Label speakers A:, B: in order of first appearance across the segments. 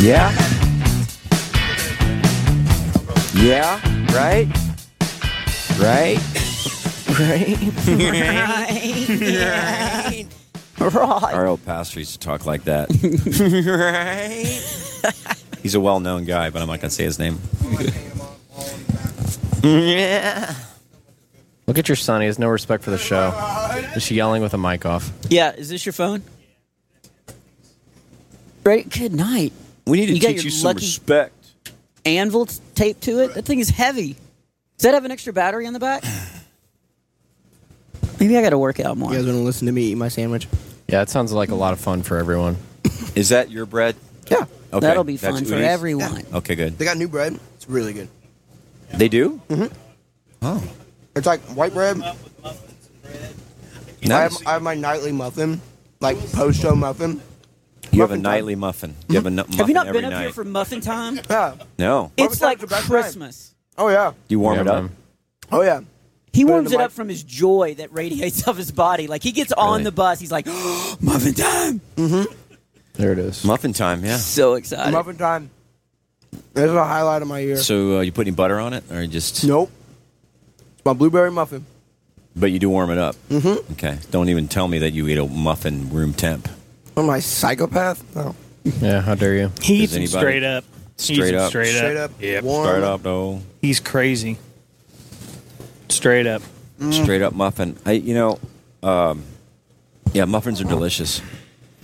A: Yeah. Yeah. Right. Right. right.
B: right.
A: Right.
C: Our old pastor used to talk like that.
B: right.
C: He's a well-known guy, but I'm not going to say his name.
B: Yeah.
D: Look at your son. He has no respect for the show. Just yelling with a mic off.
B: Yeah. Is this your phone? Right. Good night.
C: We need to
B: You got
C: teach
B: your
C: you some
B: lucky-
C: respect.
B: Anvil t- taped to it. That thing is heavy. Does that have an extra battery on the back? Maybe I got to work out more.
E: You guys want to listen to me eat my sandwich?
D: Yeah, that sounds like a lot of fun for everyone.
C: Is that your bread?
E: Yeah.
C: Okay,
B: That'll be
C: that's
B: fun for
C: Udi's?
B: everyone.
C: Okay, good.
E: They got new bread. It's really good.
C: They do.
E: Mm-hmm.
C: Oh.
E: It's like white bread. I,
C: Nice.
E: have, I have my nightly muffin, like post show muffin.
C: you have a
E: muffin
C: nightly muffin. You have a nu- muffin
B: Have you not
C: every
B: been up
C: night.
B: here for muffin time?
E: Yeah.
C: no. Do
B: It's
E: time's
B: like
E: the best time.
B: Christmas.
E: Oh yeah.
C: you warm
D: Yeah,
C: it up?
D: man.
E: Oh yeah.
B: He
E: Better
B: warms
E: than
B: it
E: my-
B: up from his joy that radiates off his body. Like he gets on
C: Really?
B: the bus, he's like, "Muffin time!"
D: There it is.
C: Muffin time. Yeah.
B: So excited.
E: Muffin time. This is a highlight of my year.
C: So uh, you put any butter on it, or you just?
E: nope. It's my blueberry muffin.
C: But you do warm it up. Mm-hmm. Okay. Don't even tell me that you eat a muffin room temp.
E: What am I psychopath? No.
D: Yeah, how dare you?
F: He eats
C: Does
F: them
C: anybody-
F: straight up. He eats
C: Straight
F: them
C: up.
F: Straight up.
E: Straight up.
F: Yep.
E: Warm.
C: Straight up, though.
F: He's crazy. Straight up.
C: Straight up muffin. I, you know, um, yeah, muffins are delicious.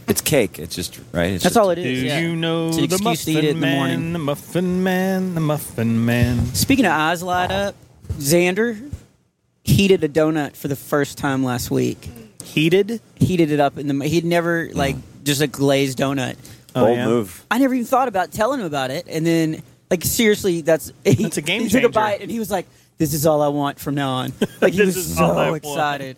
C: It's cake. It's just right. It's
B: That's
C: just-
B: all it
F: Do
B: is. yeah.
F: you know
B: It's an
F: the
B: excuse to eat it
F: muffin
B: in the
F: man?
B: morning.
F: The muffin man. The muffin man.
B: Speaking of eyes light up, Xander heated a donut for the first time last week.
F: Heated.
B: Heated it up in the. He'd never like just a glazed donut.
C: Bold
F: Oh, yeah.
C: move.
B: I never even thought about telling him about it, and then like seriously, that's he,
F: That's a game
B: he took a
F: changer.
B: bite, and he was like, "This is all I want from now on." Like he
F: This
B: was
F: is all I
B: so
F: want.
B: excited.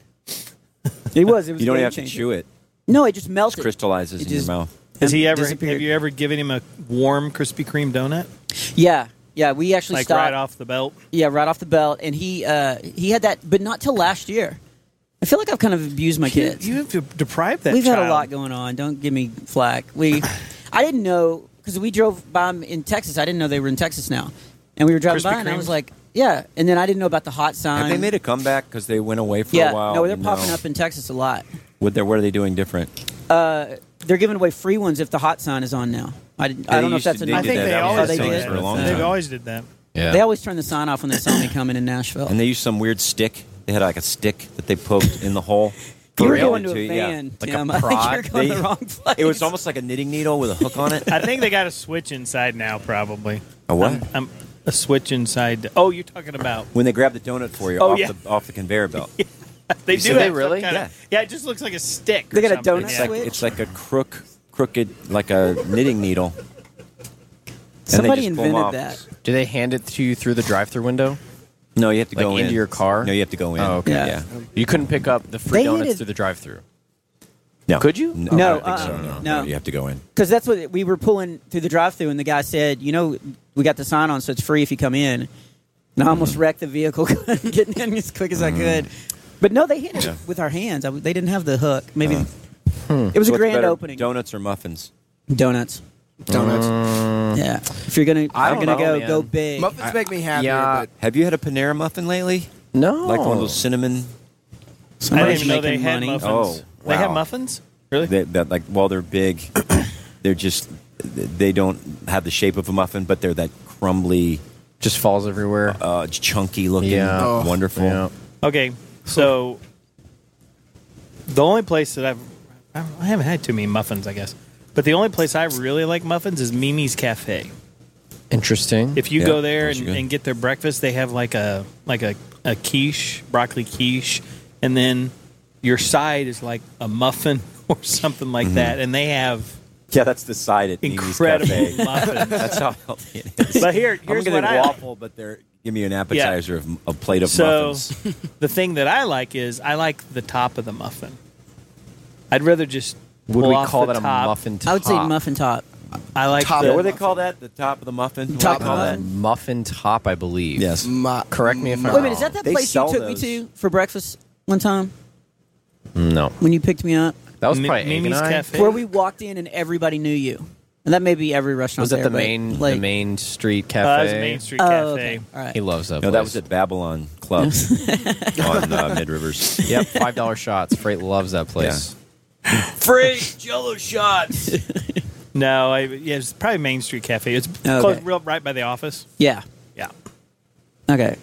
B: It was. It was. a
C: You don't
B: game
C: have to
B: changer.
C: chew it.
B: No, it just melted.
C: crystallizes
B: It
C: in
B: just-
C: your mouth.
F: Has he ever?
B: disappeared.
F: Have you ever given him a warm Krispy Kreme donut,
B: Yeah, yeah. We actually
F: like
B: stopped.
F: right off the belt?
B: Yeah, right off the belt, and he uh, he had that, but not till last year. I feel like I've kind of abused my
F: You,
B: kids.
F: you have to deprive that.
B: We've
F: child.
B: had a lot going on. Don't give me flack. We, I didn't know because we drove by 'em in Texas. I didn't know they were in Texas now, and we were driving
F: Krispy
B: by, and I
F: Kremes?
B: was like, yeah. And then I didn't know about the hot sign.
C: Have they made a comeback because they went away for
B: yeah,
C: a while?
B: no, they're
C: you
B: popping
C: know?
B: up in Texas a lot. Uh,
C: What they what are they doing different?
B: They're giving away free ones if the hot sign is on now. I, didn't- I
C: They
B: don't know if
C: used to-
B: that's a
C: they
B: new
F: I
C: did
F: think
C: that
F: they
C: at
F: always
B: Hot
F: did
B: Signs
F: that.
B: for a
C: long
F: They've
C: time.
F: always did that.
D: Yeah.
B: They always turn the sign off when they saw me coming in Nashville.
C: And they used some weird stick. They had like a stick that they poked in the hole.
B: you were
C: Drilled
B: going to
C: into
B: a
C: it, yeah.
B: van,
C: Like
B: Tim.
C: a
B: I think
C: prod.
B: you're going
C: They-
B: the wrong place.
C: It was almost like a knitting needle with a hook on it.
F: I think they got a switch inside now, probably.
C: A what?
F: Um, a switch inside. Oh, you're talking about.
C: When they grab the donut for you
F: Oh,
C: off
F: yeah.
C: the off the conveyor belt.
F: They
C: see
F: do
C: that?
F: have some
D: Really?
F: kinda- yeah, it just looks like a stick.
B: They
F: or
B: got a
F: something,
B: donut
C: It's
F: yeah.
C: like
B: Switch?
C: it's like a crook crooked like a knitting needle. And they
B: Somebody
C: just pull 'em
B: invented
C: off.
B: that.
D: Do they hand it to you through the drive-through window?
C: No, you have to
D: Like
C: go
D: into
C: in.
D: your car?
C: No, you have to go in.
D: Oh, okay.
B: Yeah.
C: Yeah.
D: You couldn't pick up the free
B: They
D: donuts
B: hated-
D: through the drive-through.
C: No.
D: Could you?
C: I
B: No,
C: don't think so,
B: uh-uh.
C: no,
B: No.
C: no, You have to go in. Hmm.
B: Because that's what we were pulling through the drive-through, and the guy said, "You know, we got the sign on, so it's free if you come in."
F: Mm-hmm.
B: And I almost wrecked the vehicle getting in as quick as I could. But no, they hit it
C: Yeah.
B: with our hands. I, they didn't have the hook. Maybe
F: Uh-huh.
B: it was a
C: Hmm. What's
B: grand
C: better,
B: opening.
C: Donuts or muffins?
B: Donuts.
E: Donuts.
B: Yeah. If you're gonna,
C: I
B: I'm
C: don't
B: gonna
C: know,
B: go
C: man.
B: go big.
E: Muffins make me happy.
D: Yeah.
E: But
C: Have you had a Panera muffin lately?
D: No.
C: Like one of those cinnamon
F: I
B: Somebody's
F: didn't even know they
B: making
F: had
B: money.
F: muffins.
C: Oh,
F: They have
C: wow.
F: muffins? Really?
C: that, that like while they're big, they're just they don't have the shape of a muffin, but they're that crumbly,
D: Just falls everywhere.
C: uh, chunky looking,
D: Yeah. Oh.
C: wonderful.
D: yeah.
F: Okay, so the only place that I've I I haven't had too many muffins, I guess, but the only place I really like muffins is Mimi's Cafe.
D: Interesting.
F: If you
C: Yeah,
F: go there
C: those are
F: and,
C: good.
F: and get their breakfast, they have like a like a a quiche, broccoli quiche, and then your side is like a muffin or something like that. And they have
C: Mm-hmm. Yeah, that's decided.
F: incredible
C: Cafe.
F: muffins.
C: that's how healthy it is.
F: But here,
C: I'm
F: here's
C: gonna
F: what
C: do
F: I like.
C: waffle, but they're give me an appetizer of a plate of
F: So
C: muffins.
F: the thing that I like is I like the top of the muffin. I'd rather just
D: Would
F: pull
D: we
F: off
D: call
F: the
D: that a
F: top.
D: muffin top?
B: I would say muffin top.
F: I like
E: Top
F: the,
C: Yeah, what do they call that? The top of the muffin? What do
B: Top
C: they
B: of
C: call
B: the
C: that?
B: muffin?
D: Muffin top, I believe. Mm-hmm.
C: Yes.
E: My,
D: Correct me if I'm
B: Wait a minute, is that that
C: They
B: place you
C: sell
B: took
C: those.
B: me to for breakfast one time
D: No,
B: when you picked me up?
D: that was
F: Mi-
D: probably
F: Mimi's
D: Agni.
F: Cafe.
B: Where we walked in and everybody knew you. And that may be every restaurant.
D: Was that
B: there,
D: the
B: but,
D: main
B: like-
D: the main street
F: Uh,
D: cafe?
F: that was Main Street
B: Oh,
F: Cafe.
B: okay. All right.
D: He loves that.
C: No, that
D: place.
C: was at Babylon Club on uh, Mid Rivers.
D: Yep, five dollar shots. Freight loves that place.
F: Free Jello shots. no, I, Oh, yeah, it's probably Main Street Cafe. It's close, real, right by the office.
B: Yeah.
F: Yeah.
B: Okay.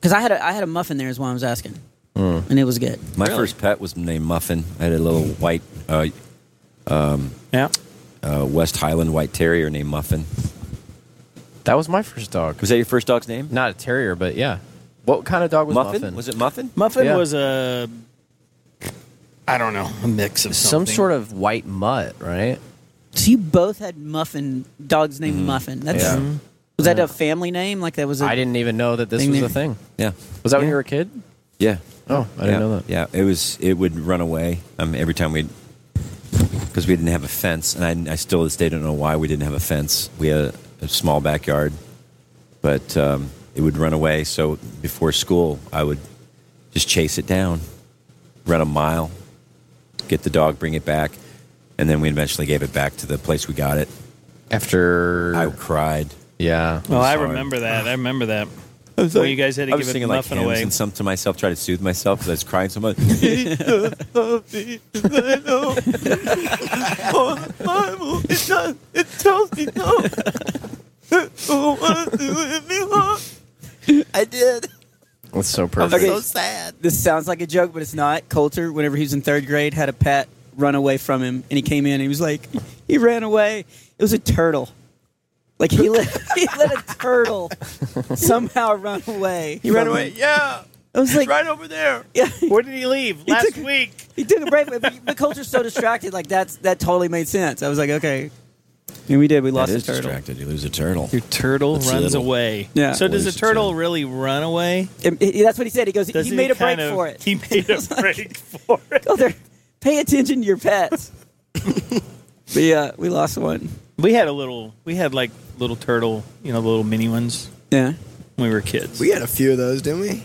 B: Because I had a, I had a muffin there is why I was asking,
D: Hmm.
B: and it was good.
C: My first pet was named Muffin. I had a little white uh, um,
F: Yeah.
C: uh, West Highland White Terrier named Muffin.
D: That was my first dog.
C: Was that your first dog's name?
D: Not a terrier, but yeah. What kind of dog was Muffin?
C: Was it Muffin?
F: Muffin
D: Yeah.
F: was a, I don't know, a mix of
D: some
F: something.
D: sort of white mutt, right? Mm-hmm.
B: So you both had muffin dogs named Muffin. That's
D: Yeah.
B: was that a family name? Like that was a
D: I didn't even know that this
B: Thing
D: was
B: there.
D: a thing.
C: Yeah.
D: Was that when
B: Yeah.
D: you were a kid?
C: Yeah.
D: Oh, I didn't
C: yeah.
D: know that.
C: Yeah, it was. It would run away um, every time we, because we didn't have a fence, and I, I still to this day don't know why we didn't have a fence. We had a, a small backyard, but um, it would run away. So before school, I would just chase it down, run a mile, get the dog, bring it back, and then we eventually gave it back to the place we got it.
D: After
C: I cried.
D: yeah,
F: Oh, I
C: Sorry.
F: remember that. I remember that.
C: I was
F: Well, you guys had to
C: I was
F: give it
C: singing
F: muffin
C: like hymns
F: away.
C: and some to myself, try to soothe myself because I was crying so much.
E: I did.
D: that's so perfect.
B: Okay.
E: sad.
B: This sounds like a joke, but it's not. Coulter, whenever he was in third grade, had a pet run away from him, and he came in and he was like, he ran away. It was a turtle. Like he let he let a turtle somehow run away. He ran away.
E: Yeah,
B: I was like,
E: right over there.
B: yeah.
F: Where did he leave last week?
B: He took a break, but the culture's so distracted. Like that's that totally made sense. I was like, okay. And we did. We lost
C: that
B: the
C: is
B: turtle.
C: distracted. You lose a turtle.
F: Your turtle
C: That's
F: runs
C: little.
F: away.
B: Yeah.
F: So does a
C: What is it,
F: turtle
C: Tim?
F: really run away?
B: And he- that's what he said. He goes,
F: Does
B: he made a break
F: kind of-
B: for it.
F: He made a break for it.
B: Oh, they're- pay attention to your pets. but yeah, we lost one.
F: We had a little. We had like little turtle. You know, the little mini ones
B: Yeah.
F: when we were kids.
E: We had a few of those, didn't we?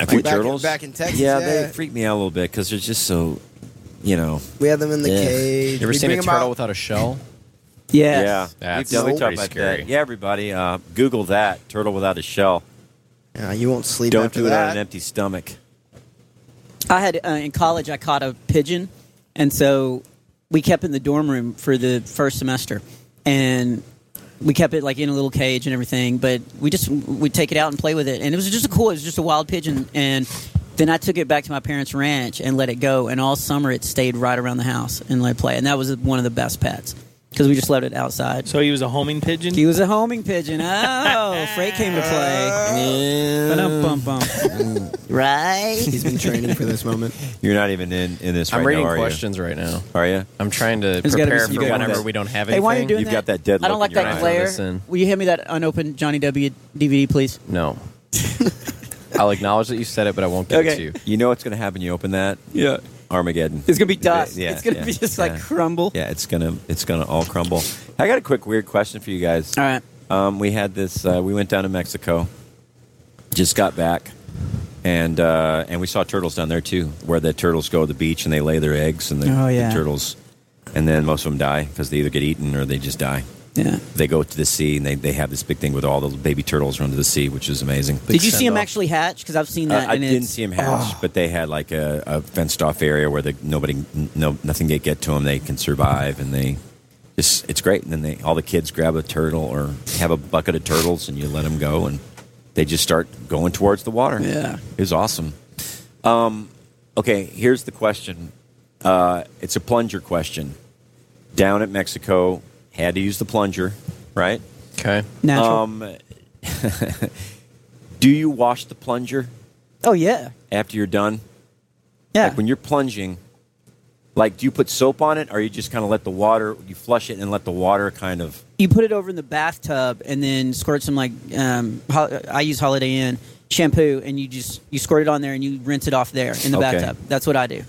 C: A few
E: back in-
C: turtles?
E: back in Texas,
C: Yeah,
E: yeah.
C: they freak me out a little bit because they're just so, you know.
E: We had them in the
C: Yeah.
E: cage.
D: you ever
E: We'd
D: seen a
E: bring
D: turtle
E: 'em out.
D: without a shell?
B: Yes.
C: Yeah,
D: That's
C: we've definitely
D: pretty
C: talked about
D: scary.
C: that. Yeah, everybody, uh, Google that turtle without a shell.
E: Yeah, you won't sleep.
C: Don't
E: after
C: do it
E: that.
C: on an empty stomach.
B: I had uh, in college. I caught a pigeon, and so we kept it in the dorm room for the first semester, and we kept it like in a little cage and everything. But we just we'd take it out and play with it, and it was just a cool. It was just a wild pigeon, and then I took it back to my parents' ranch and let it go. And all summer it stayed right around the house and let it play. And that was one of the best pets because we just let it outside.
F: So he was a homing pigeon.
B: He was a homing pigeon. Oh, Frey came to play. Ba-dum-bum-bum. right?
E: He's been training for this moment.
C: You're not even in, in this
D: I'm
C: right
D: reading
C: now, are
D: questions right now.
C: you? Are you?
D: I'm trying to
B: There's gotta be
D: prepare
B: some
D: for
B: good
D: whenever
B: ones.
D: we don't have anything.
B: Hey, why are you doing
C: You've got
B: that?
C: that dead
B: I
C: look
B: don't
C: in
B: like
C: your
B: that
C: eye.
B: glare.
D: Listen.
B: Will you hand me that unopened Johnny W. DVD, please?
D: No. I'll acknowledge that you said it, but I won't give it
B: Okay.
D: to you.
C: You know what's going to happen. You open that
B: Yeah.
C: Armageddon.
B: It's gonna be dust.
C: Yeah,
B: it's gonna
C: yeah,
B: be just
C: yeah.
B: like crumble.
C: Yeah, it's gonna it's gonna all crumble. I got a quick weird question for you guys.
B: All right.
C: Um, we had this. Uh, we went down to Mexico. Just got back, and uh, and we saw turtles down there too, where the turtles go to the beach and they lay their eggs, and the,
B: Oh,
C: the
B: yeah.
C: turtles, and then most of them die because they either get eaten or they just die.
B: Yeah.
C: They go to the sea and they, they have this big thing with all the baby turtles run to the sea, which is amazing.
B: Did you see him
D: send-off.
B: actually hatch? Because I've seen
C: Uh,
B: that.
C: I
B: and
C: didn't
B: it's- Oh.
C: see him hatch, but they had like a, a fenced off area where the, nobody, no, nothing they get to them. They can survive, and they just it's great. And then they all the kids grab a turtle or have a bucket of turtles, and you let them go, and they just start going towards the water.
B: Yeah.
C: it was awesome. Um, okay, here's the question. Uh, it's a plunger question. Down at Mexico, had to use the plunger, right?
D: Okay.
B: Natural.
C: Um, do you wash the plunger?
B: Oh yeah,
C: after you're done?
B: yeah.
C: Like when you're plunging, like do you put soap on it, or you just kind of let the water, you flush it and let the water kind of?
B: you put it over in the bathtub and then squirt some like um, ho- I use Holiday Inn shampoo and you just you squirt it on there and you rinse it off there in the
C: Okay.
B: bathtub. That's what I do.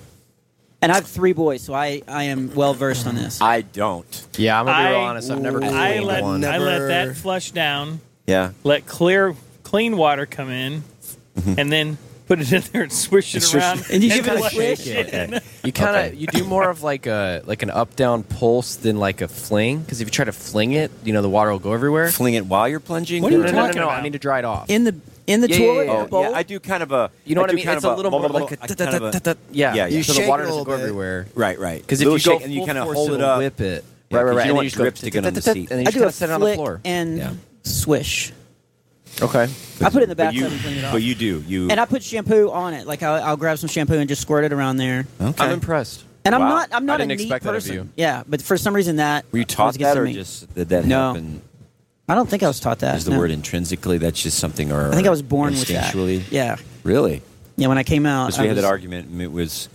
B: And I have three boys, so I, I am well versed on this.
C: I don't.
D: Yeah, I'm gonna be
F: I-
D: real honest. I've never cleaned
F: I let
D: one.
F: I let
E: Never.
F: that flush down.
C: Yeah.
F: Let clear clean water come in,
C: Mm-hmm.
F: and then put it in there and swish it
C: Swish-
F: around.
B: And you give it a
F: flush
B: swish?
F: shit in.
D: You kind of
C: Okay.
D: you do more of like a like an up down pulse than like a fling because if you try to fling it, you know the water will go everywhere.
C: Fling it while you're plunging.
D: What are you
C: No, no, no,
D: talking
C: no, no,
D: about? I need to dry it off.
B: in the in the
D: Yeah, yeah,
B: toilet
D: yeah,
B: or
D: yeah.
B: bowl.
C: Yeah, I do kind of a.
D: you know what I
C: do
D: mean?
C: kind
D: It's
C: of
D: a little more
C: blah, blah,
D: like a
C: blah, kind of a-
D: da-da-da-da-da. yeah,
C: Yeah, you
D: So
E: shake
D: the
E: it
D: water
E: a
D: doesn't
E: little
D: go
E: bit.
D: everywhere.
C: Right, right.
D: Because if
C: Little
D: you
C: shake
D: shake
C: and you
D: full
C: kind of
D: force,
C: hold it
D: it'll
C: up,
D: whip it.
C: Yeah,
D: right, right,
C: 'cause you don't
D: right. And then
C: want
D: you just
C: drips
D: go
C: to get on the
D: da-da-da-da-da,
C: seat.
D: And then
B: I
D: you
B: do a
D: just kind of sit on the
B: flick
D: floor.
B: and
C: Yeah.
B: swish.
D: Okay.
B: I put it in the
C: But
B: bathtub
C: you,
B: and clean it off.
C: but you do. You
B: and I put shampoo on it. Like I'll, I'll grab some shampoo and just squirt it around there.
D: I'm impressed.
B: And I'm
C: Wow.
B: not I'm not
D: I didn't
B: a neat
D: expect that of
B: person.
D: you.
B: Yeah, but for some reason that
C: were you
B: always
C: taught
B: gets
C: that,
B: to
C: or
B: me.
C: just did that
B: No.
C: happen?
B: I don't think I was taught that.
C: Is the
B: no.
C: word intrinsically? That's just something, or
B: I think I was born with that.
C: instinctually.
B: Yeah.
C: Really?
B: Yeah, when I came out,
C: Because we
B: I
C: had that
B: was-
C: argument, and it was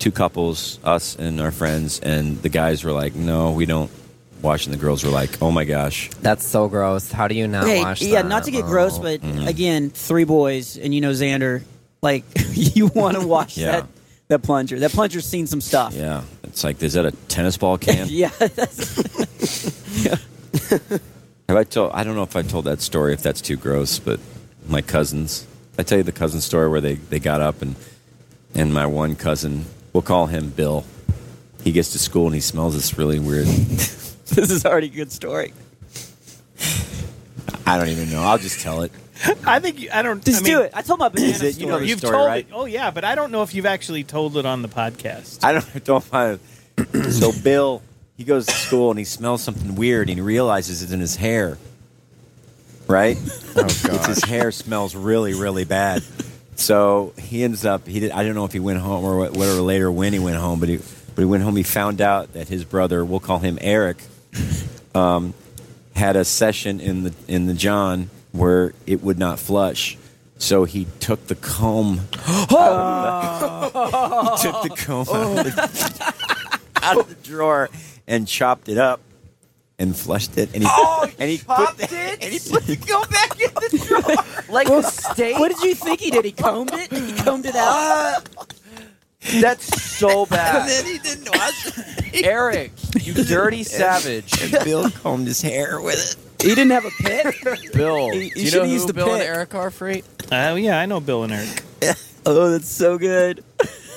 C: two couples, us and our friends, and the guys were like, "No, we don't wash," and the girls were like, "Oh my gosh."
D: That's so gross. How do you not
B: Hey,
D: wash
B: yeah,
D: that?
B: not to get
D: Oh.
B: gross, but
C: mm-hmm.
B: again, three boys, and you know Xander, like you want to wash
C: Yeah.
B: that that plunger. That plunger's seen some stuff.
C: Yeah, it's like, is that a tennis ball can?
B: yeah. that's-
C: Have I told? I don't know if I told that story. If that's too gross, but my cousins. I tell you the cousin story where they, they got up and and my one cousin, we'll call him Bill. He gets to school and he smells this really weird.
B: this is already a good story.
C: I don't even know. I'll just tell it.
F: I think you, I don't.
B: Just
F: I mean,
B: do it. I told my banana
C: Is it- you know
B: story.
C: the
F: You've
C: story,
F: told
C: right?
F: it. Oh yeah, but I don't know if you've actually told it on the podcast.
C: I don't don't find. So Bill, he goes to school and he smells something weird and he realizes it's in his hair. Right? It's his hair smells really really bad. So he ends up he did I don't know if he went home or what- whatever later when he went home, but he but he went home he found out that his brother, we'll call him Eric, um, had a session in the in the John where it would not flush. So he took the comb. he
B: Um,
C: took the comb out
G: Oh.
B: Oh,
C: of the out of the drawer and chopped it up and flushed it. And he, and he put the, it? And he put the go back in the drawer.
D: Like the state.
B: What did you think he did? He combed it. He combed it out.
D: That's so bad.
C: Uh, he didn't wash it.
D: Eric, you dirty savage.
C: Bill combed his hair with it.
B: He didn't have a pick.
D: Bill.
B: You- you
D: do you know
B: should've
D: who
B: used the
D: Bill and
B: pick.
D: Eric are free?
F: Uh, yeah, I know Bill and Eric.
B: oh, that's so good.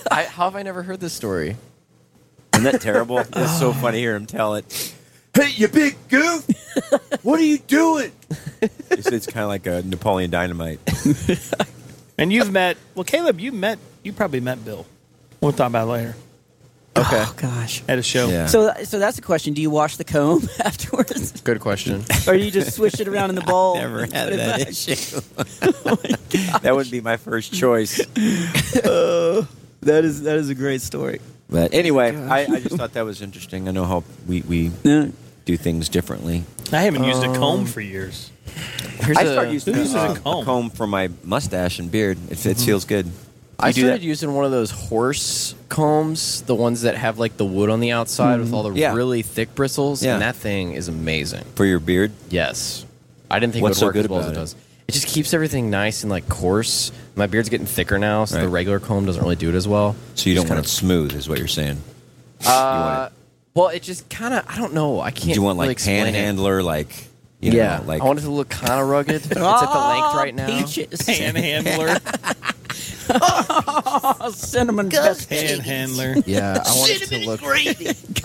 D: I, how have I never heard this story?
C: Isn't that terrible? It's so funny to hear him tell it. Hey, you big goof! What are you doing? It's, it's kind of like a Napoleon Dynamite.
F: And you've met. Well, Caleb, you met. You probably met Bill. We'll talk about it later
D: Okay.
B: Oh gosh.
F: at a show.
C: Yeah.
B: So, so that's the question. Do you wash the comb afterwards,
D: Good question.
B: or you just swish it around in the bowl?
C: Never
B: and
C: had
B: put it
C: that
B: back?
C: issue. Oh that would be my first choice. Uh,
B: That is that is a great story.
C: But anyway,
D: Oh
C: I, I just thought that was interesting. I know how we, we do things differently.
F: I haven't used
D: Um,
F: a comb for years.
D: Here's
C: I
D: a-
C: start using
F: Who uses
C: uh,
F: a comb?
C: for my mustache and beard. It, it feels good.
D: I
C: You do
D: Mm-hmm. started
C: that?
D: using one of those horse combs, the ones that have like the wood on the outside with all the
C: Mm-hmm. Yeah.
D: really thick bristles,
C: Yeah.
D: and that thing is amazing.
C: for your beard.
D: Yes, I didn't think
C: What's
D: it
C: so
D: would work
C: good
D: as well as
C: about
D: it
C: it?
D: does. It just keeps everything nice and like coarse. My beard's getting thicker now, so the
C: Right.
D: regular comb doesn't really do it as well.
C: So you
D: Just
C: don't want
D: kinda-
C: it smooth, is what you're saying.
D: Uh, well, it just kind of I don't know. I
C: Do
D: can't.
C: you want
D: really
C: like
D: explain it.
C: panhandler, like you
D: yeah,
C: know, like
D: I want it to look kind of rugged. it's at the length right now.
B: Peaches.
F: Panhandler.
B: Oh, cinnamon
F: Panhandler.
D: Yeah, I want it to look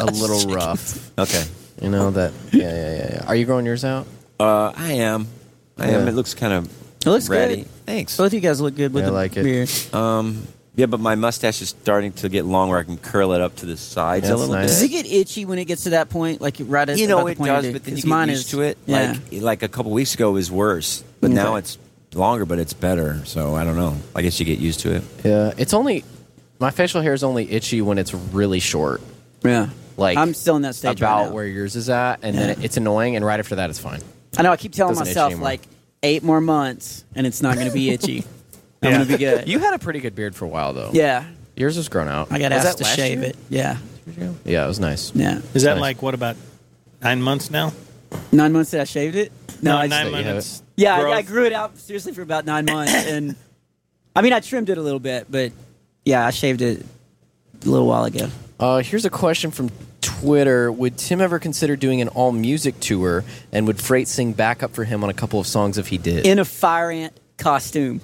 D: a little rough.
C: okay.
D: You know that? Yeah, yeah, yeah. yeah. Are you growing yours out?
C: Uh, I am, I am.
D: Yeah.
C: It looks kind of
B: It looks
C: ratty.
B: good.
C: Thanks.
B: Both of you guys look good with
D: Yeah, I
B: the
D: like it.
B: beard.
C: Yeah, but my mustache is starting to get long, where I can curl it up to the sides
D: That's
C: a little
D: nice.
B: Does
D: Is
B: it
C: bit.
B: get itchy when it gets to that point? Like right at
C: You know
B: about the
C: it
B: point
C: does,
B: do?
C: but then
B: 'Cause
C: you get
B: mine
C: used
B: is,
C: to it.
B: Yeah.
C: Like like a couple weeks ago was worse, but
B: Okay.
C: now it's longer, but it's better. So I don't know. I guess you get used to it.
D: Yeah, it's only my facial hair is only itchy when it's really short,
B: yeah.
D: like
B: I'm still in that stage
D: about
B: right now.
D: where yours is at, and then
B: Yeah.
D: it's annoying, and right after that, it's fine.
B: I know. I keep telling
D: Doesn't itch
B: myself
D: anymore.
B: like eight more months and it's not going to be itchy. I'm
F: Yeah.
B: gonna be good.
D: You had a pretty good beard for a while, though.
B: yeah,
D: Yours was grown out.
B: I got
D: was
B: asked to
D: that last
B: shave
D: year?
B: it. Yeah,
D: Yeah, it was nice.
B: yeah.
F: Is that
D: Nice.
F: like what about nine months now?
B: Nine months that I shaved it. No, I just,
F: nine
D: that you have
F: months.
B: yeah, I, I
F: growth?
B: grew it out seriously for about nine months, and I mean I trimmed it a little bit, but yeah, I shaved it a little while ago.
D: Uh, here's a question from Twitter: Would Tim ever consider doing an all-music tour, and would Freight sing backup for him on a couple of songs if he did?
B: In a fire ant costume.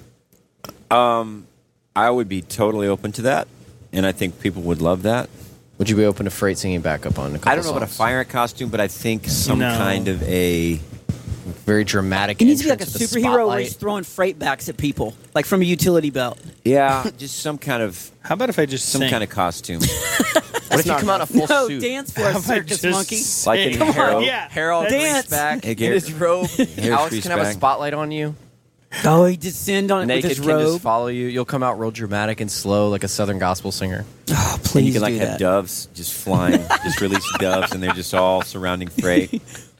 C: Um, I would be totally open to that, and I think people would love that.
D: would you be open to Freight singing backup on a couple?
C: I don't know about a
D: songs?
C: fire ant costume, but I think some
F: No.
C: kind of a
D: Very dramatic.
B: He needs to be like a
D: entrance
B: superhero
D: with
B: where
D: spotlight.
B: he's throwing freight backs at people, like from a utility belt.
C: yeah, just some kind of
F: How about if I just
C: some
F: sing?
C: kind of costume,
D: What if you come out in a full
B: No,
D: suit?
B: dance for
F: How
B: a
F: about
B: circus
F: just
B: monkey.
C: like in
F: sing?
B: Come on,
C: Harold.
F: yeah.
D: Harold
F: That's-
B: Dance.
D: Reese back
C: Hey,
D: in
C: Garrett.
D: his robe. Alex
C: Reese
D: can have a
C: back.
D: spotlight on you.
B: Oh, he descend on it with
D: Naked
B: his
D: can just
B: robe.
D: follow you. You'll come out real dramatic and slow, like a Southern gospel singer.
B: Oh,
C: and
B: please
C: you can like
B: do
C: have
B: that.
C: doves just flying, just release doves, and they're just all surrounding Freight.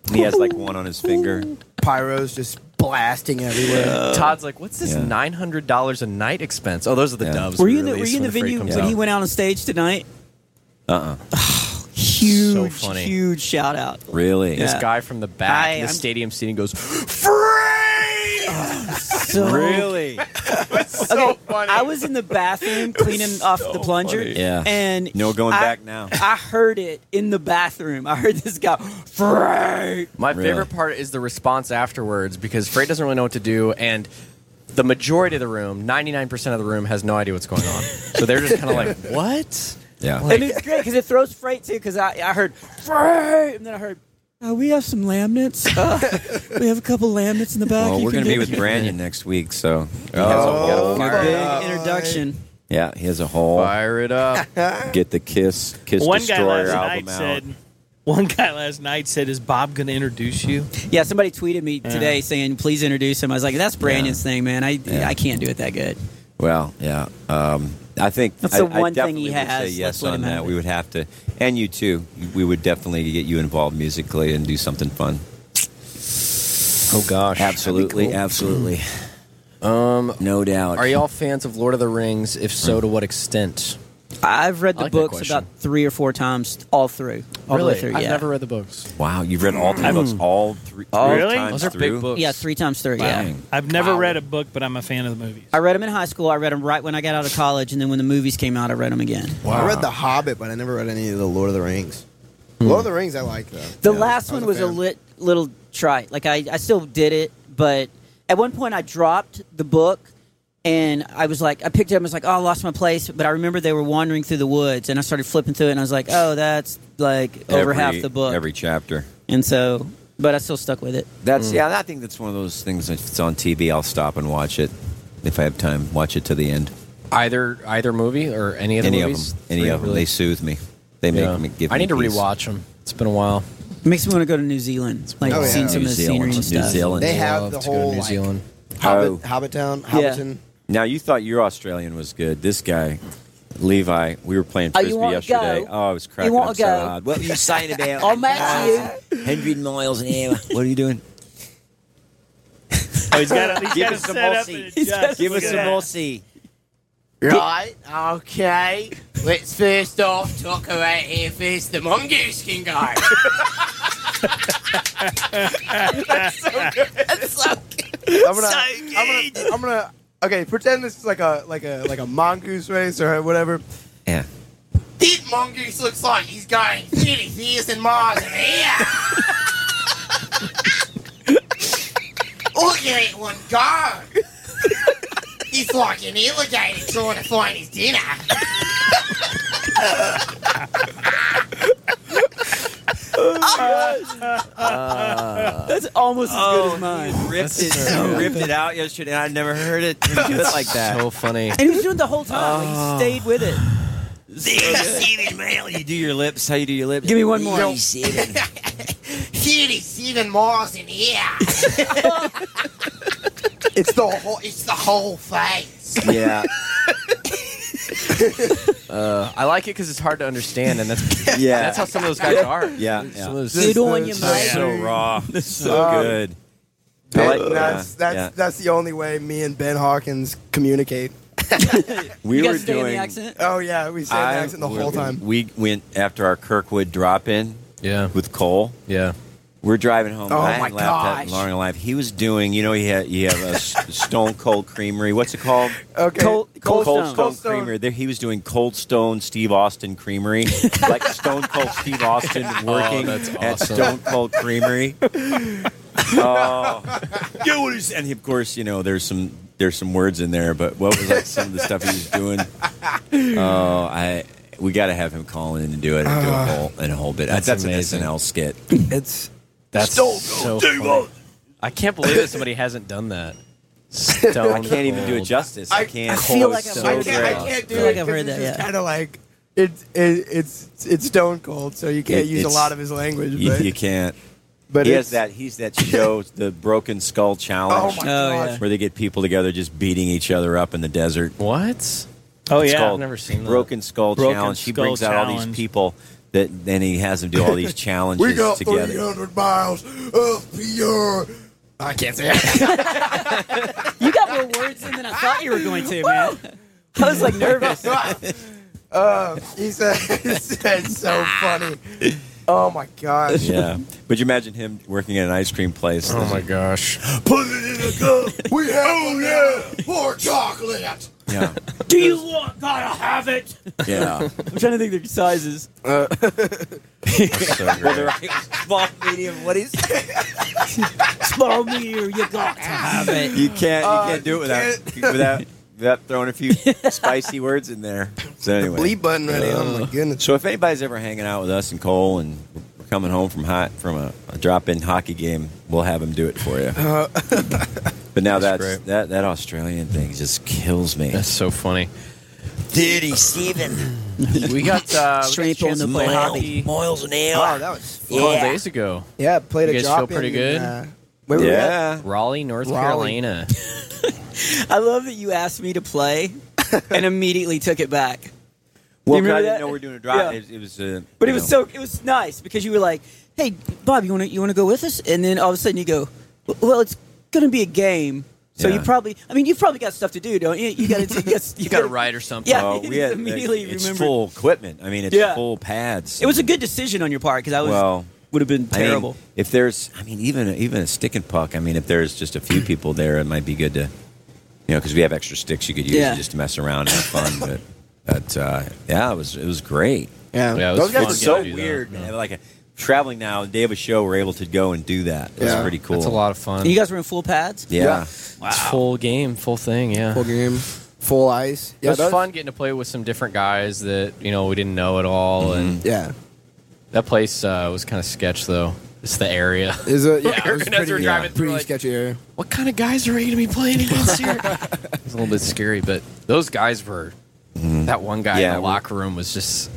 C: And he has like one on his finger.
E: Pyros just blasting everywhere.
D: Todd's like, "What's this
C: Uh, Yeah.
D: nine hundred dollars a night expense?" Oh, those are the
C: Yeah.
D: doves.
B: Were
D: we
B: you in the, were
D: release
B: you in the
D: when Freight
B: venue
D: comes
B: when
D: out.
B: he went out on stage tonight?
C: Uh uh
B: Huge,
D: funny.
B: huge shout out.
C: Really?
D: This
B: Yeah.
D: guy from the back,
B: Hi,
D: in the
B: I'm-
D: stadium seating goes,
B: So,
C: Really?
B: okay, I was in the bathroom cleaning off the plunger.
C: Yeah.
B: And
C: No going
B: I-
C: back now.
B: I heard it in the bathroom. I heard this guy, Frank.
D: My
C: Really?
D: favorite part is the response afterwards because Freight doesn't really know what to do, and the majority of the room, ninety nine percent of the room, has no idea what's going on. so they're just kind of like, "What?"
C: Yeah.
B: and it's great because it throws freight too. Because I, I heard freight, and then I heard uh, we have some laminates. Uh, we have a couple laminates in the back.
C: Well,
B: You
C: we're
B: can
C: going to be
B: dig-
C: with Brandon next week, so he
D: Oh,
C: has a whole,
D: fire,
B: big introduction.
C: yeah, he has a whole
D: fire it up!
C: get the Kiss Kiss
F: one guy
C: Destroyer
F: last
C: album
F: night
C: out.
F: said. One guy last night said, "Is Bob going to introduce you?"
B: Yeah, somebody tweeted me today saying, "Please introduce him." I was like, "That's Brandon's thing, man. I
C: Yeah.
B: I can't do it that good."
C: Well, yeah, um, I think
B: That's
C: I-
B: the
C: I
B: one thing he
C: definitely would
B: has.
C: Say yes
B: Let's let
C: on
B: him have
C: that.
B: it.
C: We would have to, and you too. We would definitely get you involved musically and do something fun.
D: Oh gosh,
C: Absolutely, absolutely. Um, no doubt.
D: Are y'all fans of Lord of the Rings? If so,
C: Hmm.
D: to what extent?
B: I've read
D: I
B: the
D: like that
B: books
D: question.
B: about three or four times, all through, all the way through.
D: I've
B: yeah,
D: never read the books.
C: Wow, you've read all three books, all three.
F: Oh,
C: three
F: really?
C: times
D: Mm. Those are
C: through?
D: big books.
B: yeah, three times through. Yeah.
C: Dang.
F: I've never
D: Wow.
F: read a book, but I'm a fan of the movies.
B: I read them in high school. I read them right when I got out of college, and then when the movies came out, I read them again.
E: I read The Hobbit, but I never read any of the Lord of the Rings.
C: Hmm.
E: Lord of the Rings, I like though.
B: The
E: Yeah,
B: last
E: I
B: one was a
E: fan.
B: lit little trite. Like I, I still did it, but at one point I dropped the book and I was like I picked it up and was like, Oh, I lost my place but I remember they were wandering through the woods and I started flipping through it and I was like, Oh, that's like over
C: Every-
B: half the book.
C: Every chapter.
B: And so but I still stuck with it.
C: That's
D: Mm.
C: yeah. I think that's one of those things. If it's on TV, I'll stop and watch it if I have time. Watch it to the end.
D: Either either movie or any of the
C: any of
D: movies.
C: them. Any
D: Three,
C: of them.
D: really?
C: They soothe me. They make
D: Yeah.
C: me give.
D: I
C: me
D: need to
C: peace.
D: rewatch them. It's been a while.
B: It makes me want to go to New Zealand. Like
E: Oh, yeah.
B: seeing some
C: New
B: of the
C: Zealand.
B: scenery
C: New
B: and stuff.
C: Zealand.
E: They have
D: Love
E: the
D: to go to
E: whole,
D: New
E: like-
D: Zealand.
C: Oh.
E: Hobbit, Hobbit Town,
B: Yeah.
E: Hobbiton.
C: Now you thought your Australian was good. This guy, Levi, we were playing
B: Oh, you
C: frisbee
B: wanna
C: yesterday.
B: go?
C: Oh, I was cracking
B: You wanna
C: up so
B: go?
C: hard. What were you saying
D: Oh,
C: about?
B: I'll match you.
C: Hundred miles an hour. What are you doing?
F: Oh, he's got he's
C: Give
F: got
C: us some
F: set up
C: Aussie.
F: and
B: He's got
F: adjust.
C: Give us
F: Look at
C: some
F: that.
C: more sea.
H: Right, okay. Let's first off talk about here first the mongoose can go. That's so good.
E: I'm gonna, I'm gonna, I'm gonna. Okay, pretend this is like a like a like a mongoose race or whatever.
C: Yeah.
H: This mongoose looks like he's going 30,000 miles an hour. Look at that one go. It's like an alligator trying to find his dinner.
C: Uh,
B: That's almost as
C: oh.
B: good as mine.
C: Ripped it, ripped it out yesterday. I never heard it do it like that.
D: So funny.
B: And he was doing it the whole time.
C: Ah.
B: Like, he stayed with it.
C: Seven mile. You do your lips. How you do your lips?
B: Give me one more.
H: 37 miles an hour.
E: It's the whole.
H: It's the whole face.
C: Yeah,
D: Uh, I like it because it's hard to understand, and that's
C: Yeah.
D: That's how some of those guys are.
C: yeah,
D: Some of
C: yeah.
D: those-
B: Good on you,
E: This
B: mate.
C: So raw, so good. I like- uh,
E: And that's
C: yeah,
E: that's
C: yeah.
E: that's the only way me and Ben Hawkins communicate.
C: We
B: you
C: were
B: guys stay in
C: doing.
B: the accent.
E: Oh yeah, we say
C: I-
E: that accent the
C: we-
E: whole time.
C: We went after our Kirkwood drop in
D: Yeah.
C: with Cole.
D: Yeah.
C: We're driving home.
E: Oh,
C: I
E: my
C: hadn't laughed at
E: gosh.
C: Lauren alive. He was doing, you know, he had, you have a s- Stone Cold Creamery. What's it called?
E: Okay.
B: Col- Cold
C: Cold
B: Stone.
C: Stone,
E: Cold Stone.
C: Creamery. There, he was doing Cold Stone Steve Austin Creamery, like Stone Cold Steve Austin
E: Oh,
C: working
D: Oh, that's
C: at
D: awesome.
C: Stone Cold Creamery. oh, yeah, what is- and he- of course, you know, there's some there's some words in there, but what was like some of the stuff he was doing? Oh, I we got to have him call in and do it and do a whole and a whole bit. That's,
D: amazing.
C: an SNL skit.
E: Ah. It's
D: That's so funny. I can't believe that somebody hasn't done that. Stone
C: I can't even do it
D: Cold.
C: justice.
E: I-
C: I can't.
E: I
B: feel
C: Cold
B: like I'm-
C: Stone
B: So
E: I can't, I
C: Creamery.
E: can't do
B: I feel
E: it.
B: like I've
E: 'cause
B: heard
E: it's
B: that,
E: Just
B: yeah.
E: kind of like it's it, it's it's stone cold, so you can't
C: It-
E: use a
C: it's-
E: lot of his language.
C: You,
E: But,
C: you can't.
E: but
C: he has
E: it's,
C: that. He's that show, the Broken Skull
E: Oh
C: Challenge,
E: my
B: Oh,
E: gosh!
C: where they get people together just beating each other up in the desert.
D: What?
F: Oh
C: It's
F: yeah,
C: called
D: I've never seen that.
C: Broken Skull
F: Broken
C: Challenge. he
F: Skull
C: brings out all these
F: Challenge.
C: people that then he has them do all these challenges
E: We got
C: together.
E: 300 miles of pure. I can't say it.
B: You got more words in than I thought you were going to, man. I was like nervous.
E: uh, he said, he said so funny. Oh my gosh!
C: Yeah, but you imagine him working at an ice cream place.
D: Oh my gosh.
E: Put it in a cup. We have oh, yeah. more chocolate.
C: Yeah,
B: Do you want? Gotta have it.
C: yeah.
B: I'm trying to think their sizes.
C: so great.
A: Small, medium, what is
B: Small meter, you got to have it.
C: You can't.
E: Uh,
C: You can't do it
E: you
C: without without without throwing a few spicy words in there. So anyway, Uh,
E: Bleep button ready. oh my goodness.
C: So if anybody's ever hanging out with us and Cole and we're coming home from hot from a, a drop-in hockey game, we'll have him do it for you. but now that's,
D: great.
C: that that Australian thing just kills me.
D: That's so funny.
A: Dirty Steven.
D: We got uh, we
B: Straight
D: got a
B: on
D: chance
B: the
D: to play
B: ball.
D: hockey a
A: Miles an
E: Wow,
A: hour.
E: that was.
D: couple
A: Yeah.
D: days ago.
E: Yeah, played
D: You
E: a
D: guys
E: drop
D: feel pretty
E: in,
D: good?
E: Uh, where were we at?
C: yeah.
D: Raleigh, North
E: Raleigh.
D: Carolina.
B: I love that you asked me to play and immediately took it back.
C: Well,
B: remember
C: I didn't
B: that?
C: know we were doing a drop.
B: Yeah.
C: It, it was, uh,
B: But
C: you
B: it was
C: know.
B: so it was nice because you were like, "Hey, Bob, you want to you want to go with us?" And then all of a sudden you go, "W- "Well, it's going to be a game, so you
C: Yeah.
B: probably I mean you've probably got stuff to do, don't you? You got to you got
D: You got a ride or something.
B: Yeah.
C: Oh,
B: you
C: we
B: just
C: had,
B: immediately
C: it's
B: remembered.
C: full equipment. I mean, it's
B: Yeah.
C: full pads.
B: It was a good decision on your part because I was
C: Well,
B: would have been
C: I mean,
B: terrible.
C: if there's, I mean, even even a stick and puck. I mean, if there's just a few people there, it might be good to, you know, because we have extra sticks you could use
B: Yeah.
C: just to mess around and have fun. but but uh, yeah, it was it was great.
E: Yeah,
D: Yeah, it was
E: those guys
D: fun.
E: were
C: It's
D: Yeah,
C: so
E: so.
D: do that.
C: weird, man. Like a, traveling now, the day of a show, we're able to go and do that. It's
E: Yeah.
C: pretty cool.
D: That's a lot of fun.
B: And you guys were in full pads.
C: Yeah.
E: Yeah.
D: It's full game, full thing, yeah.
E: Full game, full ice.
D: It
E: Yeah,
D: was
E: those-
D: fun getting to play with some different guys that, you know, we didn't know at all.
C: Mm-hmm.
D: And
E: Yeah,
D: that place uh, was kind of sketch, though. It's the area.
E: is it? Yeah,
D: We're
E: it was
D: gonna- as
E: pretty,
D: we're driving through,
E: pretty
D: like-
E: sketchy area.
D: what kind of guys are we going to be playing against here? it's a little bit scary, but those guys were. That one guy
C: Mm-hmm. Yeah,
D: in the
C: we-
D: locker room was just.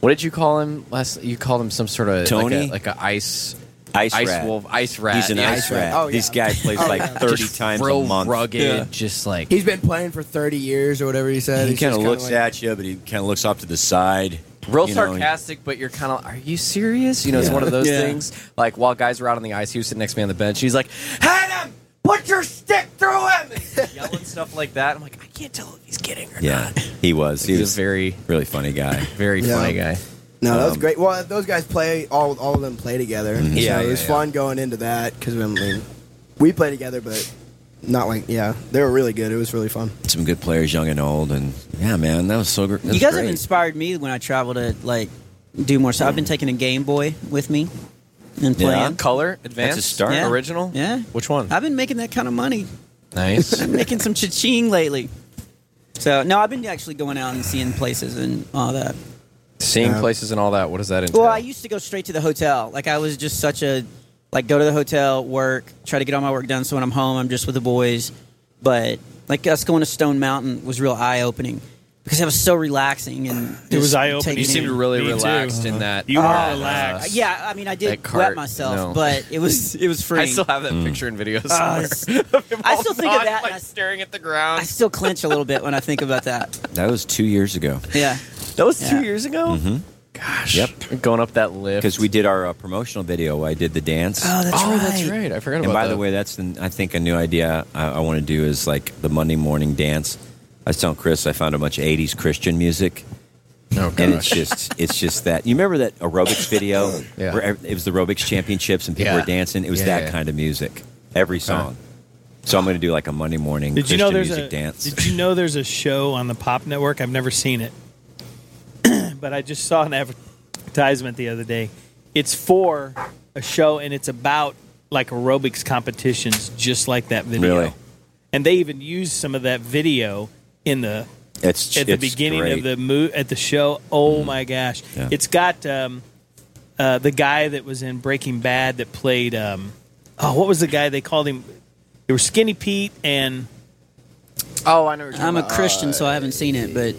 D: What did you call him last? You called him some sort of
C: Tony?
D: like a, like a ice
C: Ice,
D: ice
C: rat.
D: wolf, ice rat.
C: He's an
D: yeah.
C: ice rat.
E: Oh,
C: This
E: yeah.
C: guy plays
E: Oh,
C: like
E: yeah.
C: thirty
D: Just
C: times
D: real
C: a month.
D: rugged,
C: Yeah.
D: just like
E: He's been playing for 30 years or whatever he said.
C: He
E: He's
C: kind of
E: just kinda
C: looks
E: like-
C: at you, but he kind of looks off to the side.
D: real
C: you know, he-
D: sarcastic, but you're kind of, are you serious? You know, it's
C: Yeah.
D: one of those
B: Yeah.
D: things. Like while guys were out on the ice, he was sitting next to me on the bench. He's like, "Hit him! Put your stick through him!" And he's yelling stuff like that. I'm like, I can't tell if he's kidding or
C: Yeah,
D: not.
C: he was. He
D: He's
C: was
D: a very,
C: really funny guy.
D: very
E: Yeah.
D: funny guy.
E: No, that was
C: Um,
E: great. Well, those guys play all all of them play together.
C: Yeah,
E: Yeah, so
C: yeah,
E: it was
C: yeah.
E: fun going into that because I mean, we play together, but not like yeah, they were really good. It was really fun.
C: Um, Some good players, young and old, and yeah, man, that was so gr- that was great.
B: you guys have inspired me when I travel to like do more stuff. I've been taking a Game Boy with me and
C: Yeah.
B: playing.
D: Color, advanced,
C: start.
B: Yeah.
D: original.
B: Yeah.
D: which one?
B: I've been making that kind of money.
D: nice.
B: I'm making some cha-ching lately. So no, I've been actually going out and seeing places and all that.
D: Seeing
E: Yeah.
D: places and all that. What does that entail?
B: Well, I used to go straight to the hotel. Like I was just such a like go to the hotel, work, try to get all my work done. So when I'm home, I'm just with the boys. But like us going to Stone Mountain was real eye opening because it was so relaxing and
F: It was
B: just
F: eye-opening.
B: taking
D: you
B: it
D: seemed
B: in.
D: really
F: Me too.
D: relaxed
B: Uh-huh.
D: in that.
F: You were
D: that, uh,
F: relaxed.
B: Yeah, I mean, I did
D: That cart,
B: wet myself,
D: no. Mm.
B: but it was it was free. Oh,
D: I still have that picture and video somewhere.
B: it's- I still think of that.
D: Oh Like
B: and I,
D: staring at the ground.
B: I still clench a little bit when I think about that.
C: That was two years ago. Mm-hmm.
B: Yeah,
D: That was
B: Yeah.
D: years ago. Gosh.
C: Yep.
D: Going up that lift.
C: Because we did our uh, promotional video. I did the dance.
B: that's
D: oh, that's right. I forgot about
C: and by
D: that.
C: the way, that's the, I think a new idea I, I want to do is like the Monday morning dance. I was telling Chris I found a bunch of '80s Christian music,
D: oh,
C: and it's
D: gosh.
C: just it's just that. You remember that aerobics video
D: Yeah.
C: where ev- it was the aerobics championships and people
D: Yeah.
C: were dancing? It was
D: Yeah,
C: that
D: yeah.
C: kind of music, every song. So I'm going to do like a Monday morning
F: Did
C: Christian
F: you know there's
C: music
F: a
C: dance.
F: Did you know there's a show on the Pop Network? I've never seen it, but I just saw an advertisement the other day. It's for a show, and it's about like aerobics competitions, just like that video.
C: Really?
F: And they even used some of that video in the
C: it's
F: at the
C: it's
F: beginning
C: great. Mm-hmm.
F: of the mo- at the show. Oh my gosh!
C: Yeah.
F: It's got um, uh, the guy that was in Breaking Bad that played. Um, oh, what was the guy they called him? It was Skinny Pete and
D: oh, I know. What you're talking
B: I'm a
D: about.
B: Christian, so I haven't seen it, but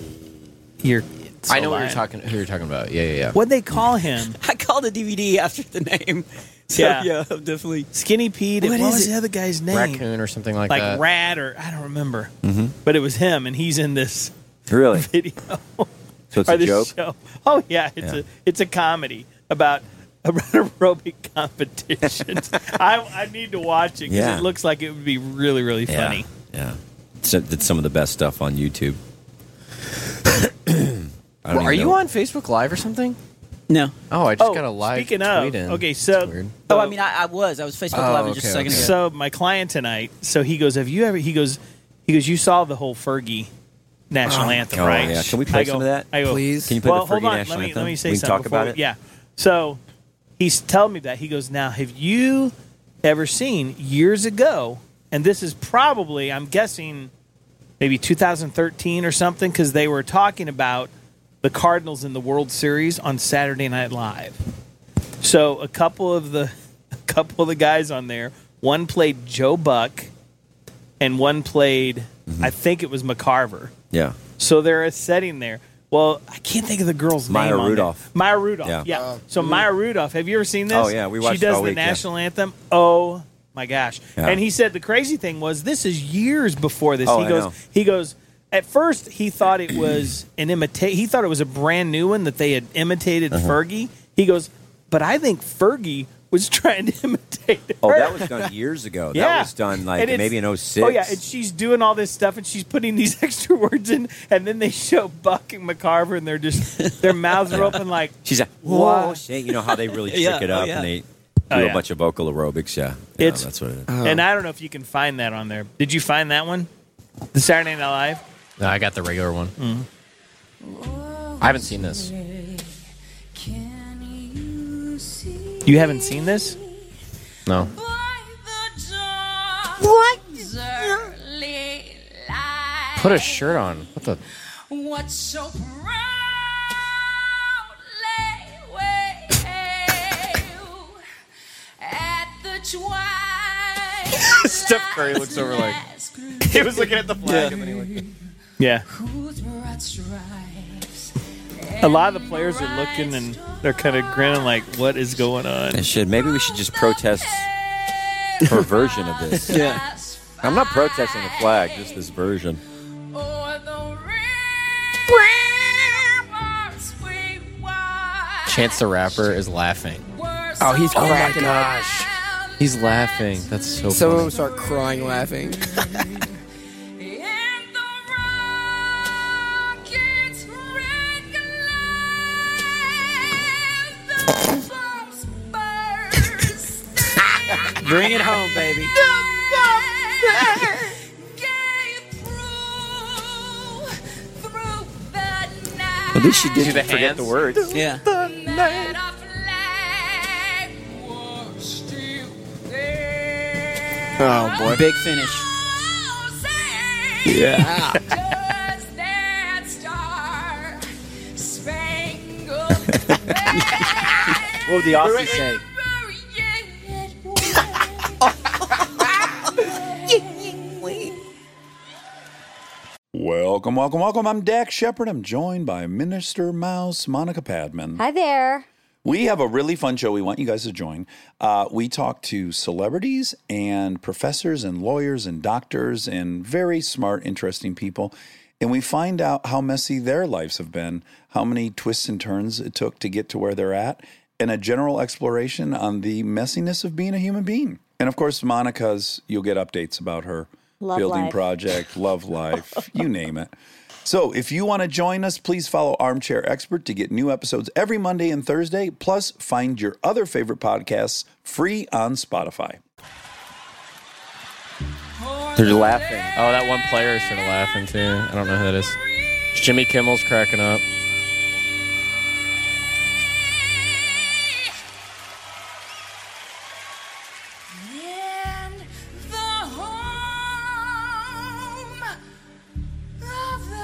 F: your.
D: I know what you're talking. Who you're talking about? Yeah, yeah, yeah.
F: What they call him?
B: I called the DVD after the name. So,
F: Yeah.
B: yeah, I'm definitely.
F: Skinny Pete. and
B: What
F: what
B: is
F: was
B: it?
F: the other guy's name?
D: Raccoon or something like,
F: Like
D: that.
F: Rat or I don't remember. But it was him, and he's in this
C: Mm-hmm. really.
F: video
C: So it's
F: or
C: a
F: this
C: joke.
F: show. Oh yeah, it's
C: Yeah.
F: a it's a comedy about. About aerobic competitions, I, I need to watch it because
C: Yeah.
F: it looks like it would be really really
C: Yeah,
F: funny.
C: Yeah, So that's some of the best stuff on YouTube. I don't
D: Well,
C: even
D: are you
C: know-
D: on Facebook Live or something?
B: No.
D: Oh, I just got a live
F: speaking
D: tweet
F: of,
D: in.
F: okay, so
D: That's weird.
B: Oh, I mean, I, I was. I was Facebook
D: Oh,
B: Live just a
D: okay,
B: second
D: okay.
F: So
B: ago.
F: my client tonight, so he goes, "Have you ever?" He goes, "He goes, you saw the whole Fergie national anthem,
C: God,
F: right?"
C: Ah. Oh, yeah. Can we play
F: I go-
C: some of that,
F: I go,
C: please? Can you play
F: well,
C: the
F: hold
C: Fergie
F: on.
C: national
F: let me,
C: anthem?
F: Let me say
C: We can
F: something
C: talk
F: before
C: about
F: we-
C: it?
F: Yeah. So he's telling me that he goes, "Now, have you ever seen years ago?" And this is probably, I'm guessing, maybe 2013 or something, because they were talking about the Cardinals in the World Series on Saturday Night Live. So a couple of the a couple of the guys on there, one played Joe Buck and one played
C: Mm-hmm.
F: I think it was McCarver.
C: Yeah.
F: So they're sitting there. Well, I can't think of the girl's
C: Maya
F: name. on there.
C: Rudolph.
F: Maya Rudolph.
C: Yeah.
F: Yeah. so Maya Rudolph, have you ever seen this?
C: Oh, yeah, we
F: She
C: watched it
F: does
C: all
F: the
C: week, yeah.
F: national anthem. Oh my gosh!
C: Yeah.
F: And he said the crazy thing was this is years before this.
C: Oh,
F: he
C: I
F: goes.
C: know.
F: He goes. At first, he thought it was an imitate. He thought it was a brand new one that they had imitated
C: Uh-huh.
F: Fergie. He goes, but I think Fergie was trying to imitate. Her.
C: Oh, that was done years ago. That
F: Yeah.
C: was done
F: And
C: like
F: it's-
C: maybe in 06.
F: Oh yeah, and she's doing all this stuff and she's putting these extra words in, and then they show Buck and McCarver and they're just their mouths are open like
C: She's like,
F: Whoa.
C: whoa, Oh, shit. You know how they really trick
B: Yeah,
C: it
B: oh,
C: up
B: yeah.
C: and they do
F: Oh,
C: a
F: yeah.
C: bunch of vocal aerobics. Yeah. yeah
F: It's-
C: that's what it is. Oh,
F: and I don't know if you can find that on there. Did you find that one? The Saturday Night Live?
D: No, I got the regular one. I haven't seen this.
F: You haven't seen this?
D: No.
I: What?
D: Put a shirt on. What the?
I: What so proudly wave at the twilight.
D: Steph Curry looks over like- He was looking at the flag and then he went.
F: Yeah.
I: Whose broad stripes
F: A lot of the players are looking and they're kind of grinning like, what is going on?
C: And shit, maybe we should just protest her version of this.
B: yeah.
C: I'm not protesting the flag, just this version.
I: O'er the rivers we wide
D: Chance the Rapper is laughing.
I: were
A: Oh, he's
I: so
A: cracking up.
I: proudly
D: He's laughing. That's so
E: Some of
D: funny.
E: them start crying, laughing.
I: In the rocket's red glare, the bombs burst.
B: Bring it home, baby.
I: The bombs gave proof through the night.
C: At least she didn't
D: the
C: forget the
D: hands?
C: words.
B: Yeah.
I: That our flag was still there.
E: Oh boy.
B: Big finish.
I: Yeah. Does that star spangled banner
C: What would the Aussie say?
I: yet wave?
J: Welcome, welcome, welcome. I'm Dak Shepard. I'm joined by Minister Mouse Monica Padman.
K: Hi there.
J: We have a really fun show we want you guys to join. Uh, we talk to celebrities and professors and lawyers and doctors and very smart, interesting people. and we find out how messy their lives have been, how many twists and turns it took to get to where they're at, and a general exploration on the messiness of being a human being. And of course, Monica's, you'll get updates about her
K: Love
J: building
K: life.
J: project, love life, you name it. So, if you want to join us, please follow Armchair Expert to get new episodes every Monday and Thursday. Plus, find your other favorite podcasts free on Spotify.
D: They're laughing. Oh, that one player is sort of laughing too. I don't know who that is. Jimmy Kimmel's cracking up.
I: the home of the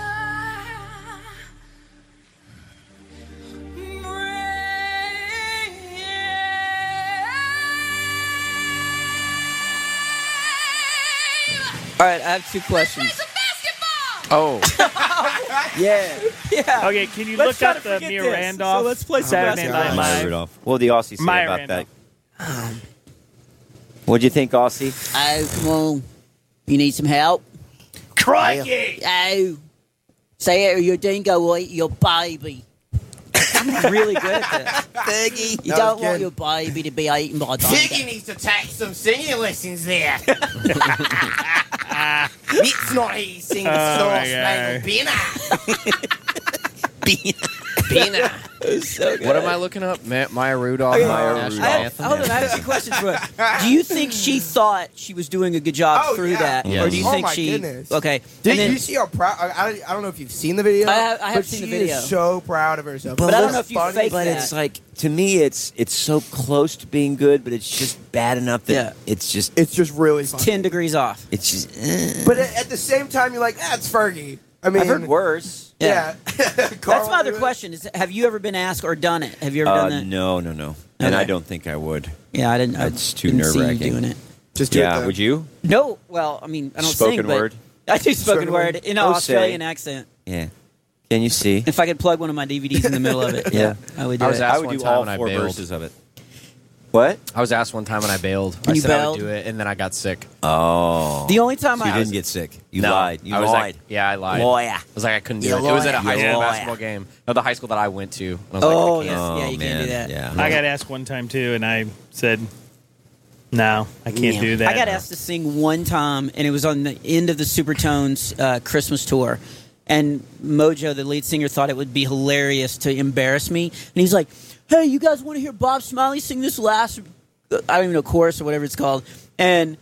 B: All right, I have two questions.
D: Oh.
B: yeah. Yeah.
F: Okay, can you
B: Let's
F: look
B: try
F: up
B: to
F: the
B: forget
F: Mia
B: this.
F: Randolph?
B: So let's play some
F: Saturday
B: basketball.
F: Night
C: Maya
F: Live.
C: Randolph. What did the Aussie say
F: Maya
C: about
F: Randolph.
C: that? What'd you think, Aussie?
B: Oh, come on. You need some help?
F: Crikey!
B: Oh. Say it or your dingo will eat your baby. I'm really good at this. You
A: That
B: don't
A: was
B: want
A: good.
B: your baby to be eaten by a
H: Figgy
B: dingo.
H: needs to take some singing lessons there. it's not how you sing the
F: Oh, my
H: sauce, man. Binner.
D: Pina.
B: So good.
D: What am I looking up? Ma- Maya Rudolph.
B: Okay.
D: Maya
B: I
D: Rudolph.
B: have, hold on, I have two questions for her. Do you think she thought she was doing a good job
E: Oh,
B: through
E: yeah.
B: that,
C: Yes.
B: or do you
E: Oh,
B: think
E: my
B: she?
E: goodness.
B: Okay.
E: Did
B: and then-
E: you see how proud? I, I, I don't know if you've seen the video.
B: I have- I have
E: but
B: seen the
E: she
B: video.
E: Is so proud of herself.
B: But I don't know if you
E: Funny.
B: faked
C: But
B: that.
C: it's like to me, it's it's so close to being good, but it's just bad enough that
B: Yeah.
C: it's just
E: It's just really funny.
B: ten degrees off.
C: it's just. eh.
E: But at, at the same time, you're like, "Ah, that's Fergie. I mean,
C: I've heard worse.
E: Yeah.
B: That's my other question: Is have you ever been asked or done it? Have you ever
C: Uh,
B: done that?
C: no, no, no,
B: Okay.
C: and I don't think I would.
B: Yeah, I didn't.
C: That's
B: I
C: too
B: didn't see you
C: nerve-wracking.
B: doing it.
E: Just do it
C: Yeah,
E: though.
C: would you?
B: No, well, I mean, I don't
C: Spoken
B: sing, but
C: word?
B: I do spoken,
E: Spoken
B: word
E: word.
B: in an
C: Oh, say.
B: Australian accent.
C: Yeah. Can you see?
B: If I could plug one of my DVDs in the middle of it, yeah,
C: Yeah.
B: I would do
D: I was
B: it.
D: asked
C: I would
D: one
C: do
D: time
C: all
D: and I
C: four
D: bailed.
C: verses of it. What?
D: I was asked one time and I bailed. I
B: And you
D: said I
B: bailed?
D: would do it, and then I got sick.
C: Oh.
B: the only time
C: So
B: I
C: you didn't get sick. You
D: No,
C: lied. You
D: I was
C: lied.
D: Like, yeah, I lied.
C: Lawyer.
D: I was like, I couldn't do
C: You
D: it. It was at a
C: liar.
D: high
C: You
D: school
C: liar.
D: basketball game. No, the high school that I went to. I was
B: Oh,
D: like,
B: yeah.
D: I can't.
C: oh,
B: you can't do
C: man.
B: that.
C: Yeah.
F: I got asked one time too, and I said, "No, I can't do that."
B: I got asked to sing one time, and it was on the end of the Supertones uh, Christmas tour. And Mojo, the lead singer, thought it would be hilarious to embarrass me, and he's like, "Hey, you guys want to hear Bob Smiley sing this last? I don't even know chorus or whatever it's called." And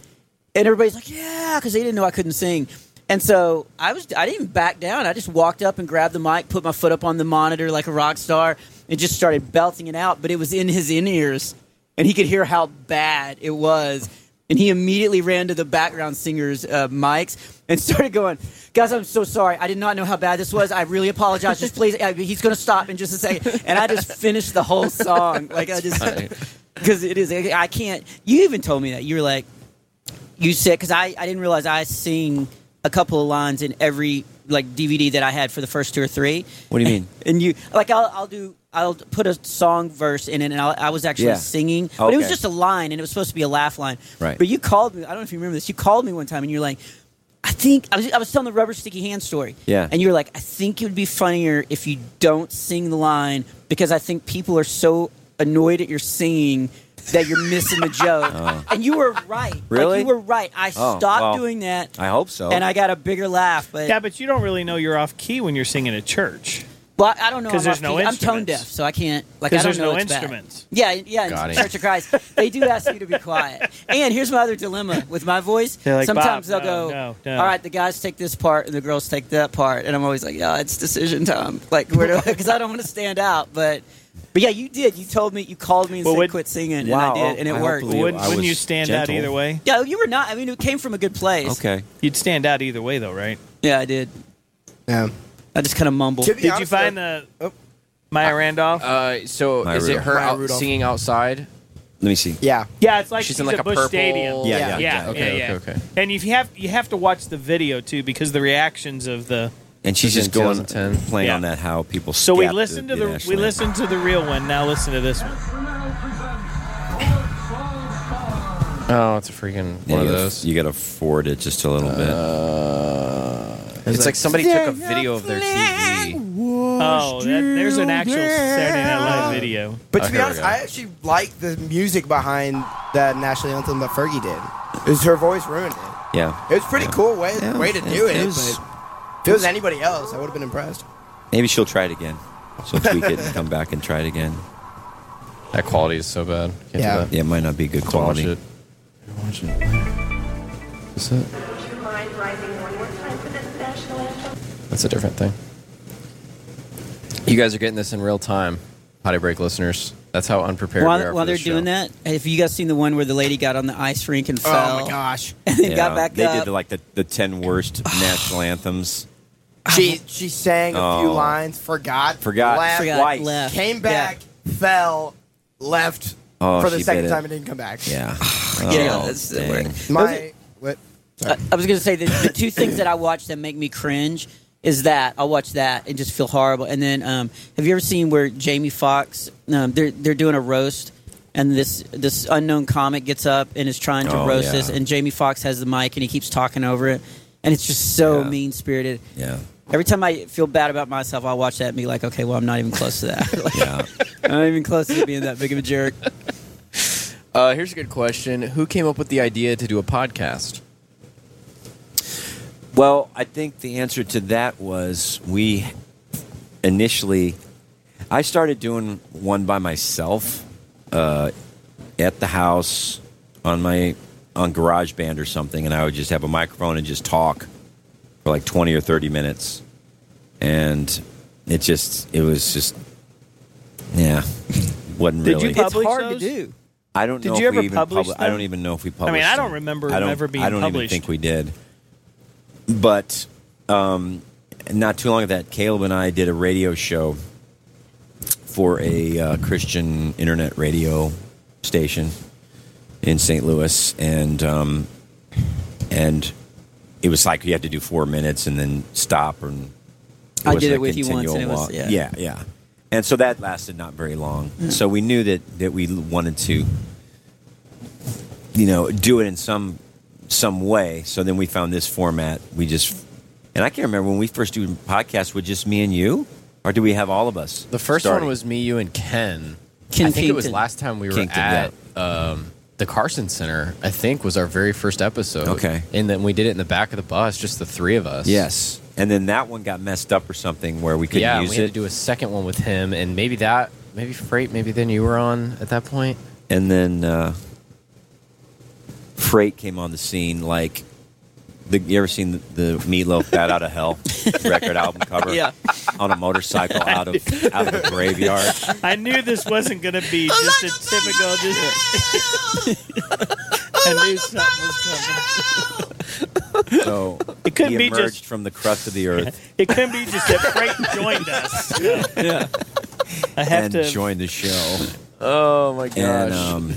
B: and everybody's like, "Yeah," because they didn't know I couldn't sing. And so I was I didn't back down. I just walked up and grabbed the mic, put my foot up on the monitor like a rock star, and just started belting it out. But it was in his in ears, and he could hear how bad it was. And he immediately ran to the background singer's uh, mics and started going, Guys, I'm so sorry. I did not know how bad this was. I really apologize. Just please, I, he's going to stop in just a second. And I just finished the whole song. Like, I just, because it is, I can't. You even told me that. You were like, you said because I, I didn't realize I sing a couple of lines in every like DVD that I had for the first two or three.
C: What do you mean?
B: And you like I'll, I'll do I'll put a song verse in it, and I'll, I was actually
C: Yeah.
B: singing, but it was
C: Okay.
B: just a line, and it was supposed to be a laugh line.
C: Right.
B: But you called me. I don't know if you remember this. You called me one time, and you're like. I think I was, I was telling the rubber sticky hand story.
C: Yeah.
B: And you were like, I think it would be funnier if you don't sing the line because I think people are so annoyed at your singing that you're missing the joke.
C: Uh-huh.
B: And you were right. Like,
C: Really?
B: you were right. I
C: Oh,
B: stopped
C: well,
B: doing that
C: I hope so.
B: and I got a bigger laugh. But
F: Yeah, but you don't really know you're off key when you're singing at church
B: well, I don't know.
F: 'Cause
B: I'm
F: there's
B: off
F: no
B: key. I'm tone
F: instruments.
B: deaf, so I can't. Like, I
F: because there's
B: don't know
F: no
B: it's bad.
F: instruments.
B: Yeah, yeah.
D: Got
B: In
D: it.
B: Church of Christ, they do ask you to be quiet. And here's my other dilemma with my voice.
F: They're like,
B: Sometimes
F: "Bob,
B: they'll
F: no,
B: go,
F: no, no."
B: "All right, the guys take this part and the girls take that part," and I'm always like, "Yeah, it's decision time." Like, because I don't want to stand out, but. But yeah, you did. You told me you called me and
F: Well,
B: said
F: would-
B: quit singing,
C: Wow,
B: and I did, and it
C: I hope
B: worked.
C: you-
F: Wouldn't,
C: I
F: wouldn't you
C: was
F: stand out
C: gentle.
F: either way?
B: Yeah, you were not. I mean, it came from a good place.
C: okay.
F: You'd stand out either way, though, right?
B: Yeah, I did.
E: Yeah.
B: I just kind of mumbled.
E: To be
F: Did you
E: honest,
F: find
E: though-
F: the
E: Oh.
F: Maya Randolph?
D: Uh, so
C: Maya
D: is it
C: Rudolph.
D: her
E: Maya
D: out
E: Rudolph.
D: singing outside?
C: Let me see.
E: Yeah.
F: yeah, it's like
D: she's
F: she's,
D: in like
F: at
D: a
F: Bush
D: purple-
F: Stadium.
D: Yeah,
F: yeah,
C: yeah,
F: yeah.
D: okay,
F: yeah.
D: okay, okay.
F: And if you have you have to watch the video too because the reactions of the
C: And she's
D: This
C: just
D: is in
C: going
D: 2010.
C: playing
F: Yeah.
C: on that how people.
F: So we
C: scat
F: listened to the we
C: national anthem.
F: listened to the real one. Now listen to this one.
D: Oh, it's a freaking
C: Yeah,
D: one
C: you gotta-
D: of Oh, those.
C: You got to forward it just a little bit.
D: Uh, It's like somebody took a video of their TV.
F: Oh, that, there's an actual Saturday Night Live video.
E: But
D: Oh,
E: to be
D: here we
E: honest,
D: go.
E: I actually like the music behind the national anthem that Fergie did. It was her voice ruined it.
C: Yeah.
E: It was a pretty cool way
C: Yeah.
E: way to
C: Yeah.
E: do it.
C: It was-
E: but if it was anybody else, I would have been impressed.
C: Maybe she'll try it again. She'll tweak it and come back and try it again.
D: That quality is so bad.
E: do Yeah. that.
C: Yeah, it might not be good quality.
D: watch it. Watch it. Is it? That's a different thing. You guys are getting this in real time, potty break listeners. That's how unprepared we are.
B: While,
D: for
B: while they're
D: this show.
B: doing that, have you guys seen the one where the lady got on the ice rink and fell?
E: gosh.
B: And then got
C: Yeah,
B: back
C: they
B: up.
C: did like the, the 10 worst national anthems.
E: She she sang a few
C: Oh.
E: lines, forgot,
C: Forgot.
E: laughed,
C: Forgot, Twice. left.
E: came back, fell, left
C: Oh,
E: for the
C: she
E: second
C: did it.
E: time and didn't come back.
C: Yeah.
B: Yeah,
C: Oh,
B: that's the
C: dang.
B: word.
E: My what?
B: I, I was going to say the, the two things that I watch that make me cringe is that I'll watch that and just feel horrible. And then, um, have you ever seen where Jamie Foxx, um, they're, they're doing a roast and this, this unknown comic gets up and is trying to
C: Oh,
B: roast
C: yeah.
B: us and Jamie Foxx has the mic and he keeps talking over it. And it's just so
C: Yeah.
B: mean spirited.
C: Yeah.
B: Every time I feel bad about myself, I'll watch that and be like, okay, well, I'm not even close to that. Like,
C: Yeah.
B: I'm not even close to being that big of a jerk.
D: Uh, here's a good question. Who came up with the idea to do a podcast?
C: Well, I think the answer to that was we initially, I started doing one by myself uh, at the house on my on GarageBand or something, and I would just have a microphone and just talk for like twenty or thirty minutes, and it just it was just yeah, wasn't
F: Did
C: really.
F: you publish
B: it's hard
F: those?
B: to do.
C: I don't
F: Did
C: know
F: you
C: if
F: ever
C: we even
F: publish
C: publi- I
F: them?
C: don't even know if we
F: I
C: published.
F: mean, I don't
C: them.
F: remember
C: I don't,
F: ever being
C: I don't
F: published.
C: even think we did. But um, not too long ago, that Caleb and I did a radio show for a uh, Christian internet radio station in St. Louis, and um, and it was like you had to do four minutes and then stop and
B: I did
C: wasn't
B: it
C: a
B: with you once, and it
C: continual
B: was-
C: walk.
B: yeah.
C: yeah, yeah. And so that lasted not very long. So we knew that that we wanted to, you know, do it in some some way. So then we found this format. We just, and I can't remember when we first did podcasts. Was just me and you, or do we have all of us?
D: The first
C: starting?
D: one was me, you, and Ken.
B: Ken
D: I think it was
B: Kington.
D: last time we were
C: Kington,
D: at um, the Carson Center. I think was our very first episode.
C: Okay.
D: and then we did it in the back of the bus, just the three of us.
C: yes, and then that one got messed up or something where we couldn't
D: yeah.
C: use
D: we had
C: it.
D: to do a second one with him, and maybe that, maybe Freight, maybe then you were on at that point.
C: and then uh, Freight came on the scene. Like, the, you ever seen the, the Meatloaf "Bat Out of Hell" record album cover?
B: Yeah.
C: on a motorcycle out of out of a graveyard.
F: I knew this wasn't going to be just a typical. Just I knew something was coming.
C: So
F: It couldn't
C: he
F: be
C: emerged
F: just-
C: from the crust of the earth
F: It couldn't be just that Frank joined us. Yeah. I have
C: and
F: to.
C: joined the show.
D: Oh my gosh!
C: And um,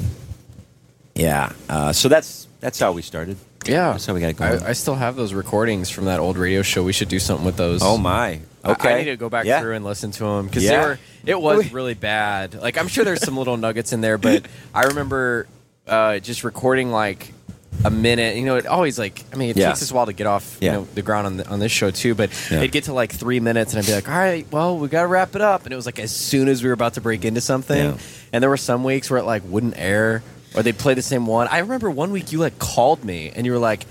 C: yeah, uh, so that's that's how we started.
D: yeah,
C: That's how we got it going.
D: I, I still have those recordings from that old radio show. We should do something with those.
C: oh my.
D: I-
C: Okay.
D: I need to go back
C: yeah.
D: through and listen to them because
C: Yeah.
D: they were. It was really bad. Like I'm sure there's some little nuggets in there, but I remember uh, just recording like a minute. You know, it always like I mean, it
C: Yeah.
D: takes us a while to get off
C: Yeah.
D: you know the ground on the, on this show too. But
C: Yeah.
D: it'd get to like three minutes, and I'd be like, all right, well, we got to wrap it up. And it was like as soon as we were about to break into something,
C: Yeah.
D: and there were some weeks where it like wouldn't air or they'd play the same one. I remember one week you like called me and you were like.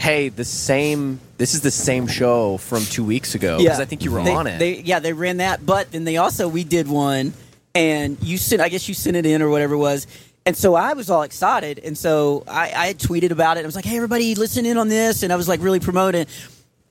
D: Hey, the same. This is the same show from two weeks ago because I think you were
B: They-
D: on it.
B: They, yeah, they ran that, but then they also we did one, and you sent. I guess you sent it in or whatever it was. And so I was all excited, and so I, I had tweeted about it. I was like, "Hey, everybody, listen in on this," and I was like, really promoting.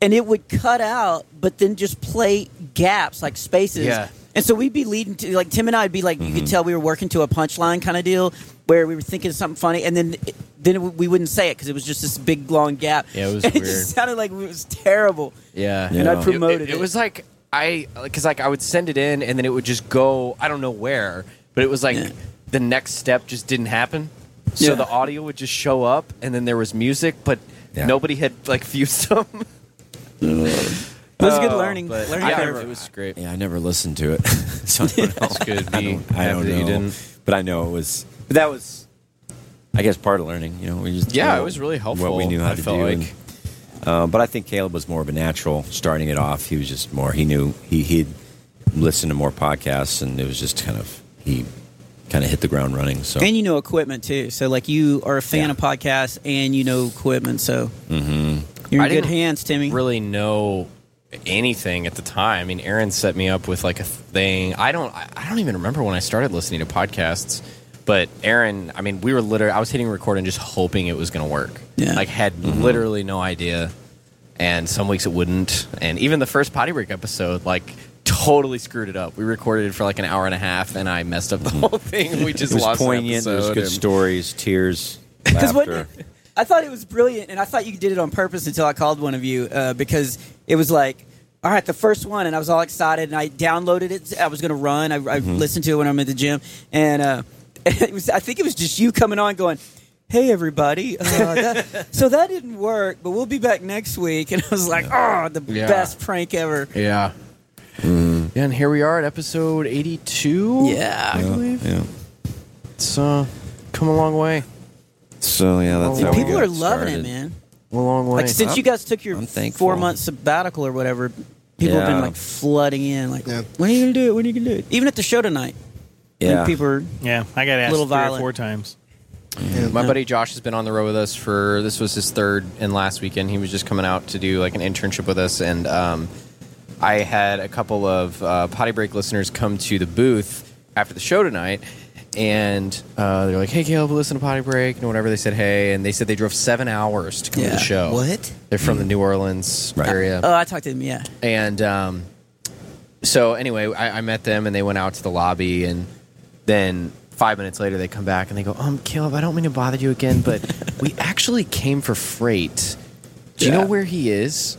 B: And it would cut out, but then just play gaps like spaces.
D: Yeah. Mm-hmm.
B: And so we'd be leading to like Tim and I would be like, you could tell we were working to a punchline kind of deal where we were thinking of something funny, and then it, then it, we wouldn't say it because it was just this big long gap.
D: Yeah, it was
B: And
D: weird.
B: just sounded like it was terrible.
D: Yeah,
C: And I
B: promoted
D: It,
B: it.
D: was like I because like I would send it in and then it would just go I don't know where, but it was like the next step just didn't happen. So
B: Yeah.
D: the audio would just show up and then there was music, but
C: Yeah.
D: nobody had like fused them.
B: It was good learning.
D: Oh, But
B: learning
D: yeah,
B: curve.
D: it was great.
C: Yeah, I never listened to it. so I don't know.
D: That's good.
C: I don't, I don't know.
D: that You didn't.
C: But I know it was. But that was, I guess, part of learning. You know, we just
D: Yeah,
C: know
D: it was really helpful.
C: What we knew how
D: I
C: to
D: felt
C: do.
D: like.
C: and Uh, but I think Caleb was more of a natural starting it off. He was just more, he knew, he, he'd listened to more podcasts and it was just kind of, he kind of hit the ground running. So,
B: And you know equipment too. So like you are a fan of podcasts and you know equipment. So
C: mm-hmm.
B: You're in good
D: hands, Timmy. Really know anything at the time. I mean, Aaron set me up with like a thing. I don't. I I don't even remember when I started listening to podcasts. But Aaron, I mean, we were literally. I was hitting record and just hoping it was going to work. Yeah. Like had literally no idea. And some weeks it wouldn't. And even the first potty break episode, like totally screwed it up. We recorded it for like an hour and a half, and I messed up the whole thing. We just
C: it was
D: lost an
C: poignant. There was
D: episode
C: good
D: and-
C: stories, tears,
B: 'Cause what-
C: laughter.
B: I thought it was brilliant, and I thought you did it on purpose until I called one of you uh, because it was like, all right, the first one, and I was all excited, and I downloaded it. I was going to run. I, I
D: Mm-hmm.
K: Mhm.
B: listened to it when I'm at the gym, and uh, it was. I think it was just you coming on, going, "Hey, everybody." Uh, that, so that didn't work, but we'll be back next week. And I was like, "Oh, the
D: Yeah.
B: best prank ever."
D: Yeah. Yeah, and here we are at episode 82.
B: Mm-hmm. Yeah.
D: I
C: Yeah,
D: believe.
C: yeah.
D: It's uh, come a long way.
C: So yeah, that's
D: Yeah,
C: how we
D: people
C: got
D: are loving it,
C: started.
B: man.
D: A long way.
B: Like since you guys took your
C: I'm thankful.
B: four month sabbatical or whatever, people have been
C: Yeah.
B: like flooding in. Like, when are you gonna do it? When are you gonna do it? Even at the show tonight,
C: Yeah.
B: like, people are
F: Yeah, I got asked
B: Little
F: three or
B: violent.
F: four times.
D: My buddy Josh has been on the road with us for this was his third and last weekend. He was just coming out to do like an internship with us, and um, I had a couple of uh, potty break listeners come to the booth after the show tonight, and uh, they're like, "Hey, Caleb, listen to potty break," and whatever. They said, "Hey," and they said they drove seven hours to come to
B: Yeah.
D: the show.
B: What?
D: They're from the New Orleans area.
B: Oh, I talked to him. Yeah.
D: And um, so anyway, I, I met them and they went out to the lobby and then five minutes later they come back and they go, um, Caleb, I don't mean to bother you again, but we actually came for freight. Do you know where he is?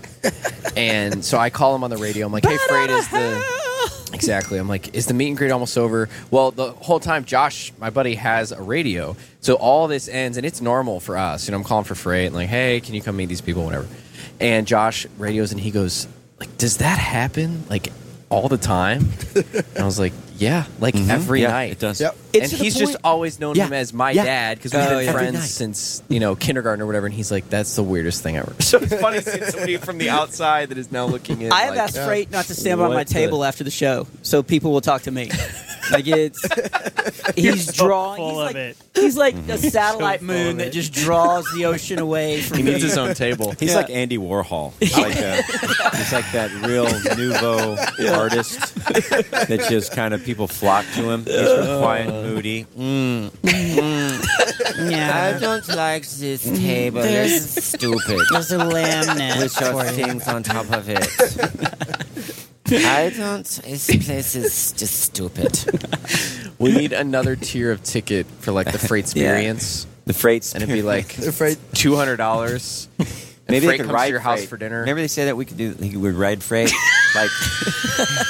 D: and so I call him on the radio. I'm like, hey, freight is the exactly. I'm like, is the meet and greet almost over? Well, the whole time, Josh, my buddy, has a radio, so all this ends, and it's normal for us. You know, I'm calling for freight, and like, hey, can you come meet these people, whatever. And Josh radios, and he goes, like, does that happen like all the time? and I was like, yeah, like
C: Mhm.
D: every
C: Yeah,
D: night
C: it does.
D: Yep.
C: Yep.
D: And
C: It's to the
D: he's
C: point-
D: just always known
C: Yeah.
D: him as my
C: Yeah.
D: dad because we've
C: Oh,
D: been
C: yeah. Every night.
D: friends since you know kindergarten or whatever. And he's like, that's the weirdest thing ever. So it's funny seeing somebody from the outside that is now looking in.
B: I have
D: like,
B: asked Freight not to stand by
D: what
B: my
D: the-
B: table after the show, so people will talk to me. like it's he's drawing. he's like, He's like a satellite moon that just draws the ocean away. From
C: Mm-hmm. He needs
B: me.
C: his own table. He's
B: Yeah.
C: like Andy Warhol. He's like, a, he's like that real nouveau artist that just kind of people flock to him. He's real quiet, moody. Mm, mm.
K: Yeah.
C: I don't like this
B: Mm-hmm.
K: table. There's-
C: It's stupid.
K: there's a laminate
C: With your
K: for it.
C: things on top of it.
K: I don't. This place is just stupid.
D: We need another tier of ticket for like the freight experience.
C: The freight,
D: and it'd be like
C: The freight-
D: two hundred dollars.
C: Maybe
D: freight
C: they could
D: comes
C: ride
D: to your house
C: freight.
D: for dinner.
C: Remember they said that we could do. He would ride freight, like,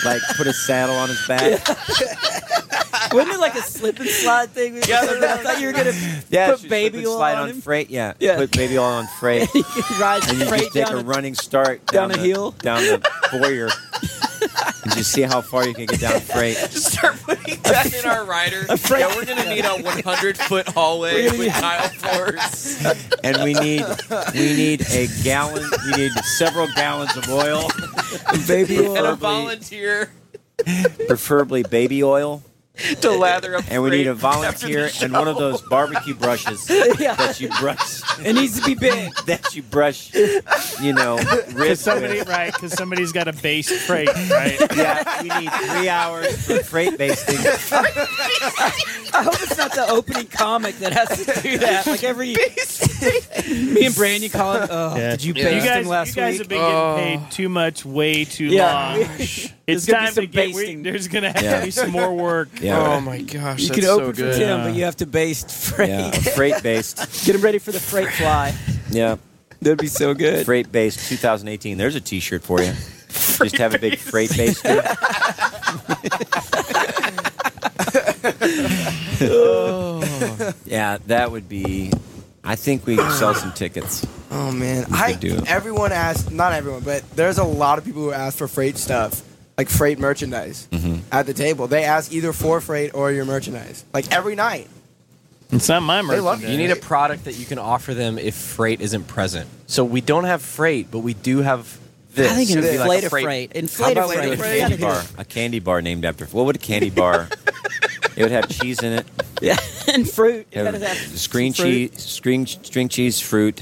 C: like put a saddle on his back.
B: Wasn't it like a slip and slide thing? Yeah, I thought you were gonna
C: Yeah,
B: put
C: she's
B: baby
C: flipping
B: oil
C: slide
B: on
C: on,
B: him.
C: freight. Yeah,
B: Yeah.
C: put baby oil on freight.
B: you could ride
C: and you
B: freight
C: just take
B: down
C: a
B: a-
C: running start
B: down
C: down,
B: a
C: the,
B: hill?
C: down the foyer, and just see how far you can get down freight.
D: Just start putting that in our rider.
C: freight-
D: yeah, we're gonna need a one hundred foot hallway
C: We're gonna
D: with
C: need-
D: tile floors.
C: And we need we need a gallon. We need several gallons of oil,
B: baby
D: and a volunteer
C: preferably baby oil.
D: to lather up.
C: And we need a
D: freight after the
C: volunteer and one of
D: show.
C: those barbecue brushes
D: Yeah.
C: that you brush.
B: It needs to be big.
C: That you brush, you know,
F: Because
C: ribs
F: somebody,
C: with.
F: right? Because somebody's got a base freight, right?
C: Yeah, we need three hours for freight basting.
B: I hope it's not the opening comic that has to do that. Like every me and Brandon call it. Oh, Did you
F: Yeah.
B: baste
F: you guys,
B: him last
F: you guys
B: week?
F: have been getting
C: Oh.
F: paid too much, way too
B: Yeah.
F: long.
B: There's
F: it's
B: gonna be
F: time
B: some
F: to get. We,
B: basting.
F: there's gonna have
C: Yeah.
F: to be some more work.
C: Yeah. Oh
D: my gosh,
B: you can open for Tim, but you have to baste freight.
C: Yeah, freight based.
B: Get him ready for the freight fly.
C: Yeah.
B: That'd be so good.
C: Freight based 2018. There's a t shirt for you. Just have a big freight based. yeah, that would be. I think we could sell some tickets.
E: Oh man,
C: We
E: I
C: could do it.
E: everyone asked not everyone, but there's a lot of people who ask for freight stuff, like freight merchandise
C: Mhm.
E: at the table. They ask either for freight or your merchandise, like every night.
F: It's not my
D: you. need a product that you can offer them if freight isn't present. So we don't have freight, but we do have this.
B: I think
D: It'd be like
B: inflate a freight.
D: How
B: Inflate a
D: about we
B: freight.
D: do
B: We gotta
C: candy
B: do
C: bar.
B: it.
C: A candy bar named after what would a candy bar? it would have cheese in it.
B: Yeah, and fruit. You
C: Have
B: gotta have
C: string
B: some
C: cheese,
B: fruit.
C: string string cheese, fruit,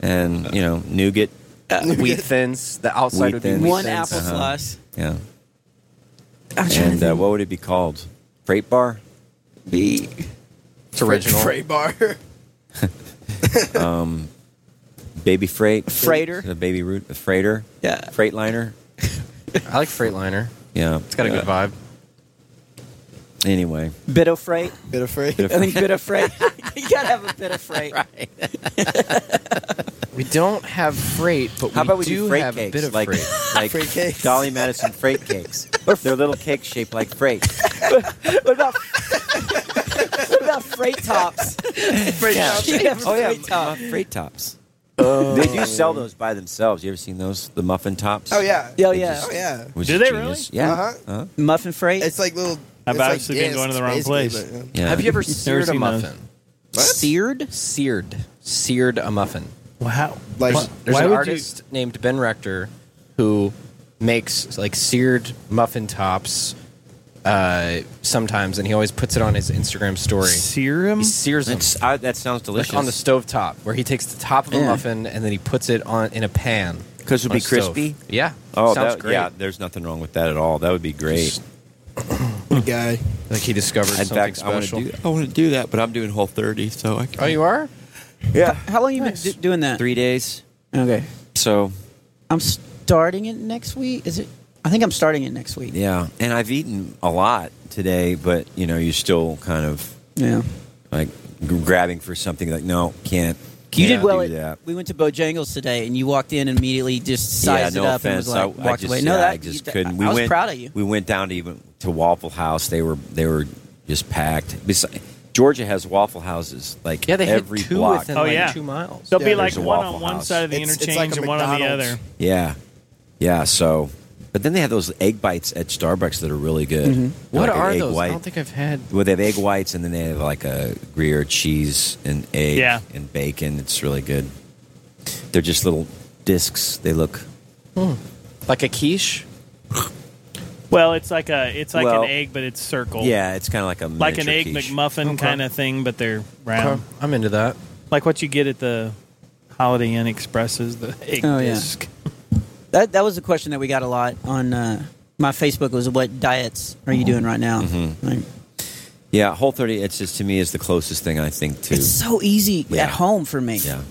C: and you know nougat,
D: Uh, wheat thins. The outside
C: Wheat
D: would be
C: thins.
D: wheat thins.
C: Uh-huh.
B: slice.
C: Yeah.
B: I'm trying
C: And
B: to
C: uh, what would it be called? Freight bar.
B: Be.
D: It's original.
E: Freight bar.
C: um, baby freight.
B: Freighter.
C: The baby root. A freighter.
B: Yeah.
C: Freightliner.
D: I like Freightliner.
C: Yeah. Uh,
D: It's got a good vibe.
C: Anyway.
B: Bit of freight.
E: Bit of freight.
C: Bit of
B: I think
C: freight.
B: bit of freight. you gotta have a bit of freight. right.
D: We don't have freight, but
C: How
D: we
C: about we
D: do
C: do freight
D: have
C: cakes,
D: a bit of
C: like,
D: freight.
C: like Dolly Madison freight cakes? They're little cakes shaped like freight.
B: what about what about freight tops?
E: freight
C: Yeah.
B: You have
C: Oh yeah,
B: freight
G: uh,
B: top.
C: mu- freight tops.
B: Oh.
C: They do sell those by themselves. You ever seen those? The muffin tops.
E: Oh yeah.
B: Yeah, yeah.
E: oh yeah.
C: Which
F: Do
C: is
F: they
C: genius.
F: really?
C: Yeah.
E: Uh-huh.
C: Uh-huh.
B: Muffin freight.
E: It's like little.
F: I've
E: it's like
F: obviously been
E: gas,
F: going to the wrong
E: basically,
F: place.
E: but,
C: Yeah.
D: Have you ever
F: Never
D: seared a
F: seen those.
D: muffin?
B: Seared.
D: Seared. Seared a muffin.
F: Wow.
E: Like-
F: Why-
D: There's
F: why
D: an
F: would
D: artist named Ben Rector who makes like seared muffin tops uh, sometimes, and he always puts it on his Instagram
F: you
D: story.
F: sear 'em?
D: He sears them
C: That's, I, that sounds
D: like
C: delicious.
D: on the stove top, where he takes the top of a
B: Yeah.
D: muffin and then he puts it on in a pan
C: 'Cause it'd
D: on
C: be
D: a stove.
C: crispy?
D: Yeah.
C: Oh,
D: sounds
C: that,
D: great.
C: yeah. There's nothing wrong with that at all. That would be great.
E: guy.
D: Like he discovered
C: In
D: something
C: fact, I want
D: special.
C: to do. I want to do that, but I'm doing Whole 30, so I can.
D: oh, you are?
E: Yeah.
B: How long you been do- doing that?
C: Three days.
B: Okay.
C: So
B: I'm starting it next week. Is it? I think I'm starting it next week.
C: yeah, and I've eaten a lot today, but you know, you're still kind of
B: Yeah.
C: like g- grabbing for something. Like, no, can't. can't
B: You did well.
C: Do that.
B: At, we went to Bojangles today, and you walked in and immediately just
C: yeah,
B: sized
C: no
B: it up
C: offense.
B: and was like,
C: I, I
B: walked
C: just,
B: away. No,
C: yeah,
B: that
C: I just
B: you-
C: couldn't.
B: I,
C: We
B: was
C: went,
B: proud of you.
C: We went down to even to Waffle House. They were they were just packed. Besi- Georgia has Waffle Houses like
D: Yeah, they had
C: every
D: two
C: block.
D: within
F: Oh,
D: like
F: yeah.
D: two miles.
F: There'll be
E: Yeah,
F: like
C: there's a
F: one
C: Waffle
F: on one
C: House.
F: side of the
E: It's- it's
F: interchange
E: like a
F: and one on the
E: McDonald's.
F: other.
C: Yeah, yeah. So, but then they have those egg bites at Starbucks that are really good.
B: Mm-hmm.
C: They're
D: What
C: like an
D: are
C: egg
D: those?
C: white-
D: I don't think I've had.
C: well, they have egg whites, and then they have like a Gruyere cheese and egg
F: Yeah.
C: and bacon. It's really good. They're just little discs. They look
D: Like a quiche?
F: Well, it's like a it's like
C: Well,
F: an egg, but it's circle.
C: yeah. It's kind of like a
F: like an
C: miniature
F: egg
C: quiche.
F: McMuffin kind of thing, but they're round,
D: I'm into that.
F: like what you get at the Holiday Inn Expresses, the egg
B: Oh, yeah.
F: disc.
B: That that was a question that we got a lot on uh, my Facebook. Was what diets are you
C: Mm-hmm.
B: doing right now? Like,
C: Yeah, Whole 30. It's just to me is the closest thing I think to
B: it's so easy
C: Yeah.
B: at home for me.
C: yeah.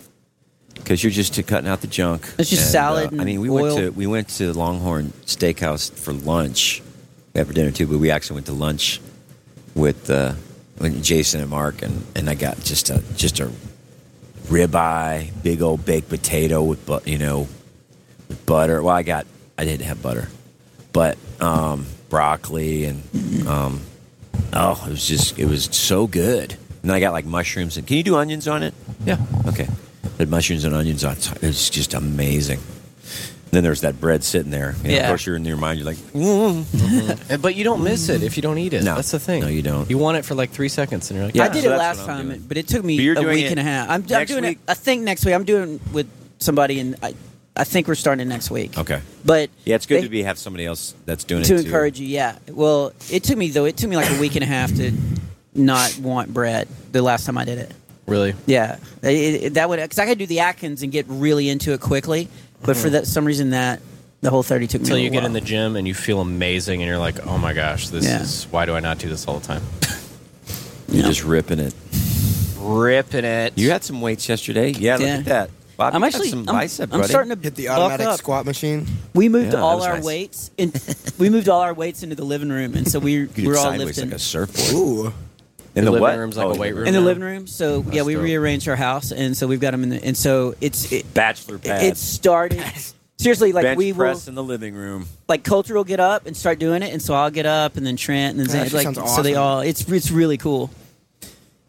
C: Because you're just to cutting out the junk. uh,
B: It's just salad
C: I mean,
B: and
C: we
B: oil.
C: went to we went to Longhorn Steakhouse for lunch. We had for dinner too, but we actually went to lunch with uh, with Jason and Mark, and, and I got just a just a ribeye, big old baked potato with but you know with butter. Well, I got I didn't have butter, but um, broccoli and um, oh, it was just it was so good. And I got like mushrooms and can you do onions on it?
D: Yeah.
C: Okay. The mushrooms and onions on top. It's just amazing. Then there's that bread sitting there. You know,
B: Yeah.
C: Of course, you're in your mind. You're like,
D: And- But you don't miss it if you don't eat it.
C: Mm-hmm. No.
D: That's the thing.
C: No, you don't.
D: You want it for like three seconds, and you're like,
B: I
D: "Ah."
B: did
C: so
B: it
C: that's
B: last
C: what I'm
B: time,
C: doing.
B: but it took
C: But
B: me
C: you're
B: a
C: doing
B: week
C: it
B: and a half. I'm, I'm
C: next
B: doing
C: week?
B: it. I think next week. I'm doing it with somebody, and I, I think we're starting next week.
C: okay.
B: But
C: Yeah, it's good
B: they-
C: to be have somebody else that's doing
B: to
C: it too.
B: encourage you. Yeah. Well, it took me though. It took me like a week and a half to not want bread the last time I did it.
D: really?
B: Yeah, It- it- that would because I could do the Atkins and get really into it quickly, but
C: Mm-hmm.
B: for that some reason that the whole thirty took me
D: Until
B: a
D: you get
B: while.
D: in the gym and you feel amazing, and you're like, "Oh my gosh, this
B: Yeah.
D: is why do I not do this all the time?"
C: You're
B: Yeah.
C: just ripping it.
D: Ripping it.
C: You had some weights yesterday. Yeah, look
B: Yeah.
C: at that. Bob,
B: I'm
C: you got
B: actually
C: some
B: I'm,
C: bicep,
B: I'm
C: buddy.
B: starting to
E: Hit the
B: buck
E: automatic
B: up.
E: squat machine.
B: We moved
C: Yeah, that
B: all
C: was
B: our
C: nice.
B: weights in we moved all our weights into the living room, and so we
C: You could
B: we're all
C: sideways
B: lifting
C: like a surfboard.
E: Ooh.
C: In the,
D: The living
C: what? Oh,
D: room's like a weight room.
B: in the
D: now.
B: living room. So yeah, we
D: dope.
B: rearranged our house, and so we've got them in the and so it's it,
C: Bachelor
B: it-
C: pad.
B: it started. Seriously, like
C: Bench
B: we will,
C: press in the living room.
B: like culture will get up and start doing it, and so I'll get up, and then Trent, and then Zane,
E: Yeah, that
B: like
E: sounds
B: so they
E: awesome.
B: all. It's it's really cool.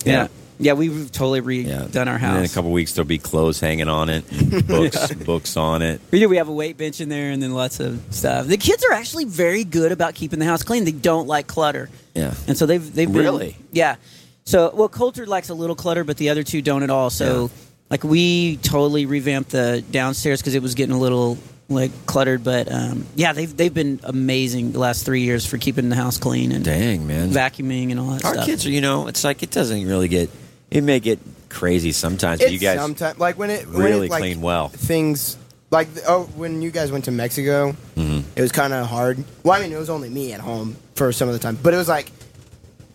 B: Yeah,
C: Yeah.
B: yeah, we've totally redone our
C: And in a
B: house.
C: couple weeks, there'll be clothes hanging on it, books, books on it.
B: We do. We have a weight bench in there, and then lots of stuff. The kids are actually very good about keeping the house clean. They don't like clutter,
C: Yeah.
B: and so they've they've been-
C: Really?
B: yeah. So, well, Coulter likes a little clutter, but the other two don't at all. So, like, we totally revamped the downstairs because it was getting a little like cluttered. But um, yeah, they've they've been amazing the last three years for keeping the house clean and
C: dang man,
B: vacuuming and all that
C: Our
B: stuff.
C: kids are, you know, it's like it doesn't really get. It may get crazy sometimes, but you guys
E: sometimes like when it when
C: really
E: it, like,
C: clean well.
E: things like oh when you guys went to Mexico,
C: Mm-hmm.
E: it was kind of hard. Well, I mean, it was only me at home for some of the time, but it was like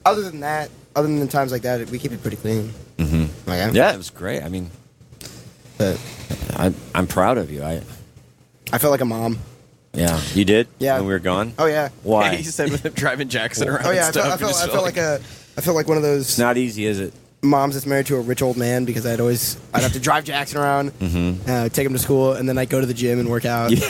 E: other than that, other than times like that, we keep it pretty clean.
C: Mm-hmm.
E: Okay.
C: Yeah, it was great. I mean, I, I'm proud of you. I
E: I felt like a mom.
C: yeah, you did.
E: Yeah.
C: when we were gone.
E: Oh yeah,
C: Why?
D: he said with him driving Jackson around.
E: Oh yeah, I
D: and
E: felt, I
D: stuff,
E: felt,
D: he just
E: I felt like a I felt like one of
C: It's
E: those
C: not easy, is it?
E: moms that's married to a rich old man because I'd always I'd have to drive Jackson around,
C: Mm-hmm.
E: uh, take him to school, and then I'd go to the gym and work out.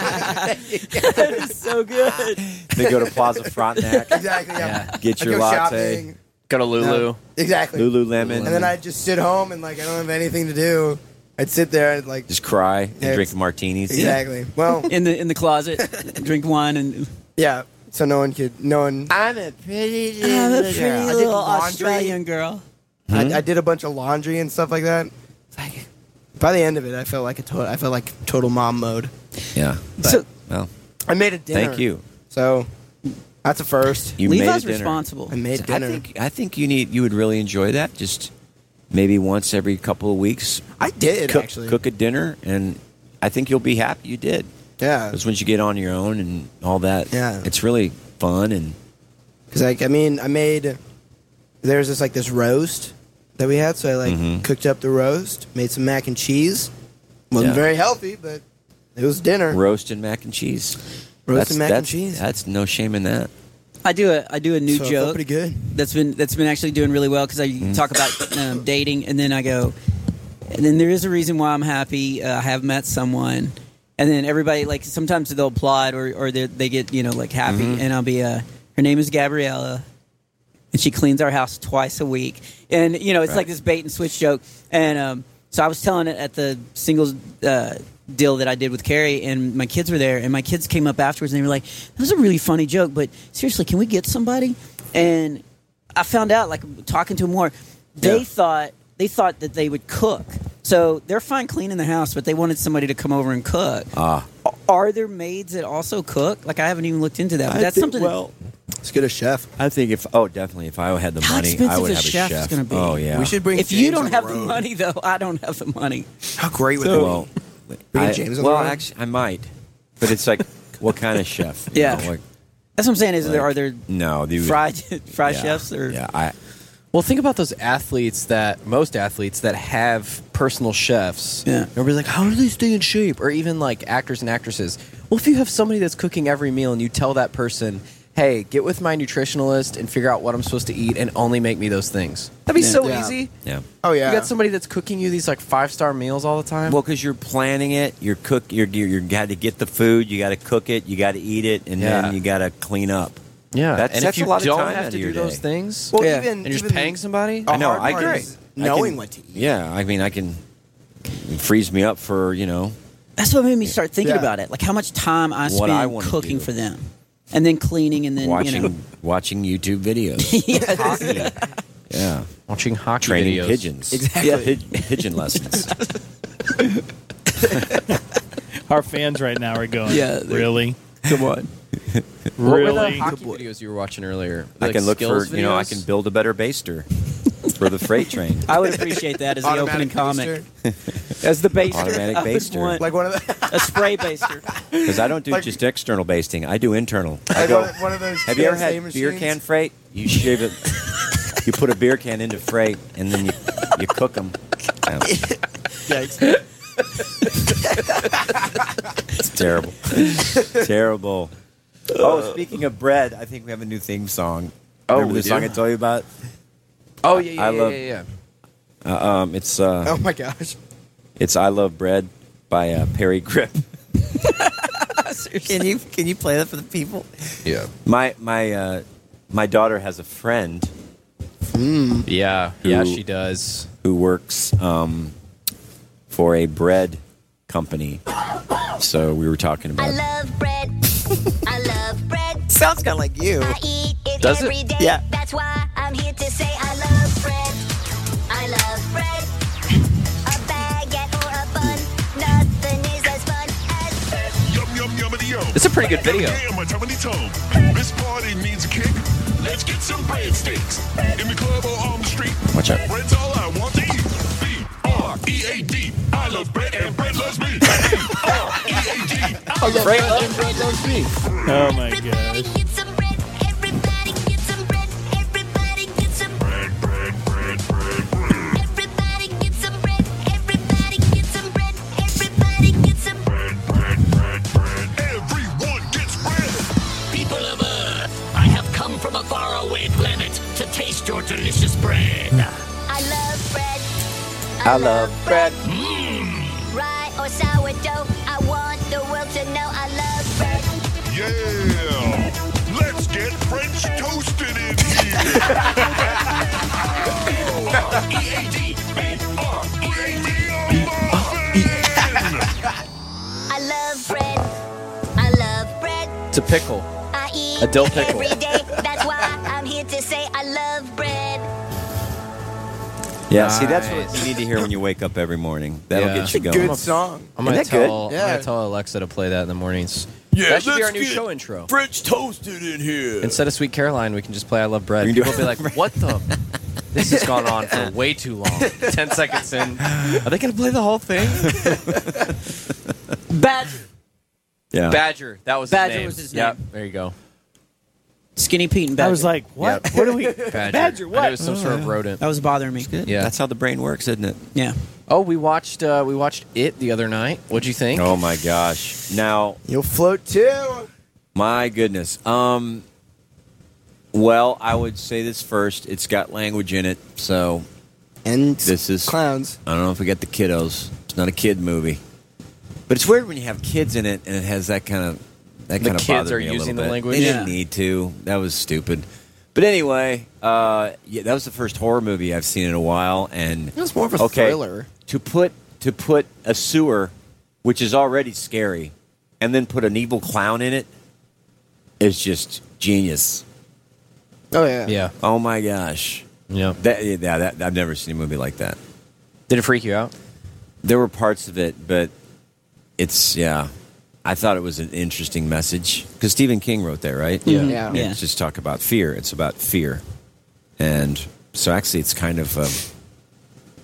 B: that is so good.
C: They go to Plaza Frontenac.
E: exactly. Yeah.
C: Get
E: I'd
C: your
E: go
C: latte.
E: shopping.
D: Go to Lulu.
E: Exactly.
C: Lululemon.
E: And then I'd just sit home and like I don't have anything to do. I'd sit there and like
C: just cry and
E: Yeah,
C: drink martinis.
E: exactly. Well,
B: in the in the closet, drink wine and
E: yeah. So no one could. No one.
K: I'm a pretty
B: I'm a
K: little
B: pretty
K: girl.
B: little
E: laundry.
B: Australian girl.
C: Mm-hmm.
E: I, I did a bunch of laundry and stuff like that. It's like, by the end of it, I felt like a total. I felt like total mom mode.
C: Yeah.
E: But
B: So-
C: Well,
E: I made a dinner.
C: thank you.
E: So that's a first.
C: You made a
B: Levi's
C: dinner.
B: responsible.
E: I made
C: I
E: dinner.
C: think I think you need you would really enjoy that. Just maybe once every couple of weeks,
E: I did
C: cook,
E: actually.
C: cook a dinner, and I think you'll be happy you did.
E: Yeah.
C: Because once you get on your own and all that,
E: Yeah.
C: it's really fun and
E: Because like I mean, I made there's this like this roast that we had, so I like
C: Mhm.
E: cooked up the roast, made some mac and cheese. wasn't
C: Yeah.
E: very healthy, but it was dinner.
C: roast and mac and cheese.
E: Roast
C: That's-
E: and mac and
C: that's-
E: cheese.
C: That's no shame in that.
B: I do a I do a new
E: So I felt
B: joke.
E: pretty good.
B: That's been that's been actually doing really well because I
C: Mm.
B: talk about um, dating and then I go, and then there is a reason why I'm happy. Uh, I have met someone, and then everybody like sometimes they'll applaud or or they, they get you know like happy, and I'll be uh, her name is Gabriella, and she cleans our house twice a week, and you know it's like this bait and switch joke, and um, so I was telling it at the singles. Uh, deal that I did with Carrie and my kids were there and my kids came up afterwards and they were like that was a really funny joke but seriously can we get somebody and I found out, like talking to them more, they
E: Yeah.
B: thought they thought that they would cook. So they're fine cleaning the house, but they wanted somebody to come over and cook.
C: Ah,
B: Are there maids that also cook? Like I haven't even looked into that. But
C: I
B: that's
C: think-
B: something.
C: Well,
E: Let's get a chef.
C: I think if oh definitely if I had the
B: How
C: money, I
B: expensive
C: would
B: is
C: have
B: chef
C: a
B: is gonna be?
C: Oh yeah,
E: We should bring.
B: if you
E: James
B: don't
E: on
B: have
E: the,
B: the
E: road.
B: money, though, I don't have the money.
E: how great would
C: So-
E: that be?
C: well,
E: Bring
C: I,
E: James on the
C: well,
E: road?
C: actually, I might, but it's like, what kind of chef? you
B: Yeah.
C: know, like-
B: That's what I'm saying. Is there
C: like-
B: are there
D: Oh,
C: no the,
B: fried fried
C: yeah,
B: chefs or
C: yeah? I
D: Well, think about those athletes that most athletes that have personal chefs.
B: Yeah.
D: Everybody's like, how do they stay in shape? Or even like actors and actresses. Well, if you have somebody that's cooking every meal and you tell that person, hey, get with my nutritionalist and figure out what I'm supposed to eat and only make me those things. That'd be
B: Yeah.
D: so
E: Yeah.
D: easy.
C: yeah.
E: Oh yeah.
D: You got somebody that's cooking you these like five star meals all the time.
C: Well, because you're planning it, you're cook, you're you you got to get the food, you got to cook it, you got to eat it, and
D: Yeah.
C: then you got to clean up.
D: yeah.
C: that's-
D: and
C: that's
D: if you
C: a lot of
D: don't
C: time out
D: have
C: of
D: to
C: your
D: do those
C: day.
D: things
E: Well,
B: Yeah.
E: even
D: and you're just
E: even
D: paying somebody,
E: a
C: I know,
E: hard
C: I
E: part
C: agree.
E: is
C: I
E: Knowing
C: can-
E: what to eat.
C: Yeah, I mean, I can it frees me up for you know
B: That's what made me start thinking
E: Yeah.
B: about it. Like how much time I
C: What
B: spend
C: I wanna
B: cooking
C: do.
B: for them, and then cleaning, and then
C: watching
B: you know.
C: watching YouTube videos.
B: yeah,
C: yeah,
D: watching hockey
C: training
D: videos.
C: pigeons.
E: Exactly.
C: Yeah, pig- pigeon lessons.
F: Our fans right now are going,
B: Yeah, they're-
F: really?
C: Come on.
D: What were the
F: really?
D: hockey videos you were watching earlier?
C: I
D: Like
C: can look for
D: skills
C: you know I
D: videos?
C: can build a better baster for the freight train.
B: I would appreciate that as the opening comic,
E: Automatic baster.
B: as the baster.
C: Automatic
B: I would
C: baster.
B: want
E: Like one of the.
B: a spray baster.
C: Because I don't do
E: Like-
C: just external basting. I do internal. I
E: Like
C: go.
E: one of- one of those.
C: Have you ever
E: TSA
C: had beer
E: machines?
C: can freight? You shave it. you put a beer can into freight, and then you you cook them.
E: Yikes.
C: It's terrible. terrible. Oh, speaking of bread, I think we have a new theme song.
D: Oh,
C: Remember
D: we
C: the song
D: do?
C: I told you about?
D: Oh yeah, yeah,
C: I
D: yeah,
C: love-
D: yeah, yeah.
C: Um, it's uh,
E: Oh my gosh.
C: it's I Love Bread by uh, Perry Grip.
B: Seriously.
C: you can you play that for the people?
D: Yeah.
C: My my uh, my daughter has a friend
D: Hmm. Yeah. Yeah,
C: Who-
D: she does.
C: who works um, for a bread company. So we were talking
I: I
C: about
I: love bread. I love bread.
E: Sounds kind of like you.
I: I eat it
D: Does it?
I: every day.
E: Yeah.
I: That's why I
L: I'm here to say I love bread. I love bread. A baguette or a bun. Nothing is as fun as bread. Yum, yum, yummity, yum.
D: It's a pretty good video.
L: Yum, yum, yummity, tum.
G: This party needs a kick. Let's get some breadsticks. In the club or on the street.
D: Watch out.
G: Bread's all I want to eat. B-R-E-A-D. I love bread and bread loves me. B-R-E-A-D. I love bread and bread loves me.
F: Oh my gosh.
G: Everyone gets bread. People of Earth, I have come from a faraway planet to taste your delicious bread.
L: I love bread.
G: I love bread.
L: Rye Mm. or sourdough. I want the world to know I love bread.
G: Yeah. Let's get French toasted in here. B-R-E-A-D. B-R-E-A-D.
L: I love bread. I love bread.
D: It's a pickle.
L: I eat
D: A dill pickle.
L: every day. That's why I'm here to say I love bread.
C: Yeah, see, that's what
D: Nice.
C: you need to hear when you wake up every morning. That'll get you going.
D: I'm gonna
C: Isn't that
D: tell.
C: good?
D: I'm gonna tell Alexa to play that in the mornings.
A: Yeah,
D: that should be
A: let's
D: our new
A: get
D: show intro.
A: French toasted in here.
D: Instead of Sweet Caroline, we can just play I Love Bread.
A: We can do
D: People will be
A: it.
D: like, "What the? this has gone on for way too long. Ten seconds in, are they gonna play the whole thing?"
B: Badger.
C: Yeah.
D: Badger. That was
B: Badger
D: his name.
B: was his
D: Yep.
B: name.
D: There you go.
B: Skinny Pete and Badger.
D: I was like,
B: what?
D: Yep.
B: What are we?
D: Badger.
B: Badger.
D: I
B: what?
D: knew it was some sort
E: Uh-huh.
D: of rodent.
B: That was bothering me. good.
D: Yeah.
C: That's how the brain works, isn't it?
B: Yeah.
D: Oh, we watched uh, we watched it the other night. What'd you think?
C: Oh my gosh! Now
E: you'll float too.
C: My goodness. Um. Well, I would say this first. It's got language in it, so
E: and
C: this is
E: clowns.
C: I don't know if we got the kiddos. It's not a kid movie, but it's weird when you have kids in it and it has that kind of that
D: The
C: kind of
D: kids
C: bothered
D: are
C: me a little
D: using the
C: bit.
D: language?
C: They didn't
D: Yeah.
C: need to. That was stupid. But anyway, uh, yeah, that was the first horror movie I've seen in a while, and
E: It was more of a
C: okay,
E: thriller.
C: To put to put a sewer, which is already scary, and then put an evil clown in it is just genius.
E: Oh yeah.
D: Yeah.
C: Oh my gosh.
D: Yeah.
C: That, yeah. That I've never seen a movie like that.
D: Did it freak you out?
C: There were parts of it, but it's yeah. I thought it was an interesting message because Stephen King wrote that, right?
D: Yeah. Mhm. Yeah.
C: And
D: Yeah.
C: It's just talk about fear. It's about fear, and so actually, it's kind of um,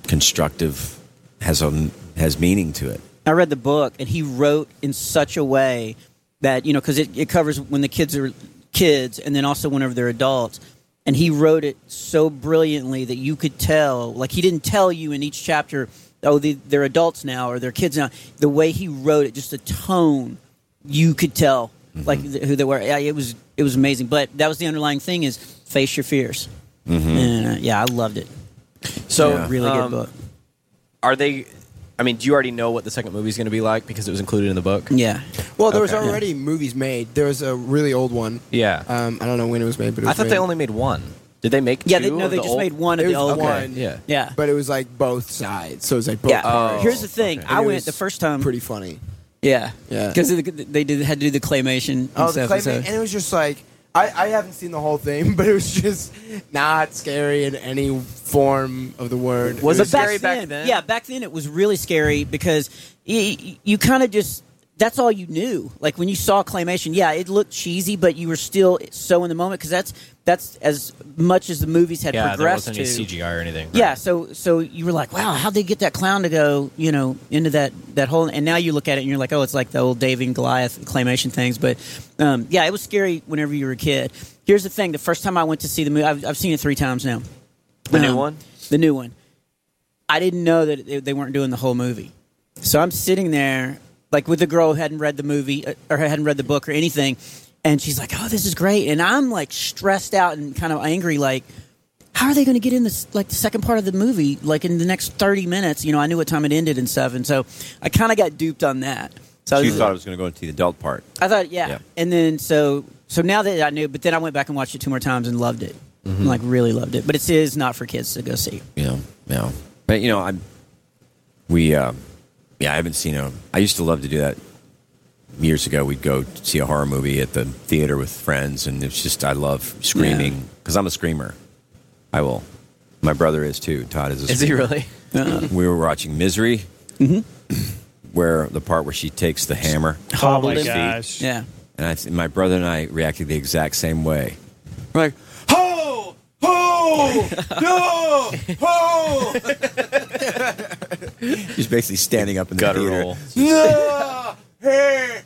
C: constructive. Has a has meaning to it.
B: I read the book, and he wrote in such a way that you know, because it, it covers when the kids are kids, and then also whenever they're adults. And he wrote it so brilliantly that you could tell, like he didn't tell you in each chapter, oh, they, they're adults now or they're kids now. The way he wrote it, just the tone, you could tell, like th- who they were. Yeah, it was it was amazing. But that was the underlying thing: is face your fears.
C: Mm-hmm.
B: And, uh, yeah, I loved it.
D: So
B: Yeah. Really good
D: um,
B: book.
D: Are they? I mean, do you already know what the second movie is going to be like because it was included in the book?
B: Yeah.
E: Well, there was
D: Okay.
E: already movies made. There was a really old one.
D: Yeah.
E: Um, I don't know when it was made, but it
D: I
E: was
D: thought
E: made.
D: they only made one. Did they make?
B: Yeah,
D: two
B: they, no,
D: of
B: they
D: the
B: just
D: old-
B: made one of
E: It
B: the
E: was
B: old
E: one.
D: Yeah.
B: Yeah.
E: But it was like both sides, so it was like both.
B: Yeah. Oh,
E: parts.
B: Here's the thing.
E: And
B: I
E: it
B: went
E: was
B: the first time.
E: Pretty funny.
B: Yeah,
E: Yeah.
B: Because they did had to do the claymation. And
E: Oh, the
B: stuff,
E: clay
B: and so-
E: and it was just like I, I haven't seen the whole thing, but it was just not scary in any form of the word.
B: But
E: was
B: Yeah, back then it was really scary because y- y- you kind of just that's all you knew. Like when you saw claymation, yeah, it looked cheesy, but you were still so in the moment because that's that's as much as the movies had
D: Yeah, there
B: progressed
D: wasn't
B: to
D: any CGI or anything. right?
B: Yeah, so so you were like, wow, how'd they get that clown to go, you know, into that that hole? And now you look at it and you're like, oh, it's like the old David and Goliath claymation things. But um, yeah, it was scary whenever you were a kid. Here's the thing: the first time I went to see the movie, I've, I've seen it three times now. Um,
D: The new one?
B: The new one. I didn't know that they, they weren't doing the whole movie, so I'm sitting there like with the girl who hadn't read the movie uh, or hadn't read the book or anything, and she's like, oh, this is great, and I'm like stressed out and kind of angry, like how are they going to get in this like the second part of the movie like in the next 30 minutes you know i knew what time it ended and stuff and so i kind of got duped on that so
C: So
B: I
C: you
B: was-
C: thought it was going to go into the adult part.
B: i thought yeah.
C: Yeah.
B: and then so so now that i knew but then i went back and watched it two more times and loved it
C: Mhm.
B: like really loved it but it is not for kids to go see
C: Yeah, yeah. But you know, I we uh, yeah, I haven't seen a. I used to love to do that years ago. We'd go see a horror movie at the theater with friends, and it's just I love screaming because I'm a screamer. I will. My brother is too. Todd is. A
D: Is he
C: sweetheart.
D: really? Uh-uh.
C: We were watching Misery,
B: Mhm.
C: where the part where she takes the hammer.
B: Oh my
C: Feet.
B: gosh. Yeah.
C: And I, my brother and I reacted the exact same way. We're like,
G: Ho! Ho! No! Ho!
C: she's basically standing up in the theater.
B: No.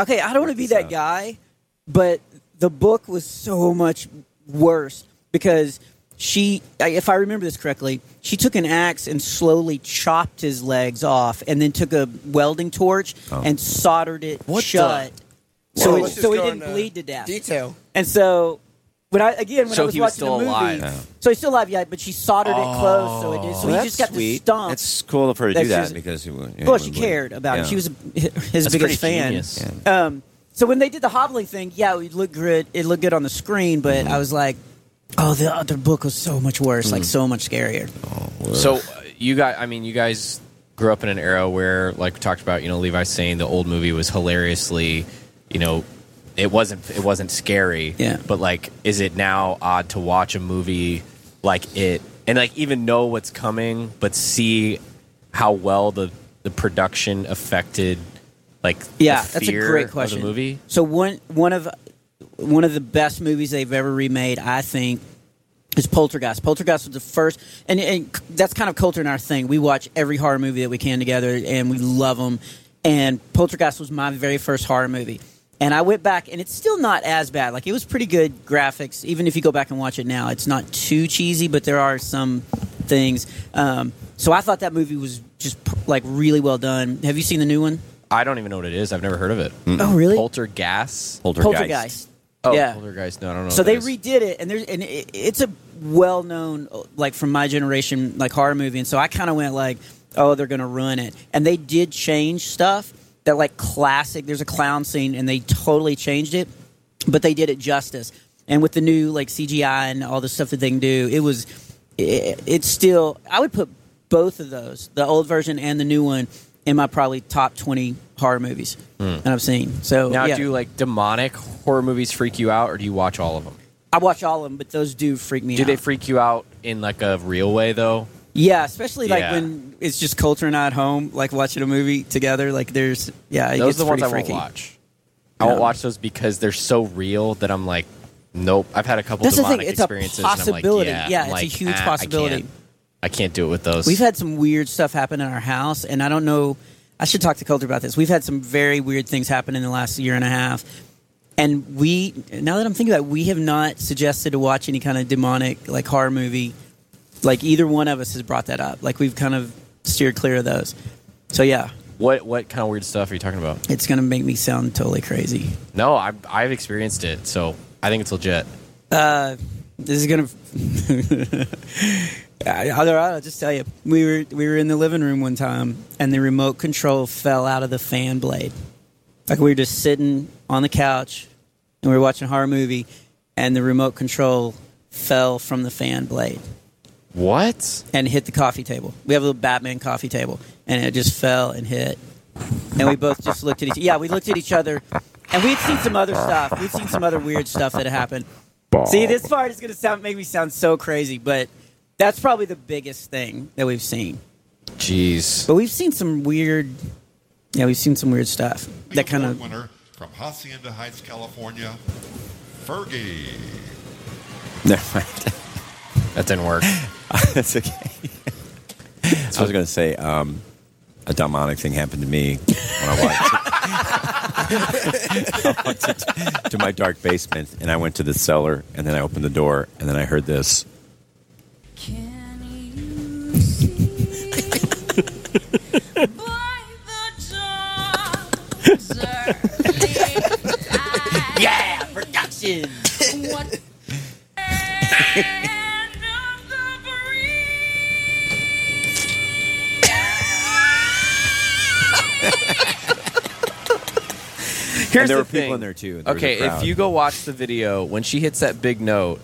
B: okay, I don't want to be that guy, but the book was so much worse because she, I- if I remember this correctly, she took an axe and slowly chopped his legs off, and then took a welding torch
E: Oh.
B: and soldered it
E: What
B: shut.
E: the-
B: So,
E: Whoa.
B: it,
E: Let's just
B: so he
E: go
B: didn't
E: into
B: bleed to death.
E: detail.
B: And so, when I again when
D: So
B: I was
D: he
B: watching
D: was still
B: the movie,
D: alive. Yeah.
B: so he's still alive, yeah. But she soldered it closed, so it did. So
C: Well,
B: he
E: Oh,
C: Oh, that's
B: just got
C: sweet.
B: the stump.
C: That's cool of her to do that
B: she was-
C: because it wa- it
B: well, she
C: was-
B: cared about
C: yeah.
B: it. She was his
C: That's pretty
B: biggest fan.
C: genius.
B: Um, so when they did the hobbling thing, yeah, it looked good. It looked good on the screen, but I was like, oh, the other book was so much worse, like so much scarier.
D: So uh, you guys, I mean, you guys grew up in an era where, like we talked about, you know, Levi saying the old movie was hilariously, you know, it wasn't it wasn't scary. Yeah. But like, is it now odd to watch a movie like it and like even know what's coming, but see how well the the production affected like the
B: yeah, that's a
D: fear
B: great
D: of
B: question.
D: the movie.
B: So one one of one of the best movies they've ever remade, I think, is Poltergeist. Poltergeist was the first, and, and that's kind of Coulter and our thing. We watch every horror movie that we can together, and we love them. And Poltergeist was my very first horror movie, and I went back, and it's still not as bad. Like it was pretty good graphics, even if you go back and watch it now, it's not too cheesy, but there are some things. Um, so I thought that movie was just like really well done. Have you seen the new one?
D: I don't even know what it is. I've never heard of it.
B: Oh, really?
D: Poltergeist.
B: Poltergeist.
D: Oh,
B: Yeah.
D: Poltergeist. No, I don't know.
B: So
D: what that
B: they
D: is.
B: redid it, and there's and it, it's a well-known like from my generation like horror movie, and so I kind of went like, oh, they're gonna run it, and they did change stuff that like classic. There's a clown scene, and they totally changed it, but they did it justice. And with the new like CGI and all the stuff that they can do, it was it, it's still I would put both of those, the old version and the new one, in my probably top twenty horror movies
D: Hmm.
B: that I've seen. So
D: now,
B: yeah.
D: do like demonic horror movies freak you out, or do you watch all of them?
B: I watch all of them, but those do freak me
D: Do
B: out.
D: they freak you out in like a real way though?
B: Yeah, especially like
D: Yeah.
B: when it's just Coulter and I at home, like watching a movie together. Like there's yeah, Uh, it
D: those
B: gets
D: are the ones
B: pretty
D: I won't
B: freaky.
D: watch. I won't
B: Yeah.
D: watch those because they're so real that I'm like, nope. I've had a couple
B: That's the
D: demonic
B: thing; it's a
D: experiences.
B: possibility.
D: And I'm like,
B: Yeah,
D: I'm
B: it's a
D: like,
B: huge
D: "Ah, I
B: possibility."
D: can't- I can't, do it with those.
B: We've had some weird stuff happen in our house, and I don't know. I should talk to Coulter about this. We've had some very weird things happen in the last year and a half, and we now that I'm thinking about, it, we have not suggested to watch any kind of demonic like horror movie. Like either one of us has brought that up. Like we've kind of steered clear of those. So yeah,
D: what what kind of weird stuff are you talking about?
B: it's gonna make me sound totally crazy.
D: No, I've I've experienced it, so I think it's legit.
B: Uh, this is gonna. I, I, I'll just tell you, we were we were in the living room one time, and the remote control fell out of the fan blade. Like we were just sitting on the couch, and we were watching a horror movie, and the remote control fell from the fan blade.
D: What?
B: And hit the coffee table. We have a little Batman coffee table, and it just fell and hit. And we both just looked at each. Yeah, we looked at each other, and we'd seen some other stuff. We'd seen some other weird stuff that had happened. See, this part is going to sound make me sound so crazy, but that's probably the biggest thing that we've seen.
D: Jeez.
B: But we've seen some weird. Yeah, we've seen some weird stuff. That kind
M: Award
B: of.
M: winner from Hacienda Heights, California, Fergie.
C: Never mind.
D: That didn't work.
C: That's okay. I was going to say um, a demonic thing happened to me when I watched. I went to, to my dark basement, and I went to the cellar, and then I opened the door, and then I heard this.
H: yeah, production. what?
D: Here's
C: there
D: the
C: were people
D: thing.
C: in there, too. There was a
D: okay, if
C: crowd.
D: you go watch the video, when she hits that big note,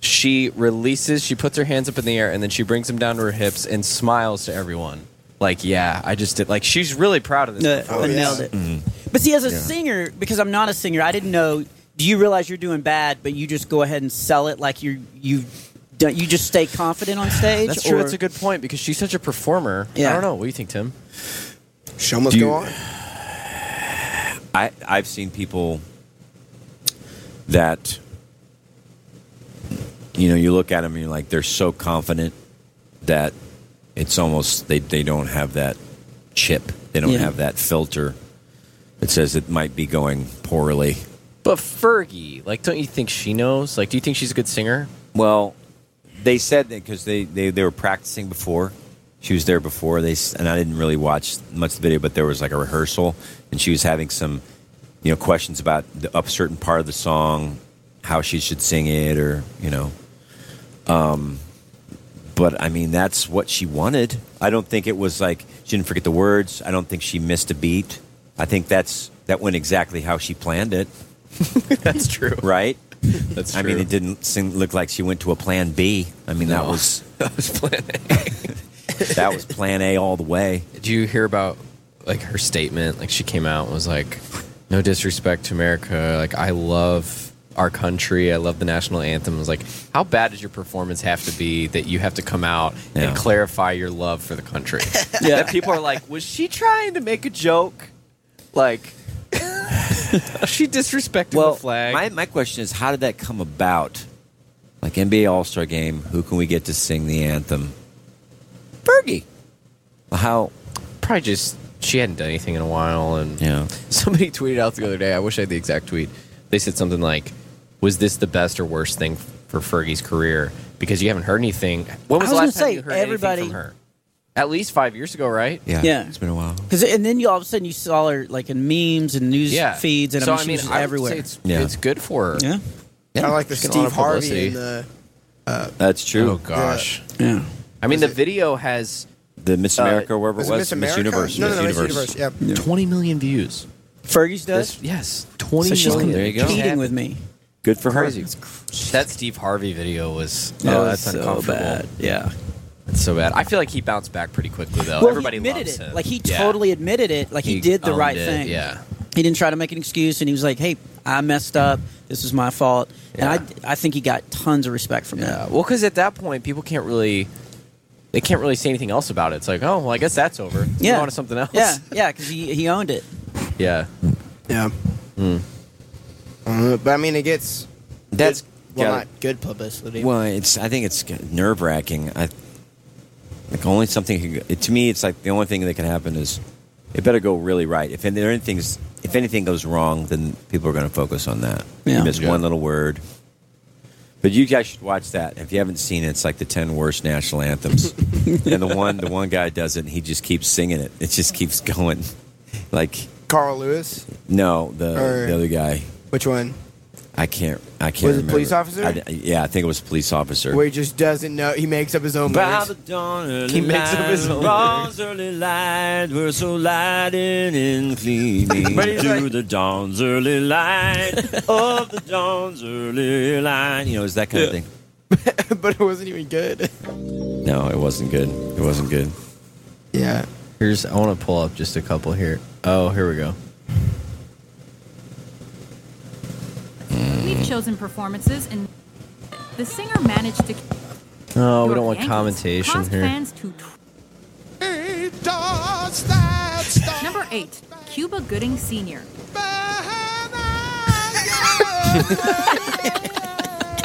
D: she releases, she puts her hands up in the air, and then she brings them down to her hips and smiles to everyone. Like, yeah, I just did. Like, she's really proud of this.
B: No,
D: performance.
B: Uh,
D: Mm-hmm.
B: I nailed it. But see, as a
D: Yeah.
B: singer, because I'm not a singer, I didn't know. Do you realize you're doing bad, but you just go ahead and sell it like you you Don't you just stay confident on stage?
D: That's true.
B: or-
D: That's a good point because she's such a performer. I
B: Yeah.
D: don't know. What do you think, Tim?
E: Show must
C: Do
E: go
C: you-
E: on.
C: I, I've seen people that, you know, you look at them and you're like, they're so confident that it's almost, they, they don't have that chip. They don't
D: Yeah.
C: have that filter that says it might be going poorly.
D: But Fergie, like, don't you think she knows? Like, do you think she's a good singer?
C: Well, they said that because they, they, they were practicing before. She was there before. They s- and I didn't really watch much of the video, but there was like a rehearsal, and she was having some, you know, questions about the, a certain part of the song, how she should sing it, or you know. Um, but I mean, that's what she wanted. I don't think it was like she didn't forget the words. I don't think she missed a beat. I think that's that went exactly how she planned it.
D: that's true,
C: right?
D: That's
C: I mean,
D: true.
C: it didn't seem, look like she went to a Plan B. I mean, that was
D: that was Plan
C: A. that was Plan A all the way.
D: Did you hear about like her statement? Like she came out and was like, "No disrespect to America. Like I love our country. I love the national anthem." I was like, "How bad does your performance have to be that you have to come out
C: Yeah.
D: and clarify your love for the country?"
C: Yeah.
D: That people are like, "Was she trying to make a joke?" Like she disrespected
C: well,
D: the flag.
C: My, my question is, how did that come about? Like NBA All Star Game, who can we get to sing the anthem? Fergie. How?
D: Probably just she hadn't done anything in a while, and
C: yeah.
D: Somebody tweeted out the other day. I wish I had the exact tweet. They said something like, "Was this the best or worst thing for Fergie's career? Because you haven't heard anything. When was,
B: I was
D: the last
B: gonna
D: time
B: say,
D: you heard
B: everybody-
D: anything from her? At least five years ago, right?
C: Yeah,
B: Yeah.
C: it's been a while.
B: 'Cause- and then you all of a sudden you saw her like in memes and news
D: Yeah.
B: feeds, and
D: So,
B: I
D: I
B: mean, she
D: mean,
B: was
D: I would
B: everywhere.
D: say it's- Yeah. it's good for her.
B: Yeah,
E: I like the
D: She's getting a lot
E: Steve
D: of
E: Harvey
D: publicity.
E: and the
C: That's true.
D: Oh gosh.
B: Yeah.
D: I mean, the video has uh,
C: the Miss America, or wherever it
D: was
C: was,
D: it Miss
C: Miss
D: America?
C: Universe.
D: No, no, no, Miss
E: Universe,
D: yeah. twenty million views.
B: Fergie's does.
D: This- yes, 20
B: so she's
D: million.
B: com-
D: There you go.
B: Competing
D: Yeah.
B: with me.
C: Good for
D: Crazy. That Steve Harvey video was
B: That
D: oh,
B: was
D: that's
B: so
D: uncomfortable.
B: bad. Yeah,
D: that's so bad. I feel like he bounced back pretty quickly though.
B: Well,
D: Everybody
B: he admitted
D: loves
B: it.
D: him.
B: Like he
D: Yeah.
B: totally admitted it. Like he,
D: He
B: did the
D: owned
B: right
D: it,
B: thing.
D: yeah.
B: He didn't try to make an excuse, and he was like, "Hey, I messed up. This is my fault." And I, I think he got tons of respect from that.
D: Well, because at that point, people can't really, they can't really say anything else about it. It's like, oh, well, I guess that's over.
B: Yeah.
D: Move on to something else.
B: Yeah, yeah, because he, he owned it.
D: Yeah.
E: Yeah.
C: Hmm.
E: Uh, but I mean, it gets
C: That's
E: good, well,
C: got-
E: not good publicity.
C: Well, it's. I think it's nerve wracking. I like only something. Can, it- to me, it's like the only thing that can happen is it better go really right. If there anything's, if anything goes wrong, then people are going to focus on that.
B: Yeah.
C: You miss
B: Yeah.
C: one little word. But you guys should watch that. If you haven't seen it, it's like the ten worst national anthems. and the one, the one guy does it. And he just keeps singing it. It just keeps going. Like
E: Carl Lewis.
C: no, the
E: Or-
C: the other guy.
E: Which one?
C: I can't. I can't.
E: Was it
C: remember.
E: police officer?
C: I d- yeah, I think it was police officer.
E: Where he just doesn't know. He makes up his own
C: By
E: words.
C: the dawn early
E: He makes up his
C: light,
E: own
C: dawn's early light, we're so lighted and gleaming
G: But he's
C: through
G: like-
C: the dawn's early light of the dawn's early light. You know, it's that kind of thing.
E: but it wasn't even good.
C: No, it wasn't good. It wasn't good.
E: Yeah.
D: Here's. I want to pull up just a couple here. Oh, here we go.
C: Mm.
N: We've chosen performances, and the singer managed to
D: No, we don't want
N: Yankees
D: commentation
N: cause
D: here.
N: fans to. Number eight, Cuba Gooding Sr.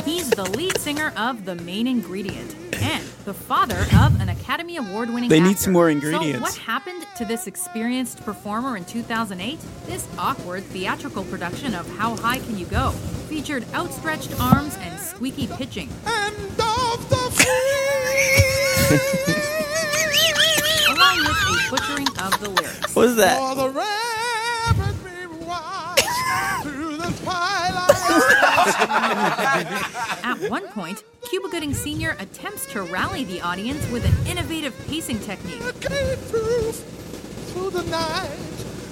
N: He's the lead singer of The Main Ingredient and the father of an Academy Award winning
B: They need some more
N: So
B: ingredients.
N: what happened to this experienced performer in 2008? This awkward theatrical production of How High Can You Go featured outstretched arms and squeaky pitching. Along with a butchering of the lyrics.
B: What is that?
N: At one point, Cuba Gooding Sr. attempts to rally the audience with an innovative pacing technique.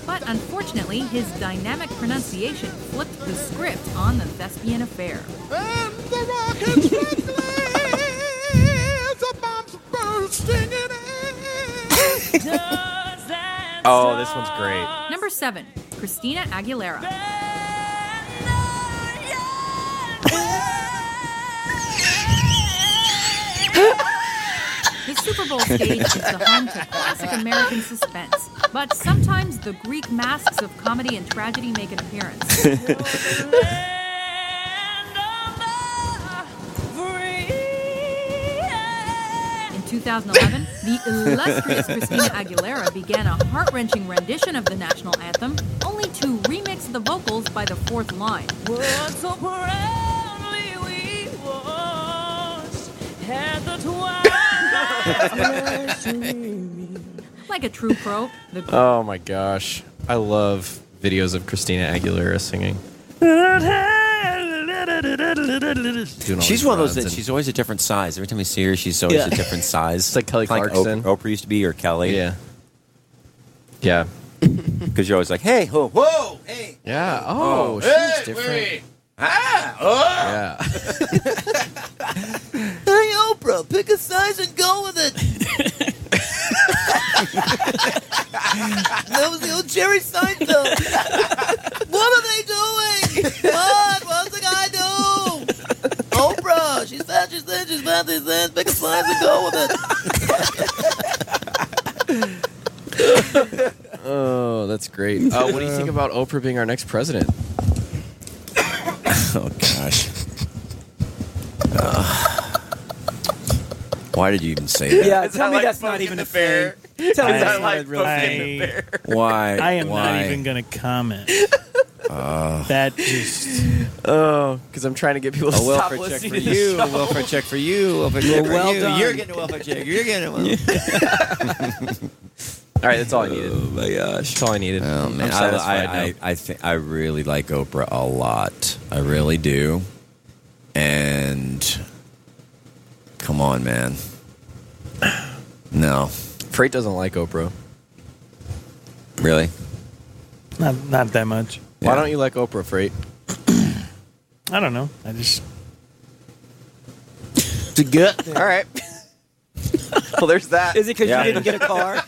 N: But unfortunately, his dynamic pronunciation flipped the script on the thespian affair.
D: Oh, this one's great.
N: Number seven, Christina Aguilera. Super Bowl stage is the home to classic American suspense, but sometimes the Greek masks of comedy and tragedy make an appearance. In 2011, the illustrious Christina Aguilera began a heart wrenching rendition of the national anthem, only to remix the vocals by the fourth line. like a true pro, the
D: Oh my gosh. I love videos of Christina Aguilera singing. Doing all
C: She's
D: these
C: one of those
D: runs
C: that
D: and-
C: she's always a different size. Every time you see her, she's always
D: Yeah.
C: a different size. It's
D: like Kelly
C: Op-
D: Clarkson.
C: Oprah used to be, or Kelly.
D: Yeah. Yeah.
C: Because you're always like, hey, ho, whoa, hey.
D: Yeah.
C: Oh,
D: Oh, she's
C: hey,
D: different.
C: wait. oh.
D: Ah,
L: hey, Oprah, pick a size and go with it. that was the old Jerry Seinfeld. what are they doing? What? What's the guy do? Oprah, she's fat, she's thin, she's fat, she's thin. Pick a size and go with it.
D: Oh, that's great. Uh, what do you think about Oprah being our next president?
C: Oh, gosh. Ugh. why did you even say that?
B: Yeah, tell me that's not even a fair. Tell me
C: I-
B: that's
C: I
B: not a
C: like
B: real
F: poking the
B: thing.
C: Why?
F: I am
C: Why?
F: not even going to comment.
C: Oh.
F: That just.
C: Uh.
D: Oh, because I'm trying to get people to
C: A welfare
D: stop
C: check
D: listening
C: for
D: to the
C: you, a
D: show.
C: welfare check for you, a welfare check for you. You're getting a welfare check. You're getting a welfare.
D: all right, that's all I needed.
C: Oh my gosh,
D: that's all I needed.
C: Oh man,
D: I'm
C: I,
D: satisfied
C: I, I,
D: now.
C: I think I really like Oprah a lot. I really do. And come on, man. No,
D: Freight doesn't like Oprah.
C: really.
F: Not, not that much.
D: Why don't you like Oprah, Freight?
F: I don't know. I just.
D: To get all right. well, there's that.
B: Is it because
C: Yeah.
B: you didn't get a car?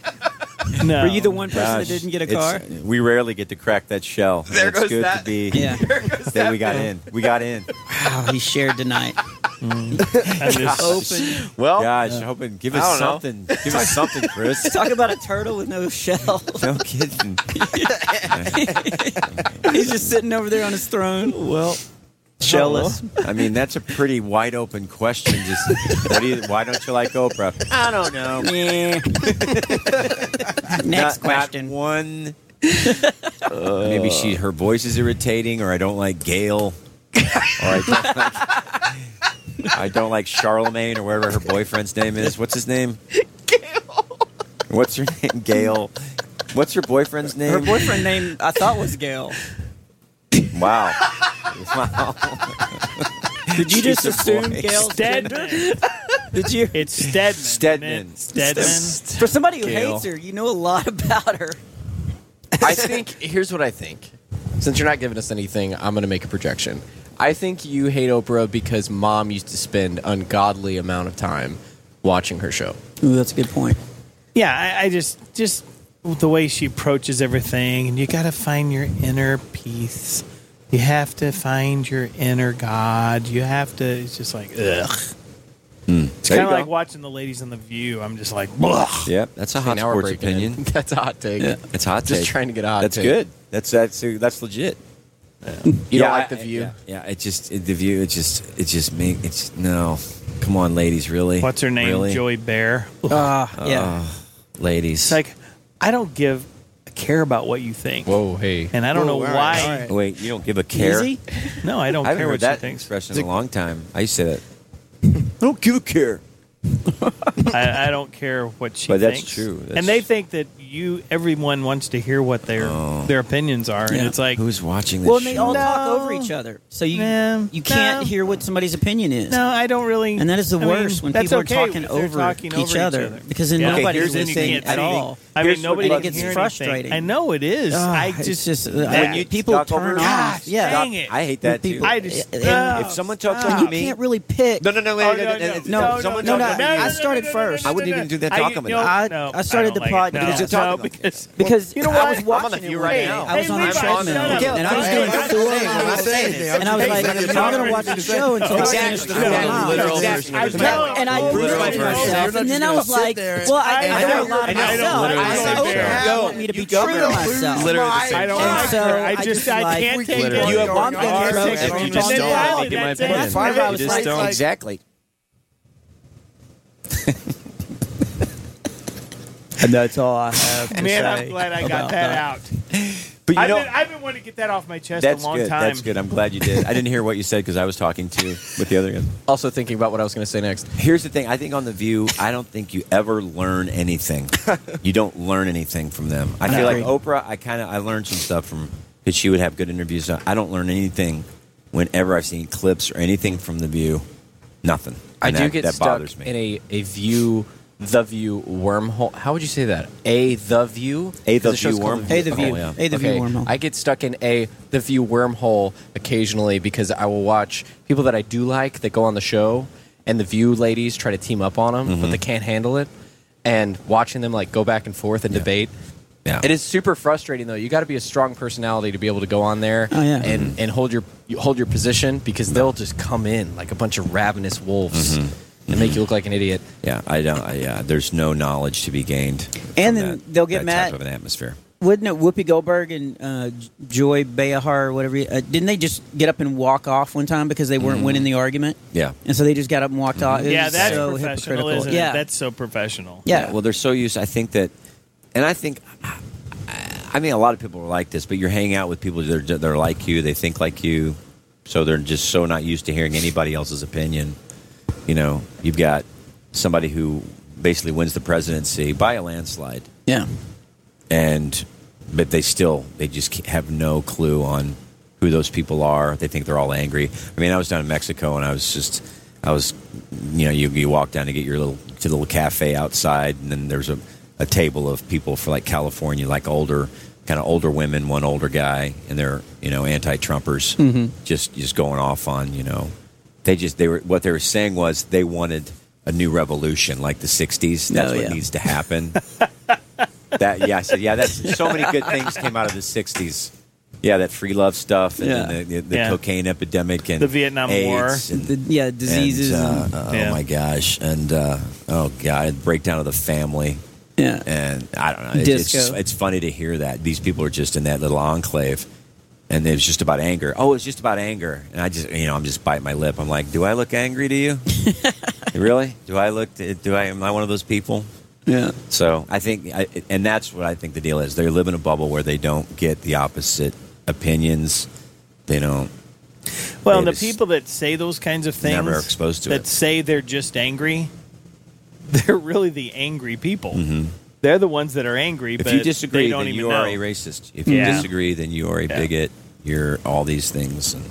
B: Were you the one person that
C: Gosh,
B: didn't get a
C: it's-
B: car?
C: We rarely get to crack that shell.
B: There
C: it's
B: goes
C: good
B: that-
C: to be.
B: Yeah. There
C: that,
B: that
C: we got
B: bill.
C: in. We got in.
B: Wow, he shared tonight. Mm.
C: Gosh.
B: Open.
D: Well,
C: gosh,
B: Yeah.
C: hoping give
B: I don't
C: us
B: know.
C: something. Give us something, Chris.
B: Talk about a turtle with no shell.
C: No kidding.
B: He's just sitting over there on his throne. Well, shellless.
C: I mean, that's a pretty wide open question. Just what do you, why don't you like Oprah? I don't know. Next
B: question.
C: one. Maybe she her voice is irritating, or I don't like Gail, or I don't like, I don't like Charlemagne, or whatever her boyfriend's name is. What's his name? Gail. What's her name? Gail. What's your boyfriend's name?
B: Her boyfriend name I thought was Gail.
C: Wow. Wow.
B: Did you just
C: She's a
B: assume
C: boy.
B: Gail's
F: Stedman?
B: Did you?
F: It's Stedman.
C: Stedman.
F: Stedman.
B: For somebody who
D: Gail.
B: hates her, you know a lot about her.
D: I think here's what I think. Since you're not giving us anything, I'm going to make a projection. I think you hate Oprah because mom used to spend ungodly amount of time watching her show.
B: Ooh, that's a good point.
F: Yeah, I, I just just the way she approaches everything, and you got to find your inner peace. You have to find your inner God. You have to. It's just like ugh. It's kind of like watching the ladies on the View. I'm just like, blech.
C: Yep, that's a
D: See,
C: hot
D: now we're
C: sports
D: breaking
C: opinion.
D: in. That's a hot take.
C: Yeah, it's a hot
D: Just
C: take.
D: trying to get a hot
C: That's
D: take.
C: good. That's that's that's legit.
D: You don't like
C: I-
D: the view?
C: Yeah, yeah, it just it, the view. It just it just make it's no. Come on, ladies, really.
F: What's her name?
C: Really?
F: Joey Bear.
D: Ah,
C: Oh, ladies.
F: It's like I don't give a care about what you think.
D: Whoa, hey.
F: And I don't know why.
C: Wait, you don't give a care.
F: Easy? No, I don't
C: I haven't
F: care
C: heard
F: what
C: that
F: she thinks.
C: expression in a long time. I used to say that. I don't give a care.
F: I, I don't care what she
C: But that's
F: thinks.
C: true. That's-
F: and they think that you, everyone wants to hear what their their opinions are. And
B: Yeah.
F: it's like
C: Oh. who's watching
B: Well, and they all talk over each other, so you you can't
F: no.
B: hear what somebody's opinion is.
F: No, I don't really.
B: And that is the
F: I mean,
B: worst when
F: that's
B: people
F: okay
B: are talking
F: if they're
B: over,
F: talking
B: each, other, because then
C: Okay,
B: nobody's
C: here's the
B: listening
C: thing.
B: at
C: I don't
B: all.
C: think-
F: I
B: Here's
F: mean, nobody
B: what
F: can
B: gets
F: hear anything.
B: frustrating.
F: I know it is.
B: Ah,
F: I
B: it's
F: just,
B: just, uh,
F: that-
B: when you- people Stock turn overs? off.
F: Gosh,
B: Yeah.
F: dang it.
C: I hate
B: When
C: that
B: people-
C: too.
F: I just-
C: If-
F: Oh,
C: if someone talked
B: stop.
C: to me,
B: You can't really pick.
C: No, no, no, wait,
B: Oh,
C: wait,
B: no,
C: wait, wait,
B: no. No,
C: someone
B: no, no,
C: talked to me.
B: no, no, I started no, no, no, first.
C: I wouldn't even do that
B: I-
C: talking
B: no,
C: about.
B: no, I started I don't the like it. podcast-
C: Because
B: No,
C: you're talking about it.
B: Because
C: You know
B: I
C: what?
B: was
C: I'm
B: watching
C: on the
B: it
C: view
B: one
C: right
B: day.
C: now.
B: I was
C: Hey,
B: on a
C: Levi,
B: treadmill,
C: shut
B: and
C: up.
B: I was
C: Hey,
B: doing four
C: I'm not saying anything. I'm
B: miles,
C: not saying anything.
B: and I was like, I'm not going to watch the show until I
C: Exactly.
B: finish the
C: Exactly.
B: four miles.
C: Exactly.
B: And I- And I
C: Literal
B: brutalized
C: version. You're
B: myself,
C: not
B: and then I
C: just
B: was
C: gonna sit
B: like,
C: there.
B: well, I
C: I
B: I know
C: know.
B: a lot
C: I know.
B: about
C: Literally the
B: myself.
C: same
B: I
C: show.
B: don't want me to be true to myself.
C: Literally the same
B: I don't
C: show.
B: like her. I just, I can't take it. You have one thing
C: If you just don't like it, in my opinion. You just don't. Exactly.
B: And that's all I have to
F: Man,
B: say
F: I'm glad I
B: about
F: got that,
B: that.
F: out.
C: But you
F: I've,
C: know-
F: been, I've been wanting to get that off my chest
C: That's
F: a long
C: good.
F: time.
C: That's good. I'm glad you did. I didn't hear what you said because I was talking to you with the other guy.
D: Also thinking about what I was going to say next.
C: Here's the thing. I think on the View, I don't think you ever learn anything. you don't learn anything from them. I
D: I
C: feel like
D: agree.
C: Oprah. I kind of I learned some stuff from because she would have good interviews. I don't learn anything whenever I've seen clips or anything from the View. Nothing.
D: I
C: And
D: do
C: that,
D: get
C: that
D: stuck
C: bothers me.
D: in a, a view, the view wormhole. How would you say that? A the view,
C: A The
D: Because show's
C: View
D: called
C: wormhole. A The View.
D: yeah.
C: A The View
D: Okay.
C: wormhole.
D: I get stuck in a the view wormhole occasionally because I will watch people that I do like that go on the show, and the view ladies try to team up on them, but they can't handle it. And watching them like go back and forth and debate.
C: Yeah.
D: It is super frustrating though. You got to be a strong personality to be able to go on there
B: Oh, yeah.
D: and and hold your you hold your position because they'll just come in like a bunch of ravenous wolves and make you look like an idiot.
C: Mm-hmm. Yeah, I don't. I, yeah, there's no knowledge to be gained.
B: And then they'll get
C: that
B: mad.
C: type of an atmosphere.
B: Wouldn't it Whoopi Goldberg and uh, J- Joy Behar or whatever? Uh, didn't they just get up and walk off one time because they weren't
C: Mhm.
B: winning the argument?
C: Yeah. Mm-hmm.
B: And so they just got up and walked off. It
F: Yeah,
B: was
F: that's
B: so
F: professional,
B: hypocritical.
F: isn't it?
B: yeah.
F: That's so professional.
B: Yeah.
C: Well, they're so used. I think that, and I think, I mean, a lot of people are like this. But you're hanging out with people that are, that are like you. They think like you, so they're just so not used to hearing anybody else's opinion. You know, you've got somebody who basically wins the presidency by a landslide,
B: Yeah.
C: and but they still they just ca- have no clue on who those people are. They think they're all angry. I mean, I was down in Mexico and I was just I was you know you you walk down to get your little to the little cafe outside and then there's a a table of people for like California like older kind of older women, one older guy and they're you know anti-Trumpers
D: Hmm.
E: Mm-hmm.
O: Mhm.
C: just just going off on you know they just they were what they were saying was they wanted a new revolution like the 60s that's
O: Oh,
C: what
O: yeah.
C: needs to happen that yeah i said yeah that's so many good things came out of the 60s yeah that free love stuff and
B: Yeah.
C: then the, the, the
B: Yeah.
C: cocaine epidemic and
B: The Vietnam
C: AIDS
B: War.
C: and,
B: The- yeah, diseases
C: and,
B: and-
C: uh, uh,
B: Yeah.
C: oh my gosh and uh, oh god breakdown of the family
B: yeah
C: and i don't know it's, it's,
B: Disco.
C: it's funny to hear that these people are just in that little enclave and it was just about anger. Oh, it's just about anger. And I just, you know, I'm just biting my lip. I'm like, do I look angry to you? really? Do I look? Do I? Am I one of those people?
B: Yeah.
C: So I think, I, and that's what I think the deal is. They live in a bubble where they don't get the opposite opinions. They don't.
F: Well, and
C: they
F: the people that say those kinds of things
C: never are exposed to
F: that
C: it.
F: say they're just angry, they're really the angry people.
C: Mhm.
F: They're the ones that are angry.
C: If
F: but
C: you disagree,
F: they don't
C: then
F: even
C: you are
F: know.
C: a racist. If you
F: Yeah.
C: disagree, then you are a
F: Yeah.
C: bigot. You're all these things, and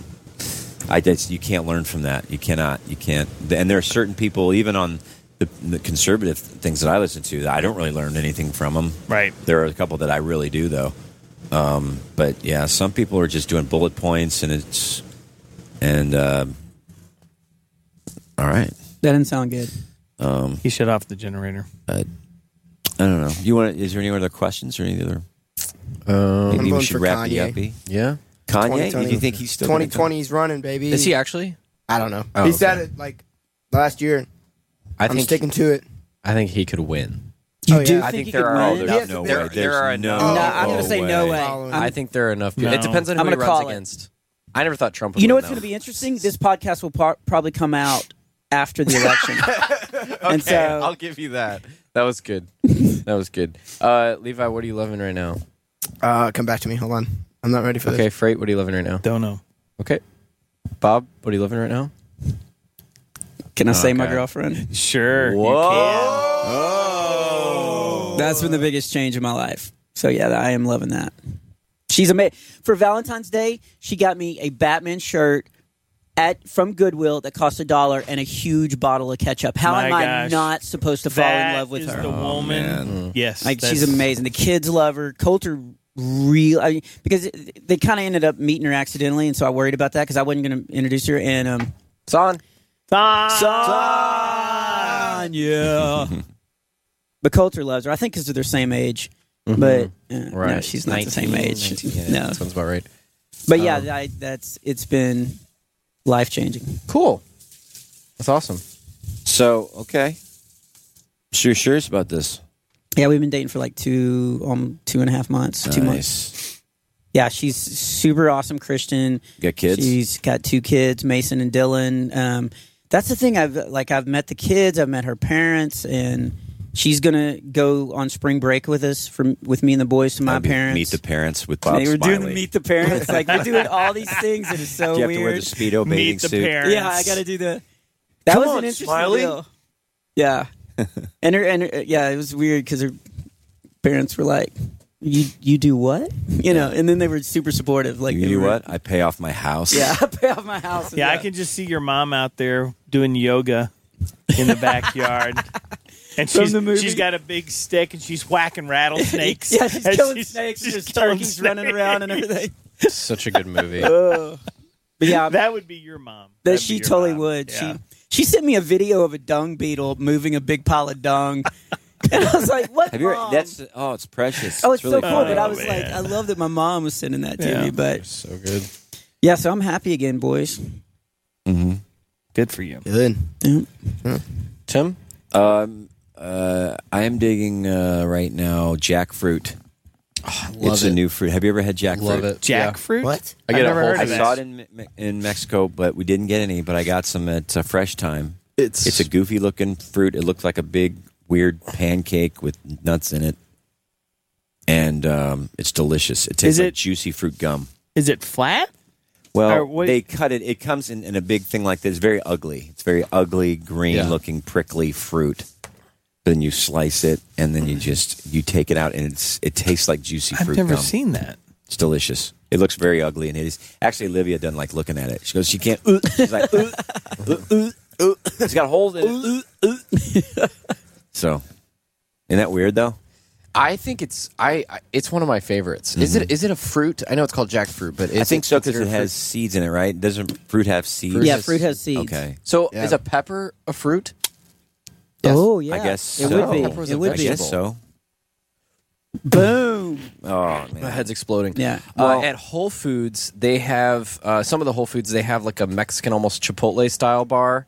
C: I that's, you can't learn from that. You cannot. You can't. And there are certain people, even on the, the conservative things that I listen to, that I don't really learn anything from them.
F: Right.
C: There are a couple that I really do, though. Um, but yeah, some people are just doing bullet points, and it's and uh, all right.
B: That didn't sound good.
C: Um,
F: he shut off the generator.
C: Uh, I don't know. You want? Is there any other questions or any other?
D: Um,
C: Maybe
E: I'm
C: we
E: voting
C: should
E: for
C: wrap the
E: Kanye.
C: yuppie.
D: Yeah.
C: Kanye. Do you think he's still? gonna
E: 2020? He's running, baby.
D: Is he actually?
E: I don't know.
D: Oh,
E: he
D: okay.
E: said it like last year.
D: I
E: I'm
D: think-
E: sticking to it.
D: I think he could win.
E: You Oh, do yeah. think
D: I
E: he
D: think
E: could
D: there are.
E: win?
D: there's
E: He has to
D: no
E: be-
D: way.
E: There-
D: There's
E: there are
D: no.
E: enough No,
B: I'm gonna say no way.
D: I think there are enough. people.
B: No.
D: It depends on who
B: I'm
D: he
B: gonna call
D: runs
B: it.
D: against. I never thought Trump. Would
B: You know
D: win,
B: what's
D: though.
B: going to be interesting? This podcast will par- probably come out after the election.
D: okay,
B: And so-
D: I'll give you that. That was good. that was good. Uh, Levi, what are you loving right now?
E: Uh, come back to me. Hold on. I'm not ready for
D: Okay,
E: this.
D: Freight, what are you loving right now?
F: Don't know.
D: Okay. Bob, what are you loving right now?
B: Can I say my girlfriend?
F: Sure.
B: Oh. That's been the biggest change in my life. So yeah, I am loving that. She's amazing. For Valentine's Day, she got me a Batman shirt, at from Goodwill that cost a dollar and a huge bottle of ketchup. How
F: My
B: am I
F: gosh.
B: not supposed to fall in
F: That
B: love with
F: is
B: her?
F: the Oh, woman. man. Yes,
B: like she's
F: that's-
B: amazing. The kids love her. Coulter real I mean, because they kind of ended up meeting her accidentally, and so I worried about that because I wasn't going to introduce her. And um,
D: Son,
F: son,
B: yeah. but Coulter loves her. I think because they're the same age.
C: Mm-hmm.
B: But uh, no,
D: Right.
B: she's not the same
D: 19,
B: age.
D: 19, yeah,
B: no,
D: that sounds about right.
B: But yeah,
C: Oh.
D: Um,
B: I, that's it's been life changing.
D: Cool. That's awesome.
C: So okay, sure, sure is about this.
B: Yeah, we've been dating for like two, um, two and a half months, two months. Yeah, she's super awesome Christian.
C: Got kids?
B: She's got two kids, Mason and Dylan. Um, that's the thing. I've like I've met the kids. I've met her parents, and she's gonna go on spring break with us from with me and the boys to my
C: That'd be
B: parents.
C: Meet the parents with Bob
B: they were doing the
C: Smiley.
B: meet the parents. Like we're doing all these things that is so
C: Do you have
B: weird.
C: to wear the speedo bathing suit?
B: Yeah, I got to do the. That
L: Come
B: was
L: on,
B: an interesting
L: Smiley.
B: deal. Yeah, and her and her, yeah, it was weird because her parents were like, "You you do what?" You know, and then they were super supportive. Like,
C: You
B: they
C: know
B: were-
C: what? I pay off my house.
B: Yeah, I pay off my house.
F: Yeah, I can just see your mom out there doing yoga in the backyard. And
B: From
F: she's,
B: the movie?
F: she's got a big stick and she's whacking rattlesnakes.
B: yeah, she's
F: And
B: killing snakes.
F: she's
B: She's just
F: killing
B: turkeys running around and everything.
D: Such a good movie.
B: Ugh. But yeah,
F: that would be your mom.
B: That
F: That'd be
B: she
F: your
B: totally
F: mom.
B: would.
F: Yeah.
B: She she sent me a video of a dung beetle moving a big pile of dung, and I was like, "What?
C: Have you? ever-
B: mom?"
C: That's oh, it's precious.
B: oh, it's, so
C: really
B: cool." But I was like, "I love that my mom was sending that to
C: Yeah.
B: me." But
D: so good.
B: Yeah, so I'm happy again, boys.
C: Mm-hmm.
F: Good for you.
E: Good.
D: Tim?
C: Um, uh, I am digging uh, right now jackfruit.
D: Oh, love
C: it's
D: it.
C: a new fruit. Have you ever had jackfruit?
D: Love it. Jackfruit? Yeah. What?
C: I,
D: I've
C: get a
D: never
C: whole-
D: heard
C: I
D: of
C: saw it
D: that.
C: in Me- in Mexico, but we didn't get any. But I got some at uh, Fresh Time.
D: It's
C: it's a goofy looking fruit. It looked like a big weird pancake with nuts in it, and um, it's delicious. It tastes
F: Is
C: like
F: it-
C: juicy fruit gum.
F: Is it flat? Or
C: Well,
F: what-
C: they cut it. It comes in, in a big thing like this. Very ugly. It's very ugly, green-looking, prickly fruit. Then you slice it, and then you just you take it out, and it's it tastes like juicy
F: I've
C: fruit.
F: never
C: gum.
F: seen that.
C: It's delicious. It looks very ugly, and it is actually Olivia doesn't like looking at it. She goes, she can't. "Ooh." She's like, "Ooh, ooh, ooh, ooh." it's got holes in it. "Ooh, ooh." so, isn't that weird though?
D: I think it's I, I it's one of my favorites. Is it is it a fruit? I know it's called jackfruit, but is
C: Mm-hmm. I think so because
D: considered
C: it
D: a
C: has
D: fruit?
C: seeds in it, right? Doesn't fruit have seeds?
B: Yeah, fruit has seeds.
C: Okay.
D: So
C: Yeah.
D: is a pepper a fruit?
B: Oh yeah,
C: I guess
B: it
C: so.
B: would be.
D: Pepper was
B: It
D: a
B: would be.
C: I guess so.
B: Boom.
C: Oh man,
D: my head's exploding.
B: Yeah.
D: uh, at Whole Foods, they have uh, some of the Whole Foods. They have like a Mexican, almost Chipotle style bar,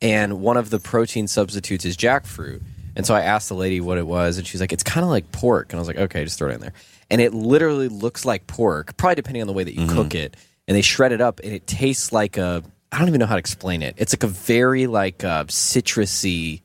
D: and one of the protein substitutes is jackfruit. And so I asked the lady what it was, and she's like, "It's kind of like pork." And I was like, "Okay, just throw it in there." And it literally looks like pork, probably depending on the way that you
C: Mm-hmm.
D: cook it. And they shred it up, and it tastes like a. I don't even know how to explain it. It's like a very like uh, citrusy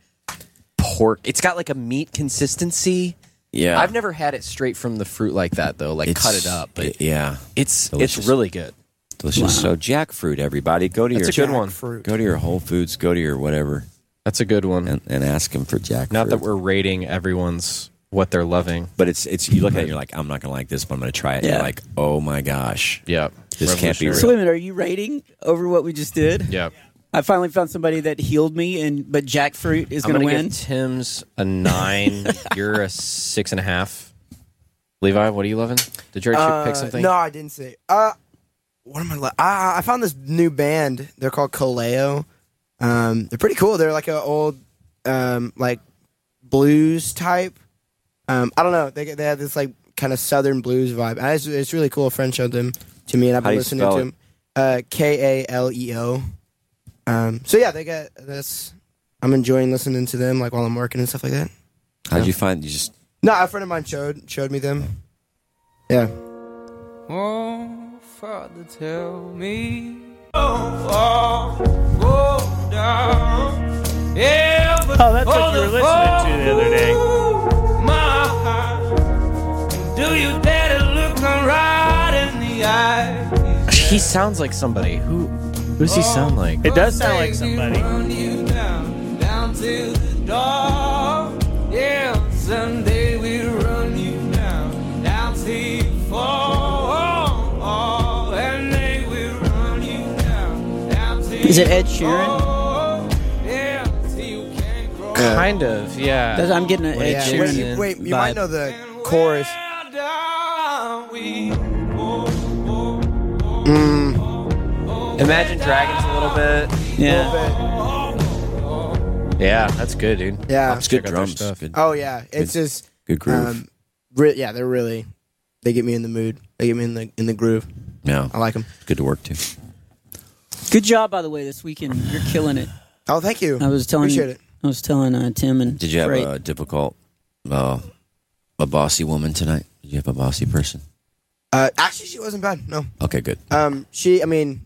D: pork. It's got like a meat consistency.
C: Yeah.
D: I've never had it straight from the fruit like that though. Like cut it up, but
C: yeah,
D: it's
C: Delicious.
D: it's really good.
C: Delicious. So jackfruit, everybody, go to
D: That's
C: your
D: a good one. Jackfruit.
C: Go to your Whole Foods, go to your whatever.
D: That's a good one,
C: and, and ask them for jackfruit.
D: Not that we're rating everyone's what they're loving.
C: but it's it's you look at it, you're like, I'm not gonna like this, but I'm gonna try it. And
D: Yeah.
C: You're like, oh my gosh,
D: yeah,
C: this can't be real.
B: So wait a minute, are you rating over what we just did?
D: Yeah.
B: I finally found somebody that healed me, and but jackfruit is
D: I'm
B: going to
D: gonna
B: win.
D: give Tim's a nine. You're a six and a half. Levi, what are you loving? Did you already pick
E: Uh,
D: something?
E: No, I didn't say. Uh, what am I? Li- I I found this new band. They're called Kaleo. Um, they're pretty cool. They're like an old, um, like blues type. Um, I don't know. They they have this like kind of southern blues vibe. And it's, it's really cool. A friend showed them to me, and I've
C: How do
E: been
C: you
E: listening
C: spell
E: to
C: it?
E: them. Uh, K A L E O. Um, so yeah, they got that's. I'm enjoying listening to them like while I'm working and stuff like that.
C: How'd you find? You just
E: No, a friend of mine showed showed me them. Yeah.
O: Oh, Father, tell me. Oh, oh, go down. Yeah, but
F: Oh, that's what you were
O: for the
F: listening to the other day.
O: fall, My heart. Do you dare to look him right in the eye?
D: He sounds like somebody. Who who does he sound like?
F: It does sound like somebody.
O: Run you down, down to the door. Yeah, someday we'll run you down, down to the fall. And they will run you down, down to
B: Is it Ed Sheeran?
D: Kind of, yeah.
B: That's- I'm getting an
D: When
B: Ed
D: it
B: Sheeran
D: kicks in.
E: Wait, you might know the chorus.
D: Mm. Imagine Dragons a little bit.
E: Yeah.
D: Yeah, that's good, dude.
E: Yeah.
D: Let's
E: It's good
D: check out their
E: drums.
D: stuff.
E: Oh um, yeah, it's just
C: good groove.
E: re- yeah, they're really they get me in the mood. They get me in the in the groove.
C: Yeah.
E: I like them.
C: Good to work too.
B: Good job, by the way, this weekend. You're killing it.
E: Oh, thank you.
B: I was telling
E: Appreciate it.
B: I was telling uh, Tim and
C: Did you have
B: Freight.
C: a difficult, uh, a bossy woman tonight? Did you have a bossy person?
E: Uh, actually, she wasn't bad. No.
C: Okay, good.
E: Um, she, I mean,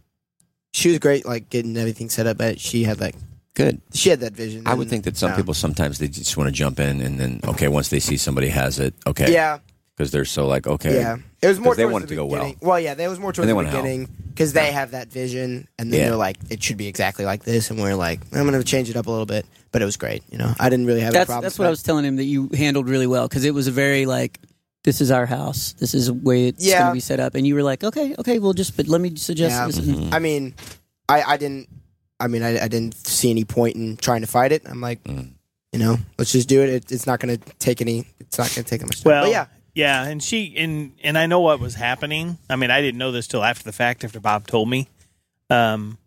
E: she was great, like getting everything set up. But she had like
C: Good.
E: She had that vision.
C: I
E: and-
C: would think that some
E: no.
C: people sometimes they just want to jump in and then okay, once they see somebody has it, okay,
E: Yeah.
C: because they're so like okay,
E: Yeah. It was
C: 'Cause
E: more
C: they
E: towards
C: want it
E: the
C: to go well.
E: beginning. Well, yeah, that was more towards
C: they
E: the
C: wanna help.
E: beginning because they have that vision, and then
C: Yeah.
E: they're like, it should be exactly like this, and we're like, I'm gonna change it up a little bit. But it was great. You know, I didn't really have
B: that's,
E: a problem.
B: That's
E: with
B: what I
E: that.
B: was telling him that you handled really well because it was a very like, this is our house. This is the way it's
E: Yeah.
B: going to be set up. And you were like, okay, okay, well, just but let me suggest
E: Yeah.
B: this.
C: Mm-hmm.
E: I mean, I, I didn't. I mean, I, I didn't see any point in trying to fight it. I'm like,
C: Mm.
E: you know, let's just do it. it it's not going to take any. It's not going to take much time.
F: Well,
E: but yeah,
F: yeah, yeah, and she and and I know what was happening. I mean, I didn't know this till after the fact, after Bob told me, um,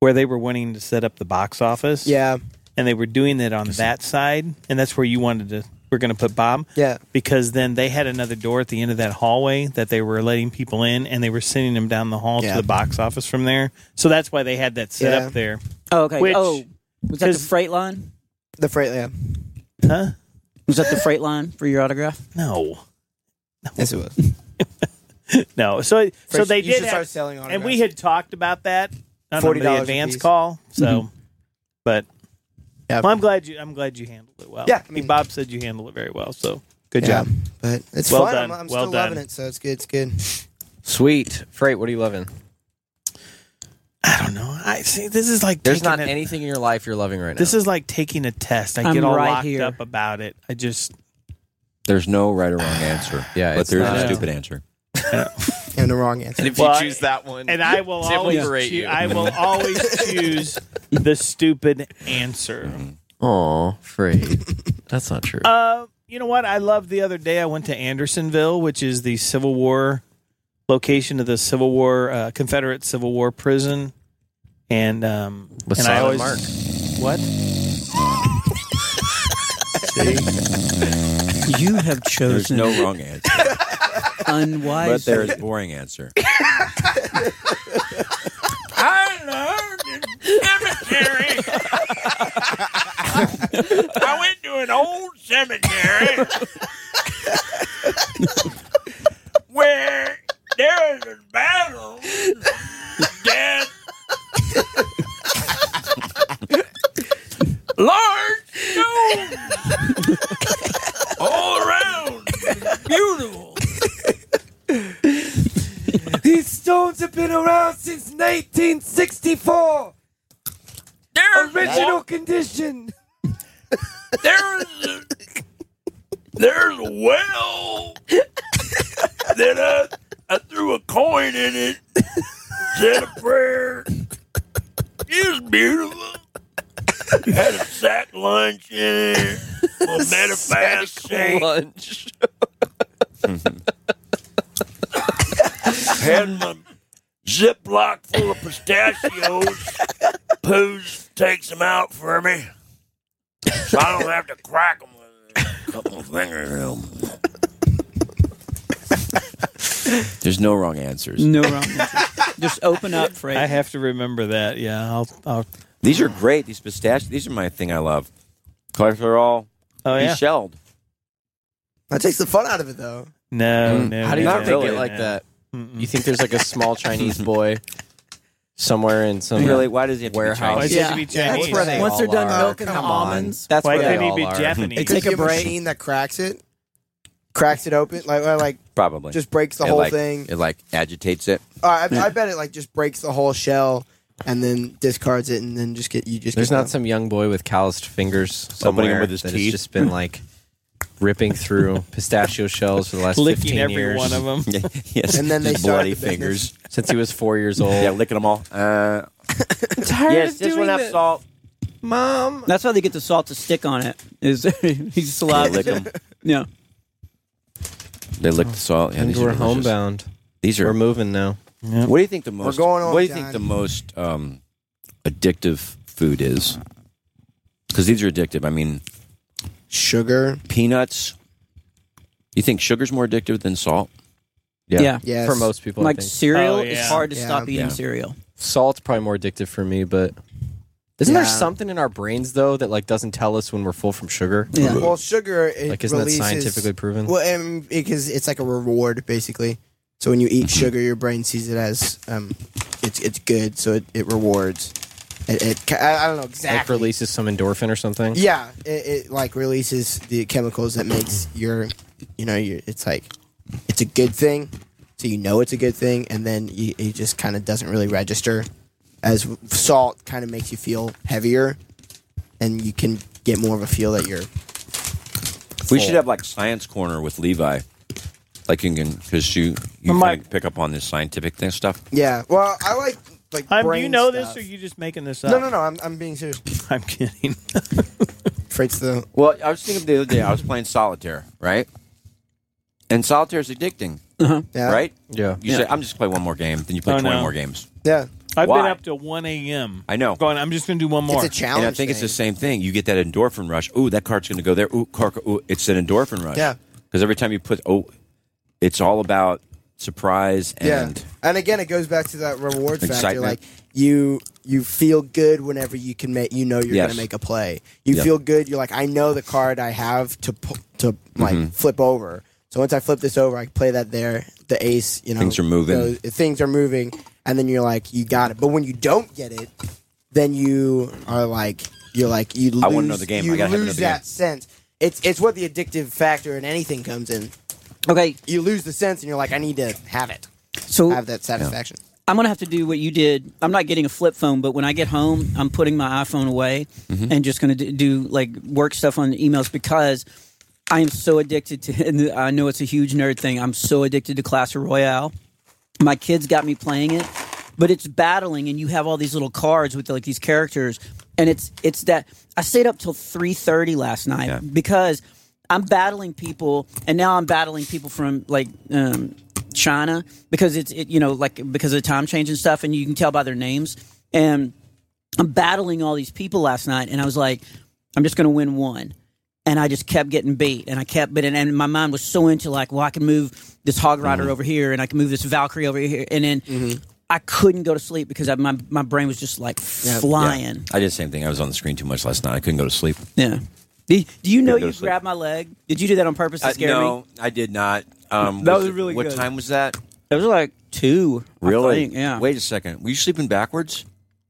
F: where they were wanting to set up the box office.
E: Yeah,
F: and they were doing it on that side, and that's where you wanted to. We're going to put Bob.
E: Yeah,
F: because then they had another door at the end of that hallway that they were letting people in, and they were sending them down the hall
B: Yeah.
F: to the box office from there. So that's why they had that set
B: Yeah.
F: up there.
B: Oh, okay.
F: Which-
B: oh, was that the
F: 'cause-
B: freight line?
E: The freight line.
F: Huh?
B: Was that the freight line for your autograph?
F: No.
E: Yes, it was.
F: no. So so
E: First,
F: they
E: you
F: did
E: should start
F: have-
E: selling
F: and we had talked about that on the
E: $40 a
F: advance
E: piece.
F: call. So,
B: Mm-hmm.
E: Mhm.
F: but
E: Yeah.
F: well, I'm glad you I'm glad you handled it well.
E: Yeah, I
F: I mean, Bob said you handled it very well. So good
E: Yeah,
F: job.
E: But it's
F: well
E: fun.
F: Done.
E: I'm, I'm
F: well
E: still
F: done.
E: loving it, so it's good. It's good.
D: Sweet. Freight, what are you loving?
F: I don't know. I see. This is like
D: There's
F: taking
D: not
F: a-
D: anything in your life you're loving right now.
F: This is like taking a test. I
D: I'm
F: get all
D: right
F: locked
D: here.
F: up about it. I just
C: there's no right or wrong answer.
D: Yeah,
C: but
D: it's
C: there's
D: not.
C: a stupid answer.
E: and the wrong answer.
D: And if you
F: Well,
D: choose that one,
F: and I will
D: to
F: always
D: liberate
F: choo-
D: you.
F: I will always choose the stupid answer.
D: Mm-hmm. Aw, Freight. That's not true.
F: Uh, you know what? I loved the other day. I went to Andersonville, which is the Civil War location of the Civil War uh, Confederate Civil War prison, and um,
D: With
F: and I
D: Silent
F: always
D: Mark.
F: what
B: you have
C: There's
B: chosen
C: no wrong answer,
B: unwise.
C: but there is boring answer.
G: I learned in cemetery. I went to an old cemetery where there is a battle. Death. Large stones all around. Beautiful.
L: These stones have been around since 1964.
G: There is
L: Original
G: wa-
L: condition.
G: There is a, there's a well that I, I threw a coin in it, said a prayer. It was beautiful. Had a sack lunch in it. A meta fast shake.
D: lunch.
G: Had my Ziploc full of pistachios. Poos takes them out for me. So I don't have to crack them with a couple of fingernails.
C: There's no wrong answers.
B: No wrong answer. Just open up, Freight.
F: I have to remember that. Yeah, I'll. I'll
C: These are great. These pistachios. These are my thing. I love cholesterol.
F: Oh, yeah.
C: shelled.
E: That takes the fun out of it, though.
F: no,
D: Mm.
F: no.
D: How do you
F: no,
D: think they get like that? You think there's like a small Chinese boy somewhere in some
C: Really? Why does he have to be
D: warehouse?
C: Chinese?
B: Yeah. Yeah, that's where they Once they're all done are. milking the Come on. almonds,
D: that's
B: Why
D: where
B: couldn't
D: they
B: he
D: all
B: be
D: are.
B: Japanese?
E: It could be a machine that cracks it, cracks it open, like well, like
C: Probably
E: just breaks the
C: It,
E: whole
C: like-
E: thing.
C: It like agitates it.
E: Uh, I, I bet it like just breaks the whole shell and then discards it, and then just get you just.
D: There's
E: get
D: not some young boy with calloused fingers
C: Opening 'em
D: somewhere
C: with his
D: that
C: teeth.
D: has just been like ripping through pistachio shells for the last
F: Licking
D: 15
F: every
D: years.
F: one of 'em.
C: yes.
E: And then they
C: Just
E: started
C: bloody
E: the business.
C: fingers.
D: Since he was four years old.
C: Yeah, licking them all. Uh,
D: tired
B: Yes,
D: of
B: this
D: doing
B: one have
D: this.
B: salt.
D: Mom.
B: That's how they get the salt to stick on it. Is he's saliva?
C: Lick 'em.
B: Yeah.
C: They lick the salt. Yeah,
D: And
C: these are
D: we're
C: delicious.
D: homebound.
C: These are.
D: We're moving now.
C: Yeah. What do you think the
D: We're
C: most?
D: going on,
C: what do you
D: John.
C: think the most um, addictive food is? Because these are addictive. I mean,
E: sugar,
C: peanuts. You think sugar's more addictive than salt?
D: Yeah. Yes. For most people, I
B: like
D: think.
B: cereal,
D: Oh,
B: it's
D: yeah.
B: hard to
D: Yeah.
B: stop eating
D: Yeah.
B: cereal.
D: Salt's probably more addictive for me, but isn't there
E: Yeah.
D: something in our brains though that like doesn't tell us when we're full from sugar?
E: Well, sugar it
D: Like, isn't that
E: releases-
D: scientifically proven?
E: Well, um, because it's like a reward basically. So when you eat
D: Mm-hmm.
E: sugar, your brain sees it as um, it's it's good, so it, it rewards. It, it ca- I, I don't know
D: Like
E: exactly.
D: releases some endorphin or something.
E: yeah, it, it like releases the chemicals that makes your, you know, your, it's like it's a good thing, so you know it's a good thing, and then you, it just kind of doesn't really register. As salt kind of makes you feel heavier, and you can get more of a feel that you're
C: We should have like science corner with Levi. Like you can, because you you might pick up on this scientific thing stuff.
E: Yeah. Well, I like like.
F: Um, do
E: brain
F: you know
E: stuff.
F: this, or you just making this up?
E: No, no, no. I'm, I'm being serious.
F: I'm kidding.
E: Freight's the.
C: Well, I was thinking the other day. I was playing solitaire, right? And solitaire is addicting,
E: Uh-huh. Yeah.
C: right?
D: Yeah.
C: You say, "I'm just gonna play one more game." Then you play
F: Oh,
C: twenty
F: no.
C: more games.
E: Yeah.
F: I've
C: Why?
F: been up to 1 a.m.
C: I know.
F: Going, I'm just going to do one more.
C: And I think it's the same thing. You get that endorphin rush. Ooh, that card's going to go there. Ooh, card, ooh, it's an endorphin rush.
E: Yeah.
C: Because every time you put, oh, it's all about surprise
E: Yeah.
C: and
E: And again, it goes back to that reward factor.
C: Excitement.
E: Like you, you feel good whenever you can make. You know you're
C: Yes.
E: going to make a play. You
C: Yeah.
E: feel good. You're like, I know the card I have to pu- to like
D: Mm-hmm.
C: Mhm.
E: flip over. So once I flip this over, I can play that there. The ace, you know,
C: Things are moving.
E: goes- things are moving, and then you're like, you got it. But when you don't get it, then you are like, you're like, you lose.
C: I wanna know the game. I
E: You
C: gotta have another
E: lose
C: game.
E: that sense. It's it's what the addictive factor in anything comes in.
B: Okay,
E: you lose the sense, and you're like, I need to have it.
B: So
E: have that satisfaction.
B: I'm gonna have to do what you did. I'm not getting a flip phone, but when I get home, I'm putting my iPhone away
F: Mm-hmm.
B: and just gonna do, do like work stuff on emails because I am so addicted to. And I know it's a huge nerd thing. I'm so addicted to Clash Royale. My kids got me playing it, but it's battling, and you have all these little cards with like these characters, and it's it's that I stayed up till three thirty last night because I'm battling people, and now I'm battling people from like um, China because it's it, you know like because of the time change and stuff, and you can tell by their names. And I'm battling all these people last night, and I was like, I'm just going to win one. And I just kept getting beat, and I kept, but and, and my mind was so into like, well, I can move this Hog Rider
C: Mm-hmm.
B: over here, and I can move this Valkyrie over here, and then I couldn't go to sleep because I, my my brain was just like flying.
C: Yeah. I did the same thing. I was on the screen too much last night. I couldn't go to sleep.
B: Yeah. Do, do you know
C: Couldn't go
B: you
C: to sleep.
B: grabbed my leg? Did you do that on purpose to
C: Uh,
B: scare
C: no,
B: me?
C: I did not. Um,
B: That
C: was
B: was
C: it-
B: really
C: What
B: good.
C: time was that?
B: It was like two. I
C: Really?
B: think, yeah.
C: Wait a second. Were you sleeping backwards?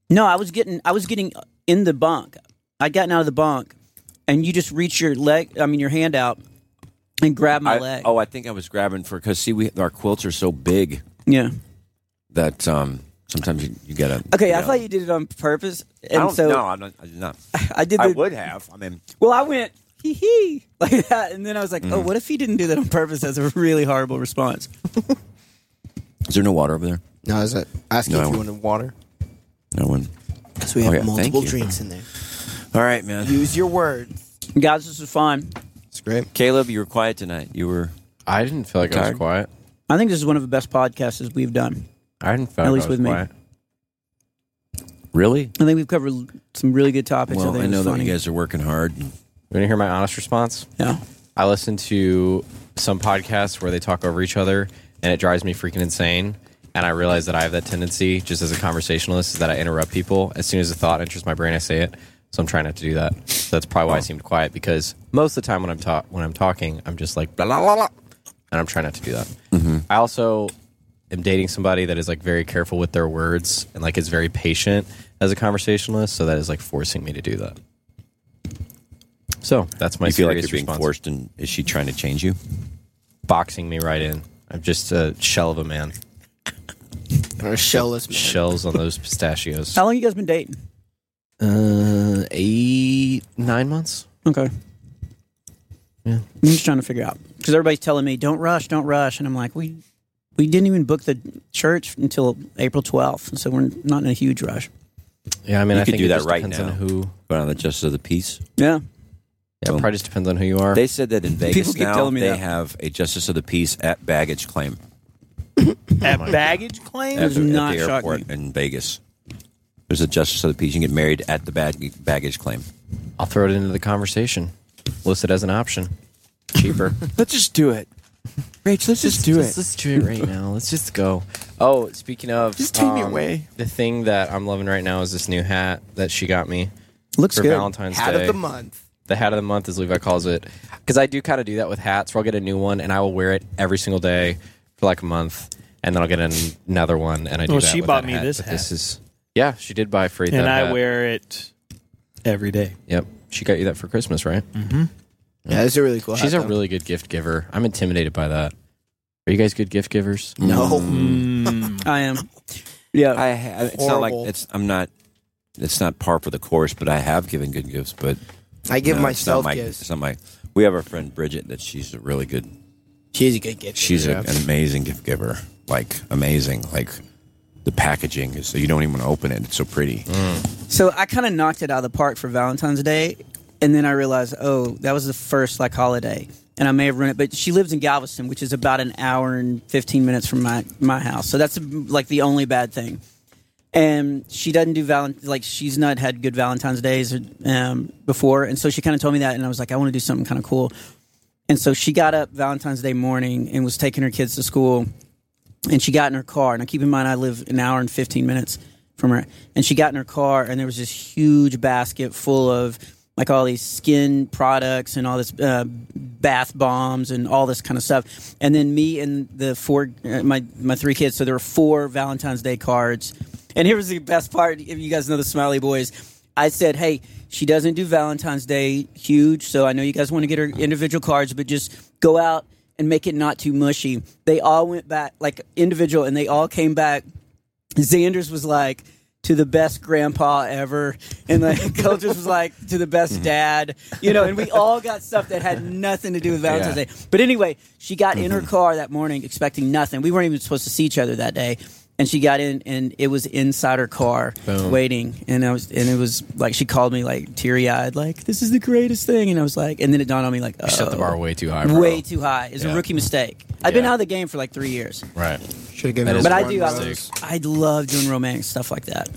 B: No, I was getting I was getting in the bunk. I'd gotten out of the bunk, and you just reach your leg. I mean, your hand out and grab my
C: I-
B: leg.
C: Oh, I think I was grabbing for because see, we our quilts are so big
B: Yeah.
C: that um, sometimes you, you gotta.
B: Okay,
C: you
B: I
C: know.
B: thought you did it on purpose,
C: I
B: and
C: don't,
B: so
C: no, I'm not, I did not.
B: I did. The,
C: I would have. I mean,
B: Well, I went hee hee like that, and then I was like, oh,
C: Mhm.
B: what if he didn't do that on purpose? That's a really horrible response.
C: is there no water over there?
E: No, is it? Asking
C: No, I
E: if you
C: wouldn't.
E: wanted water.
C: No one.
E: Because we have
C: Oh, yeah, thank
E: multiple
C: you.
E: drinks in there.
C: All right, man.
E: Use your words.
B: Guys, this is fun.
E: It's great.
C: Caleb, you were quiet tonight. You were.
D: I didn't feel like I was quiet.
B: I think this is one of the best podcasts we've done.
D: I didn't feel
B: At
D: like
B: least
D: I was
B: with me.
D: quiet.
C: Really?
B: I think we've covered some really good topics. I,
C: Well,
B: think
C: I
B: it was
C: know that
B: funny.
C: you guys are working hard.
D: You want to hear my honest response?
B: Yeah.
D: I listen to some podcasts where they talk over each other, and it drives me freaking insane. And I realize that I have that tendency, just as a conversationalist, is that I interrupt people as soon as a thought enters my brain. I say it, so I'm trying not to do that. So that's probably why I
C: Oh.
D: seemed quiet because most of the time when I'm ta- when I'm talking, I'm just like blah blah blah, blah and I'm trying not to do that.
C: Mm-hmm.
D: I also am dating somebody that is like very careful with their words and like is very patient as a conversationalist, so that is like forcing me to do that. So that's my
C: you feel like
D: serious
C: you're being
D: response.
C: forced, and is she trying to change you?
D: boxing me right in. I'm just a shell of a man.
E: Or a shellless man.
D: Shells on those pistachios.
B: How long you guys been dating?
D: Uh, eight, nine months.
B: Okay. Yeah. I'm just trying to figure out because everybody's telling me don't rush, don't rush, and I'm like, we we didn't even book the church until April 12th, so we're not in a huge rush.
D: Yeah, I mean,
C: you
D: I
C: could
D: think
C: do
D: it
C: that
D: just
C: right
D: depends
C: now.
D: on who-
C: Going on the Justice of the Peace.
B: Yeah.
D: Yeah, it probably just depends on who you are.
C: They said that in Vegas
D: People keep
C: now
D: telling me
C: they
D: that.
C: have a Justice of the Peace at baggage claim Oh
F: At baggage claim?
C: at the, at the airport in Vegas. There's a Justice of the Peace. You can get married at the bag- baggage claim.
D: I'll throw it into the conversation. List it as an option. Cheaper.
C: Let's just do it.
D: Rach, let's
C: just do
D: let's,
C: it.
D: Let's do it right now. Let's just go. Oh, speaking of,
C: Just take
E: Um,
C: me away.
D: Um, The thing that I'm loving right now is this new hat that she got me.
B: Looks
D: for
B: good.
D: Valentine's
E: Hat of
D: Day.
E: the month.
D: The hat of the month, as Levi calls it, because I do kind of do that with hats. Where I'll get a new one and I will wear it every single day for like a month, and then I'll get an- another one. And I do
F: Well,
D: that
F: she
D: with
F: bought
D: that
F: me
D: hat,
F: this
D: but
F: hat.
D: This is yeah, she did buy free.
F: and
D: that
F: I
D: hat.
F: wear it every day.
D: Yep, she got you that for Christmas, right?
F: Mm-hmm.
E: Yeah, it's a really cool.
D: She's
E: hat,
D: a
E: though.
D: really good gift giver. I'm intimidated by that. Are you guys good gift givers?
E: No.
B: Mm. I am. Yeah,
C: Mm. I, ha- it's not like it's. I'm not. It's not par for the course, but I have given good gifts. But
E: I give
C: no, it's not
E: myself
C: my-
E: gifts.
C: It's not my. We have our friend Bridget that she's a really good.
E: She's a good gift.
C: She's
E: giver,
C: a-
E: yeah.
C: an amazing gift giver. Like amazing. Like the packaging is. You don't even want to open it. It's so pretty.
E: Mm.
B: So I kind of knocked it out of the park for Valentine's Day, and then I realized, oh, that was the first like holiday, and I may have ruined it. But she lives in Galveston, which is about an hour and fifteen minutes from my my house, so that's like the only bad thing. And she doesn't do valent like she's not had good Valentine's days um, before, and so she kind of told me that, and I was like, I want to do something kind of cool. And so she got up Valentine's Day morning and was taking her kids to school. And she got in her car. Now, keep in mind, I live an hour and 15 minutes from her. And she got in her car, and there was this huge basket full of like all these skin products and all this uh, bath bombs and all this kind of stuff. And then me and the four, uh, my, my three kids, so there were four Valentine's Day cards. And here was the best part if you guys know the Smiley Boys. I said, hey, she doesn't do Valentine's Day huge, so I know you guys want to get her individual cards, but just go out and make it not too mushy. They all went back, like individual, and they all came back. Xander's was like, to the best grandpa ever. And like, Coaches was like, to the
D: Mm-hmm.
B: best dad, you know, and we all got stuff that had nothing to do with Valentine's
L: Yeah.
B: Day. But anyway, she got in her
D: Mm-hmm.
B: car that morning expecting nothing. We weren't even supposed to see each other that day. And she got in, and it was inside her car
D: Boom.
B: waiting. And I was, and it was like she called me like teary eyed, like this is the greatest thing. And I was like, and then it dawned on me like, oh,
D: You set the bar way too high. Bro.
B: way too high. It's
D: Yeah.
B: a rookie mistake. I've been out of the game for like three years.
D: Right.
E: Should
D: That is
B: but I
D: one
B: do. I,
D: mistake.
B: I love doing romantic stuff like that.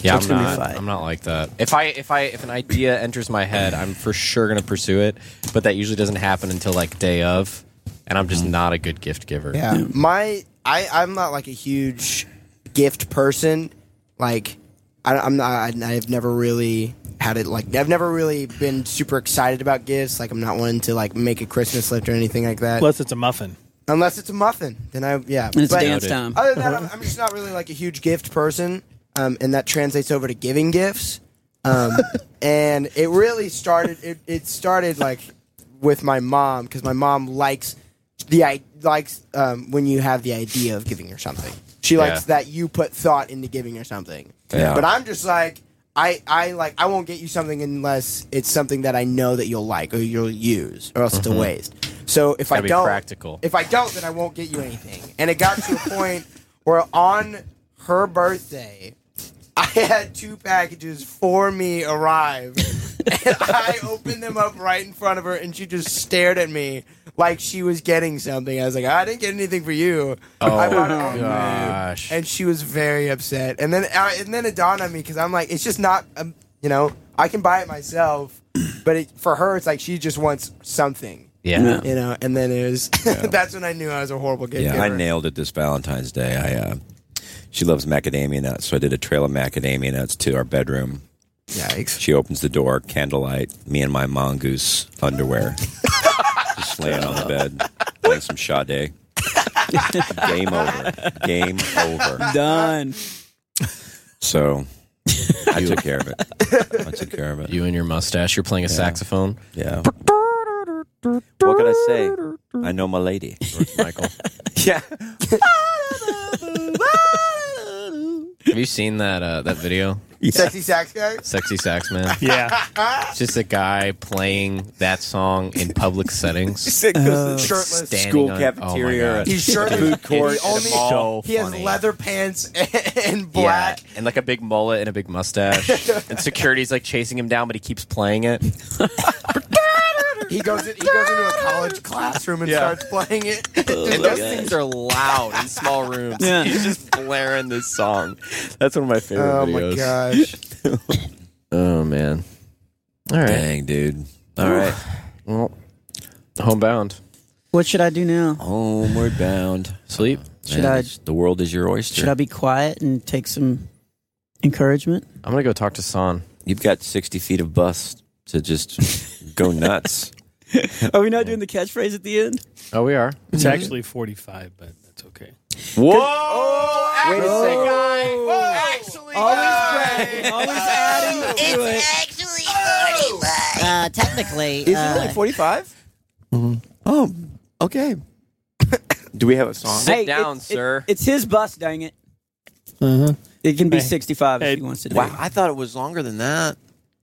D: Yeah,
B: It's
D: I'm
B: gonna be
D: not.
B: fine.
D: I'm not like that. If I if I if an idea enters my head, I'm for sure gonna pursue it. But that usually doesn't happen until like day of, and I'm just
C: Mm-hmm.
D: not a good gift giver.
E: Yeah, my I I'm not like a huge gift person. Like I, I'm not. I, I've never really had it. Like I've never really been super excited about gifts. Like I'm not one to like make a Christmas list or anything like that.
F: Unless it's a muffin.
E: Unless it's a muffin, then I yeah.
F: And it's dance time.
E: Other than that,
F: Uh-huh.
E: I'm, I'm just not really like a huge gift person, um, and that translates over to giving gifts. Um, and it really started. It, it started like with my mom because my mom likes the i likes um, when you have the idea of giving her something. She likes
A: Yeah.
E: that you put thought into giving her something.
A: Yeah.
E: But I'm just like. I, I like I won't get you something unless it's something that I know that you'll like or you'll use or else it's a
D: Mhm.
E: waste. So if I
D: Gotta be
E: don't
D: practical.
E: if I don't, then I won't get you anything. And it got to a point where on her birthday, I had two packages for me arrive. and I opened them up right in front of her, and she just stared at me like she was getting something. I was like, I didn't get anything for you. I bought it all for you."
D: gosh.
E: And she was very upset. And then, uh, and then it dawned on me because I'm like, it's just not, um, you know, I can buy it myself. But it, for her, it's like she just wants something.
C: Yeah.
E: You know, and then it was, that's when I knew I was a horrible gift
C: yeah,
E: giver.
C: I nailed it this Valentine's Day. I uh, she loves macadamia nuts, so I did a trail of macadamia nuts to our bedroom.
E: Yikes!
C: She opens the door, candlelight, me and my mongoose underwear, just laying on the bade, playing some Sade. Game over. Game over.
B: Done.
C: So I took care of it. I took care of it.
D: You and your mustache. You're playing a saxophone.
C: Yeah. What can I say? I know my lady, Michael. yeah.
D: Have Have you seen that uh, that video?
E: Sexy sax guy.
D: Sexy sax man.
E: Yeah.
D: it's just a guy playing that song in public settings.
E: Sick, 'cause it's shirtless.
D: Standing on-
E: School
D: oh my
C: Uh, cafeteria,
D: God.
E: He's shirtless.
D: Food court.
E: He,
D: at a
E: only,
D: mall.
E: he has
D: Funny.
E: leather pants and
D: Yeah,
E: black.
D: and like a big mullet and a big mustache. and security's like chasing him down, but he keeps playing it.
E: He goes in, he goes into a college classroom and
D: Yeah.
E: starts playing it.
D: and those things are loud in small rooms.
E: Yeah.
D: He's just blaring this song. That's one of my favorite
E: Oh my
D: videos.
E: gosh.
D: oh man. All right.
C: Dang, dude. All right.
D: Well, homebound.
B: What should I do now?
C: Homeward bound.
D: Sleep.
B: Should I-
C: Uh, The world is your oyster.
B: Should I be quiet and take some encouragement?
D: I'm gonna go talk to San.
C: You've got sixty feet of bus to just go nuts.
B: Are we not doing the catchphrase at the end?
D: Oh, we are.
P: It's
B: Mhm.
P: actually 45, but that's okay.
C: Whoa!
P: Wait a second.
H: Actually,
G: uh,
H: always pray. Always adding to it's actually forty-five.
Q: Uh, technically,
H: Is it
Q: uh,
H: really
E: 45?
C: Oh, okay. Do we have a song?
B: Hey, it- it- it's his bus, dang it.
P: Uh-huh.
B: It can be
C: Hey.
B: 65 if he wants to do
C: Wow,
B: it.
C: I thought it was longer than that.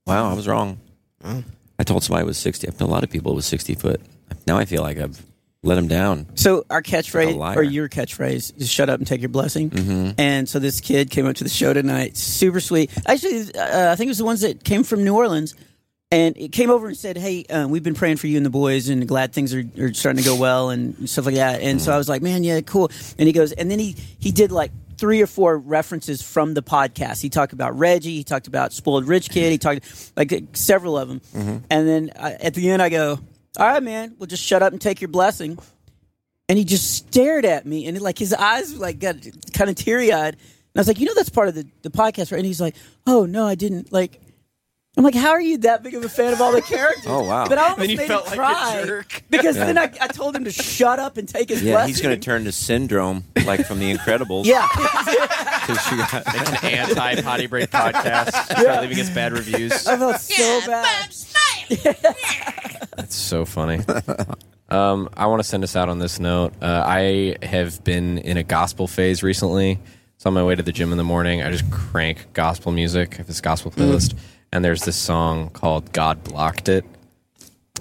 C: Wow, I was wrong. I told somebody it was 60. I've known a lot of people it was 60 foot. Now I feel like I've let them down.
B: So our
C: Like
B: catchphrase
C: a liar.
B: or your catchphrase is "Shut up and take your blessing."
C: Mhm.
B: And so this kid came up to the show tonight, super sweet. Actually, uh, I think it was the ones that came from New Orleans, and it came over and said, "Hey, um, we've been praying for you and the boys, and glad things are, are starting to go well and stuff like that." And so
C: Mm-hmm.
B: I was like, "Man, yeah, cool." And he goes, and then he he did like. Three or four references from the podcast. He talked about Reggie. He talked about spoiled rich kid. He talked like several of them.
C: Mm-hmm.
B: And then I, at the end, I go, "All right, man, we'll just shut up and take your blessing." and he just stared at me and like his eyes like got kind of teary eyed and i was like you know that's part of the, the podcast right and he's like oh no i didn't like i'm like how are you that big of a fan of all the characters
C: Oh, wow.
B: but i almost
C: Then you
B: made
C: felt
B: him
C: like a
B: cry
C: jerk.
B: because
C: Yeah.
B: then I, I told him to shut up and take his
C: Yeah,
B: blessing
C: he's going to turn to Syndrome, like from The Incredibles.
B: yeah
C: 'Cause she got-
D: It's an anti potty break podcast. Start leaving us bad reviews.
B: i felt so bad
D: That's so funny. um, I want to send us out on this note. Uh, I have been in a gospel phase recently. It's on my way to the gym in the morning. I just crank gospel music. I have this gospel
C: Mm.
D: playlist, and there's this song called "God Blocked It,"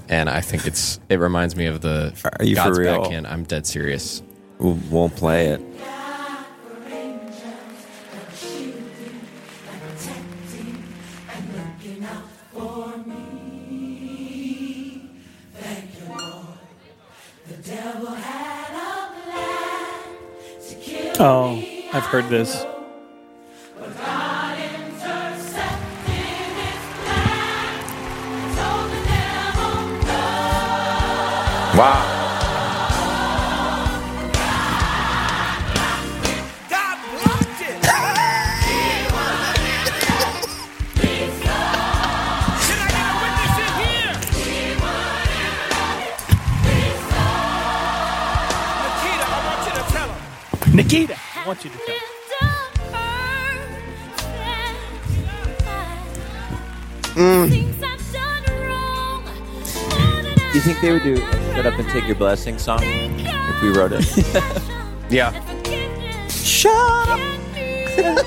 D: and I think it's it reminds me of the
C: Are you for
D: God's
C: real?
D: Backhand. I'm dead serious.
C: We won't play it.
F: Oh, I've heard this.
C: Wow.
F: Nikita, I want you to tell.
C: Do you think they would do Shut Up and Take Your Blessing song if we wrote it?
D: yeah.
B: Shut up.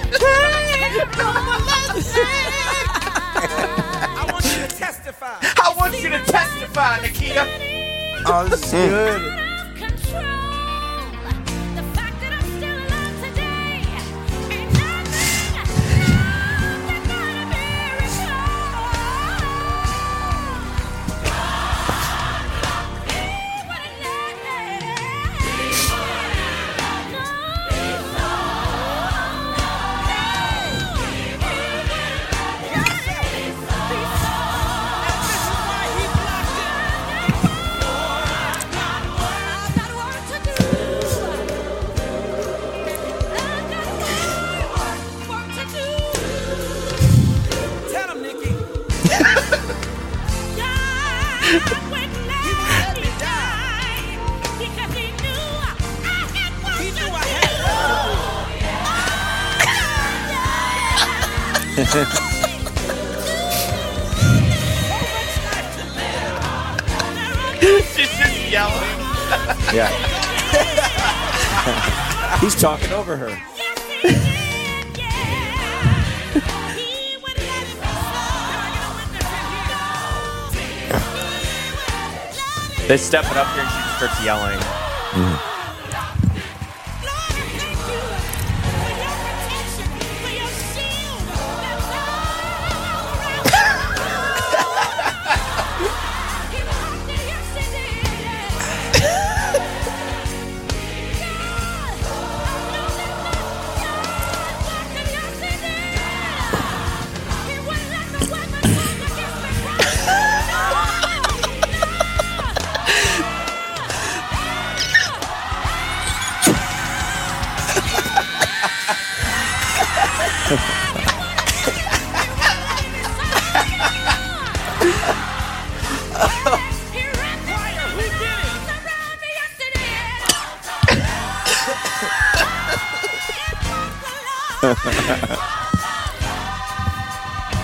H: I want you to testify. I want you to testify, Nikita.
E: Oh, this
H: Mm.
E: is good.
H: Tell him, Nikki.
D: She's just yelling.
C: Yeah. He's talking over her.
D: They step it up here and she just starts yelling.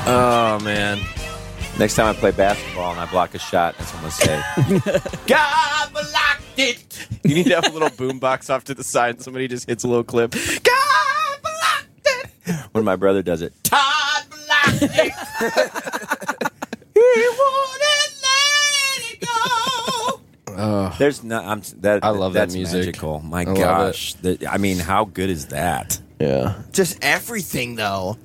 D: oh man.
C: Next time I play basketball and I block a shot, that's what I'm gonna say.
D: God blocked it. You need to have a little boom box off to the side and somebody just hits a little clip. God blocked it.
C: when my brother does it.
D: Todd blocked it.
L: He wouldn't let it go.
C: There's no. I'm that. I
D: love that
C: that's
D: music.
C: Magical. My
D: I love it.
C: gosh. That- I mean, how good is that?
D: Yeah.
E: Just everything though.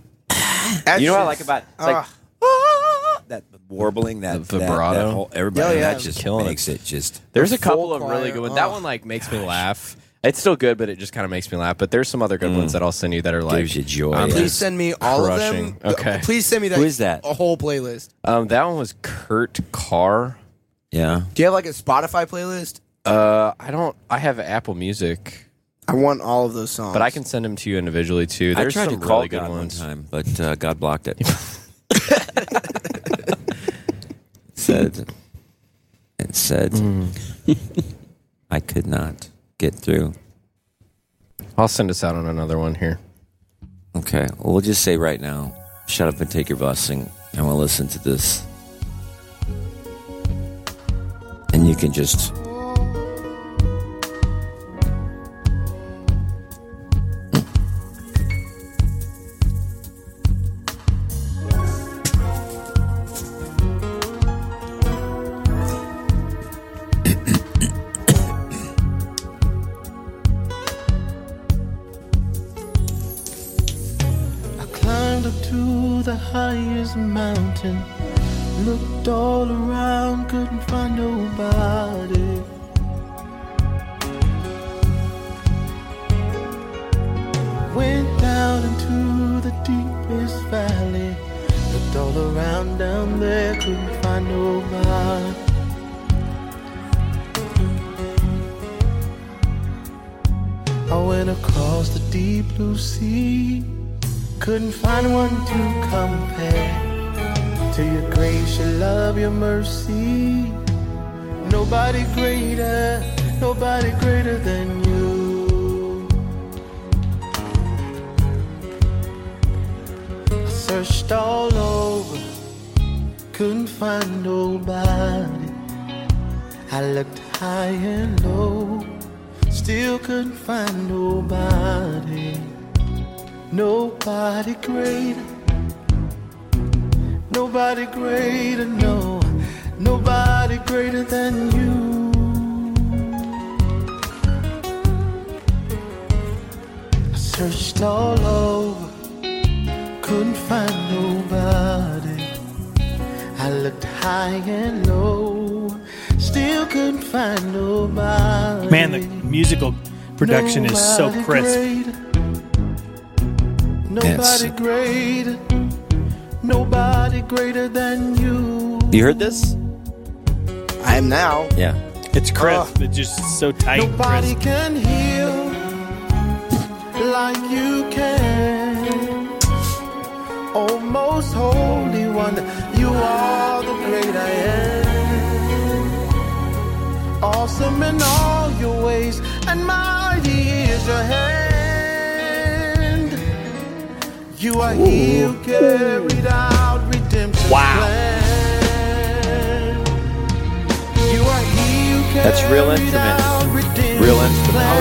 C: You know what I like about it's like
E: Ugh. Ah.
C: that warbling, that that-
D: vibrato.
C: That, whole, everybody
D: Oh, yeah.
C: that just
D: Killing it.
C: makes it just.
D: There's
C: The
D: a couple
C: full
D: of really
C: choir,
D: good ones. That
C: oh,
D: one like makes me laugh. It's still good, but it just kind of makes me laugh. But there's some other good ones that I'll send you that are like
C: Mm. Gives you joy.
D: I'm
E: Please
D: just
E: send me all
D: crushing.
E: of them.
D: Okay.
E: Please send me that.
D: Who is that?
E: A whole playlist.
D: Um, that one was Kurt Carr.
C: Yeah.
E: Do you have like a Spotify playlist?
D: Uh, I don't. I have Apple Music,
E: I want all of those songs.
D: but I can send them to you individually too.
C: I
D: There's
C: tried
D: some
C: to call
D: really good
C: God one
D: ones.
C: time, but uh, God blocked it. said it said I could not get through.
D: I'll send us out on another one here.
C: Okay, well, we'll just say right now, shut up and take your blessing, and we'll listen to this. And you can just.
O: I climbed up to the highest mountain. Looked all around, couldn't find nobody. Went down into the deepest valley. Looked all around down there, couldn't find nobody. I went across the deep blue sea. Couldn't find one to compare to your grace, your love, your mercy. Nobody greater, nobody greater than you. I searched all over, couldn't find nobody. I looked high and low, still couldn't find nobody. Nobody greater. Nobody greater, no. Nobody greater than you. I searched all over, couldn't find nobody. I looked high and low, still couldn't find nobody.
F: Man, the musical production is so
O: Nobody
F: crisp.
O: greater.
C: Yes.
O: Nobody greater. Nobody greater than you.
C: You heard this?
E: I am now.
C: Yeah.
F: It's crisp. it's just so tight. and
O: Nobody
F: Crisp.
O: can heal like you can. Oh, most holy one, you are the great I am. Awesome in all your ways, and mighty is your hand. You are he who carried out redemption.
D: Wow.
O: You are he who carried
C: That's real
O: out
C: instrument.
O: redemption.
C: Real instrument.
O: Oh,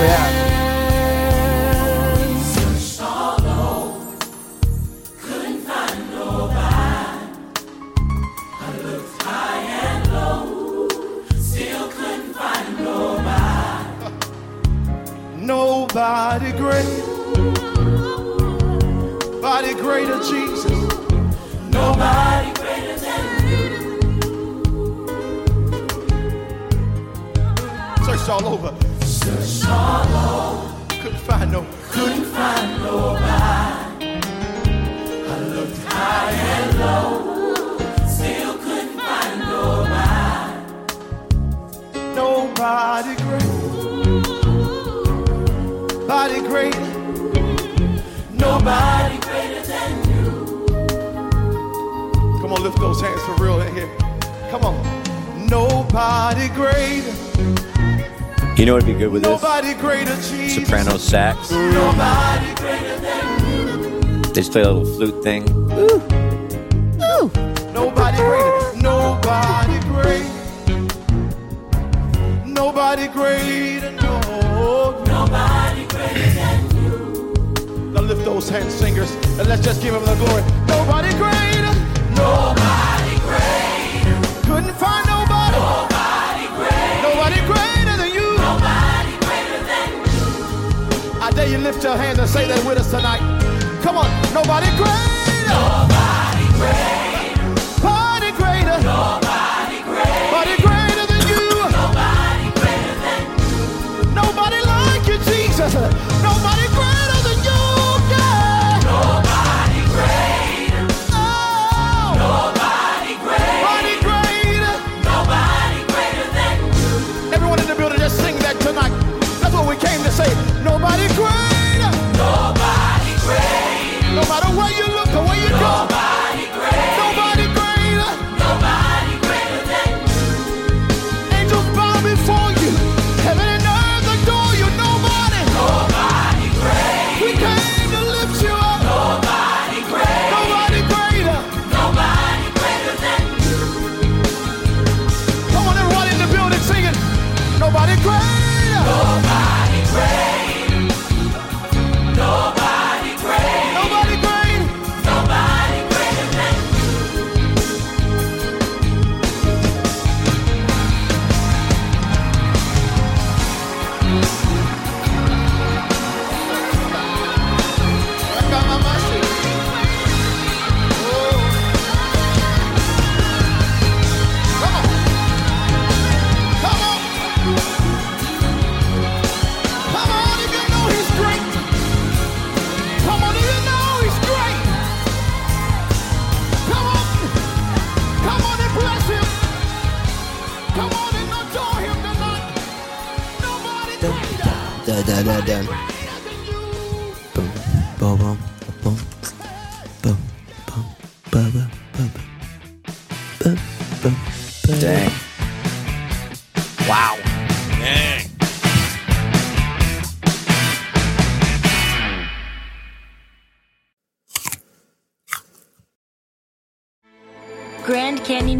I: Still couldn't
G: searched all over. Searched all over. Couldn't find no. Couldn't find nobody. I looked high and low. Still couldn't find nobody. Nobody great. Nobody great. Nobody greater than you. Come on, lift those hands for real in here. Come on. Nobody great.
C: You know what'd be good with this?
G: Nobody greater Jesus.
C: Soprano sax.
G: Nobody greater than you.
C: They just play a little flute thing.
G: Ooh. Nobody greater. Nobody great. Nobody greater. No. Nobody greater than you. Now lift those hands, singers, and let's just give him the glory. Nobody greater. Nobody greater. Couldn't find nobody. Nobody greater. Nobody greater than you. Nobody greater than you. I dare you lift your hands and say that with us tonight. Come on, nobody greater. Nobody greater. Nobody greater. Nobody greater. Nobody greater than you. Nobody greater than you. Nobody like you, Jesus. Nobody greater than you. Yeah. Nobody greater. Oh. Nobody greater. Nobody greater. Nobody greater than you. Everyone in the building, just sing that tonight. That's what we came to say. Nobody greater. Nobody greater. No matter where you look or where you go. Nobody greater. Nobody greater. Nobody greater than Angels bow before you. Heaven and earth adore you. Nobody. Nobody great. We came to lift you up. Nobody great. Nobody greater. Nobody greater than you. Come on, everyone in the building singing. Nobody greater. Nobody great. Nobody great. Nobody great. Nobody greater than Come on, if you know he's great. Come on, if you know he's great. Come on, come on and bless him. Come on and adore him tonight. Nobody greater.
O: Da, da, da, da. Boom, boom, boom, boom, boom, boom, boom, boom, boom, boom, boom, boom.
C: Dang.
R: Wow.
S: Dang.
T: Grand Canyon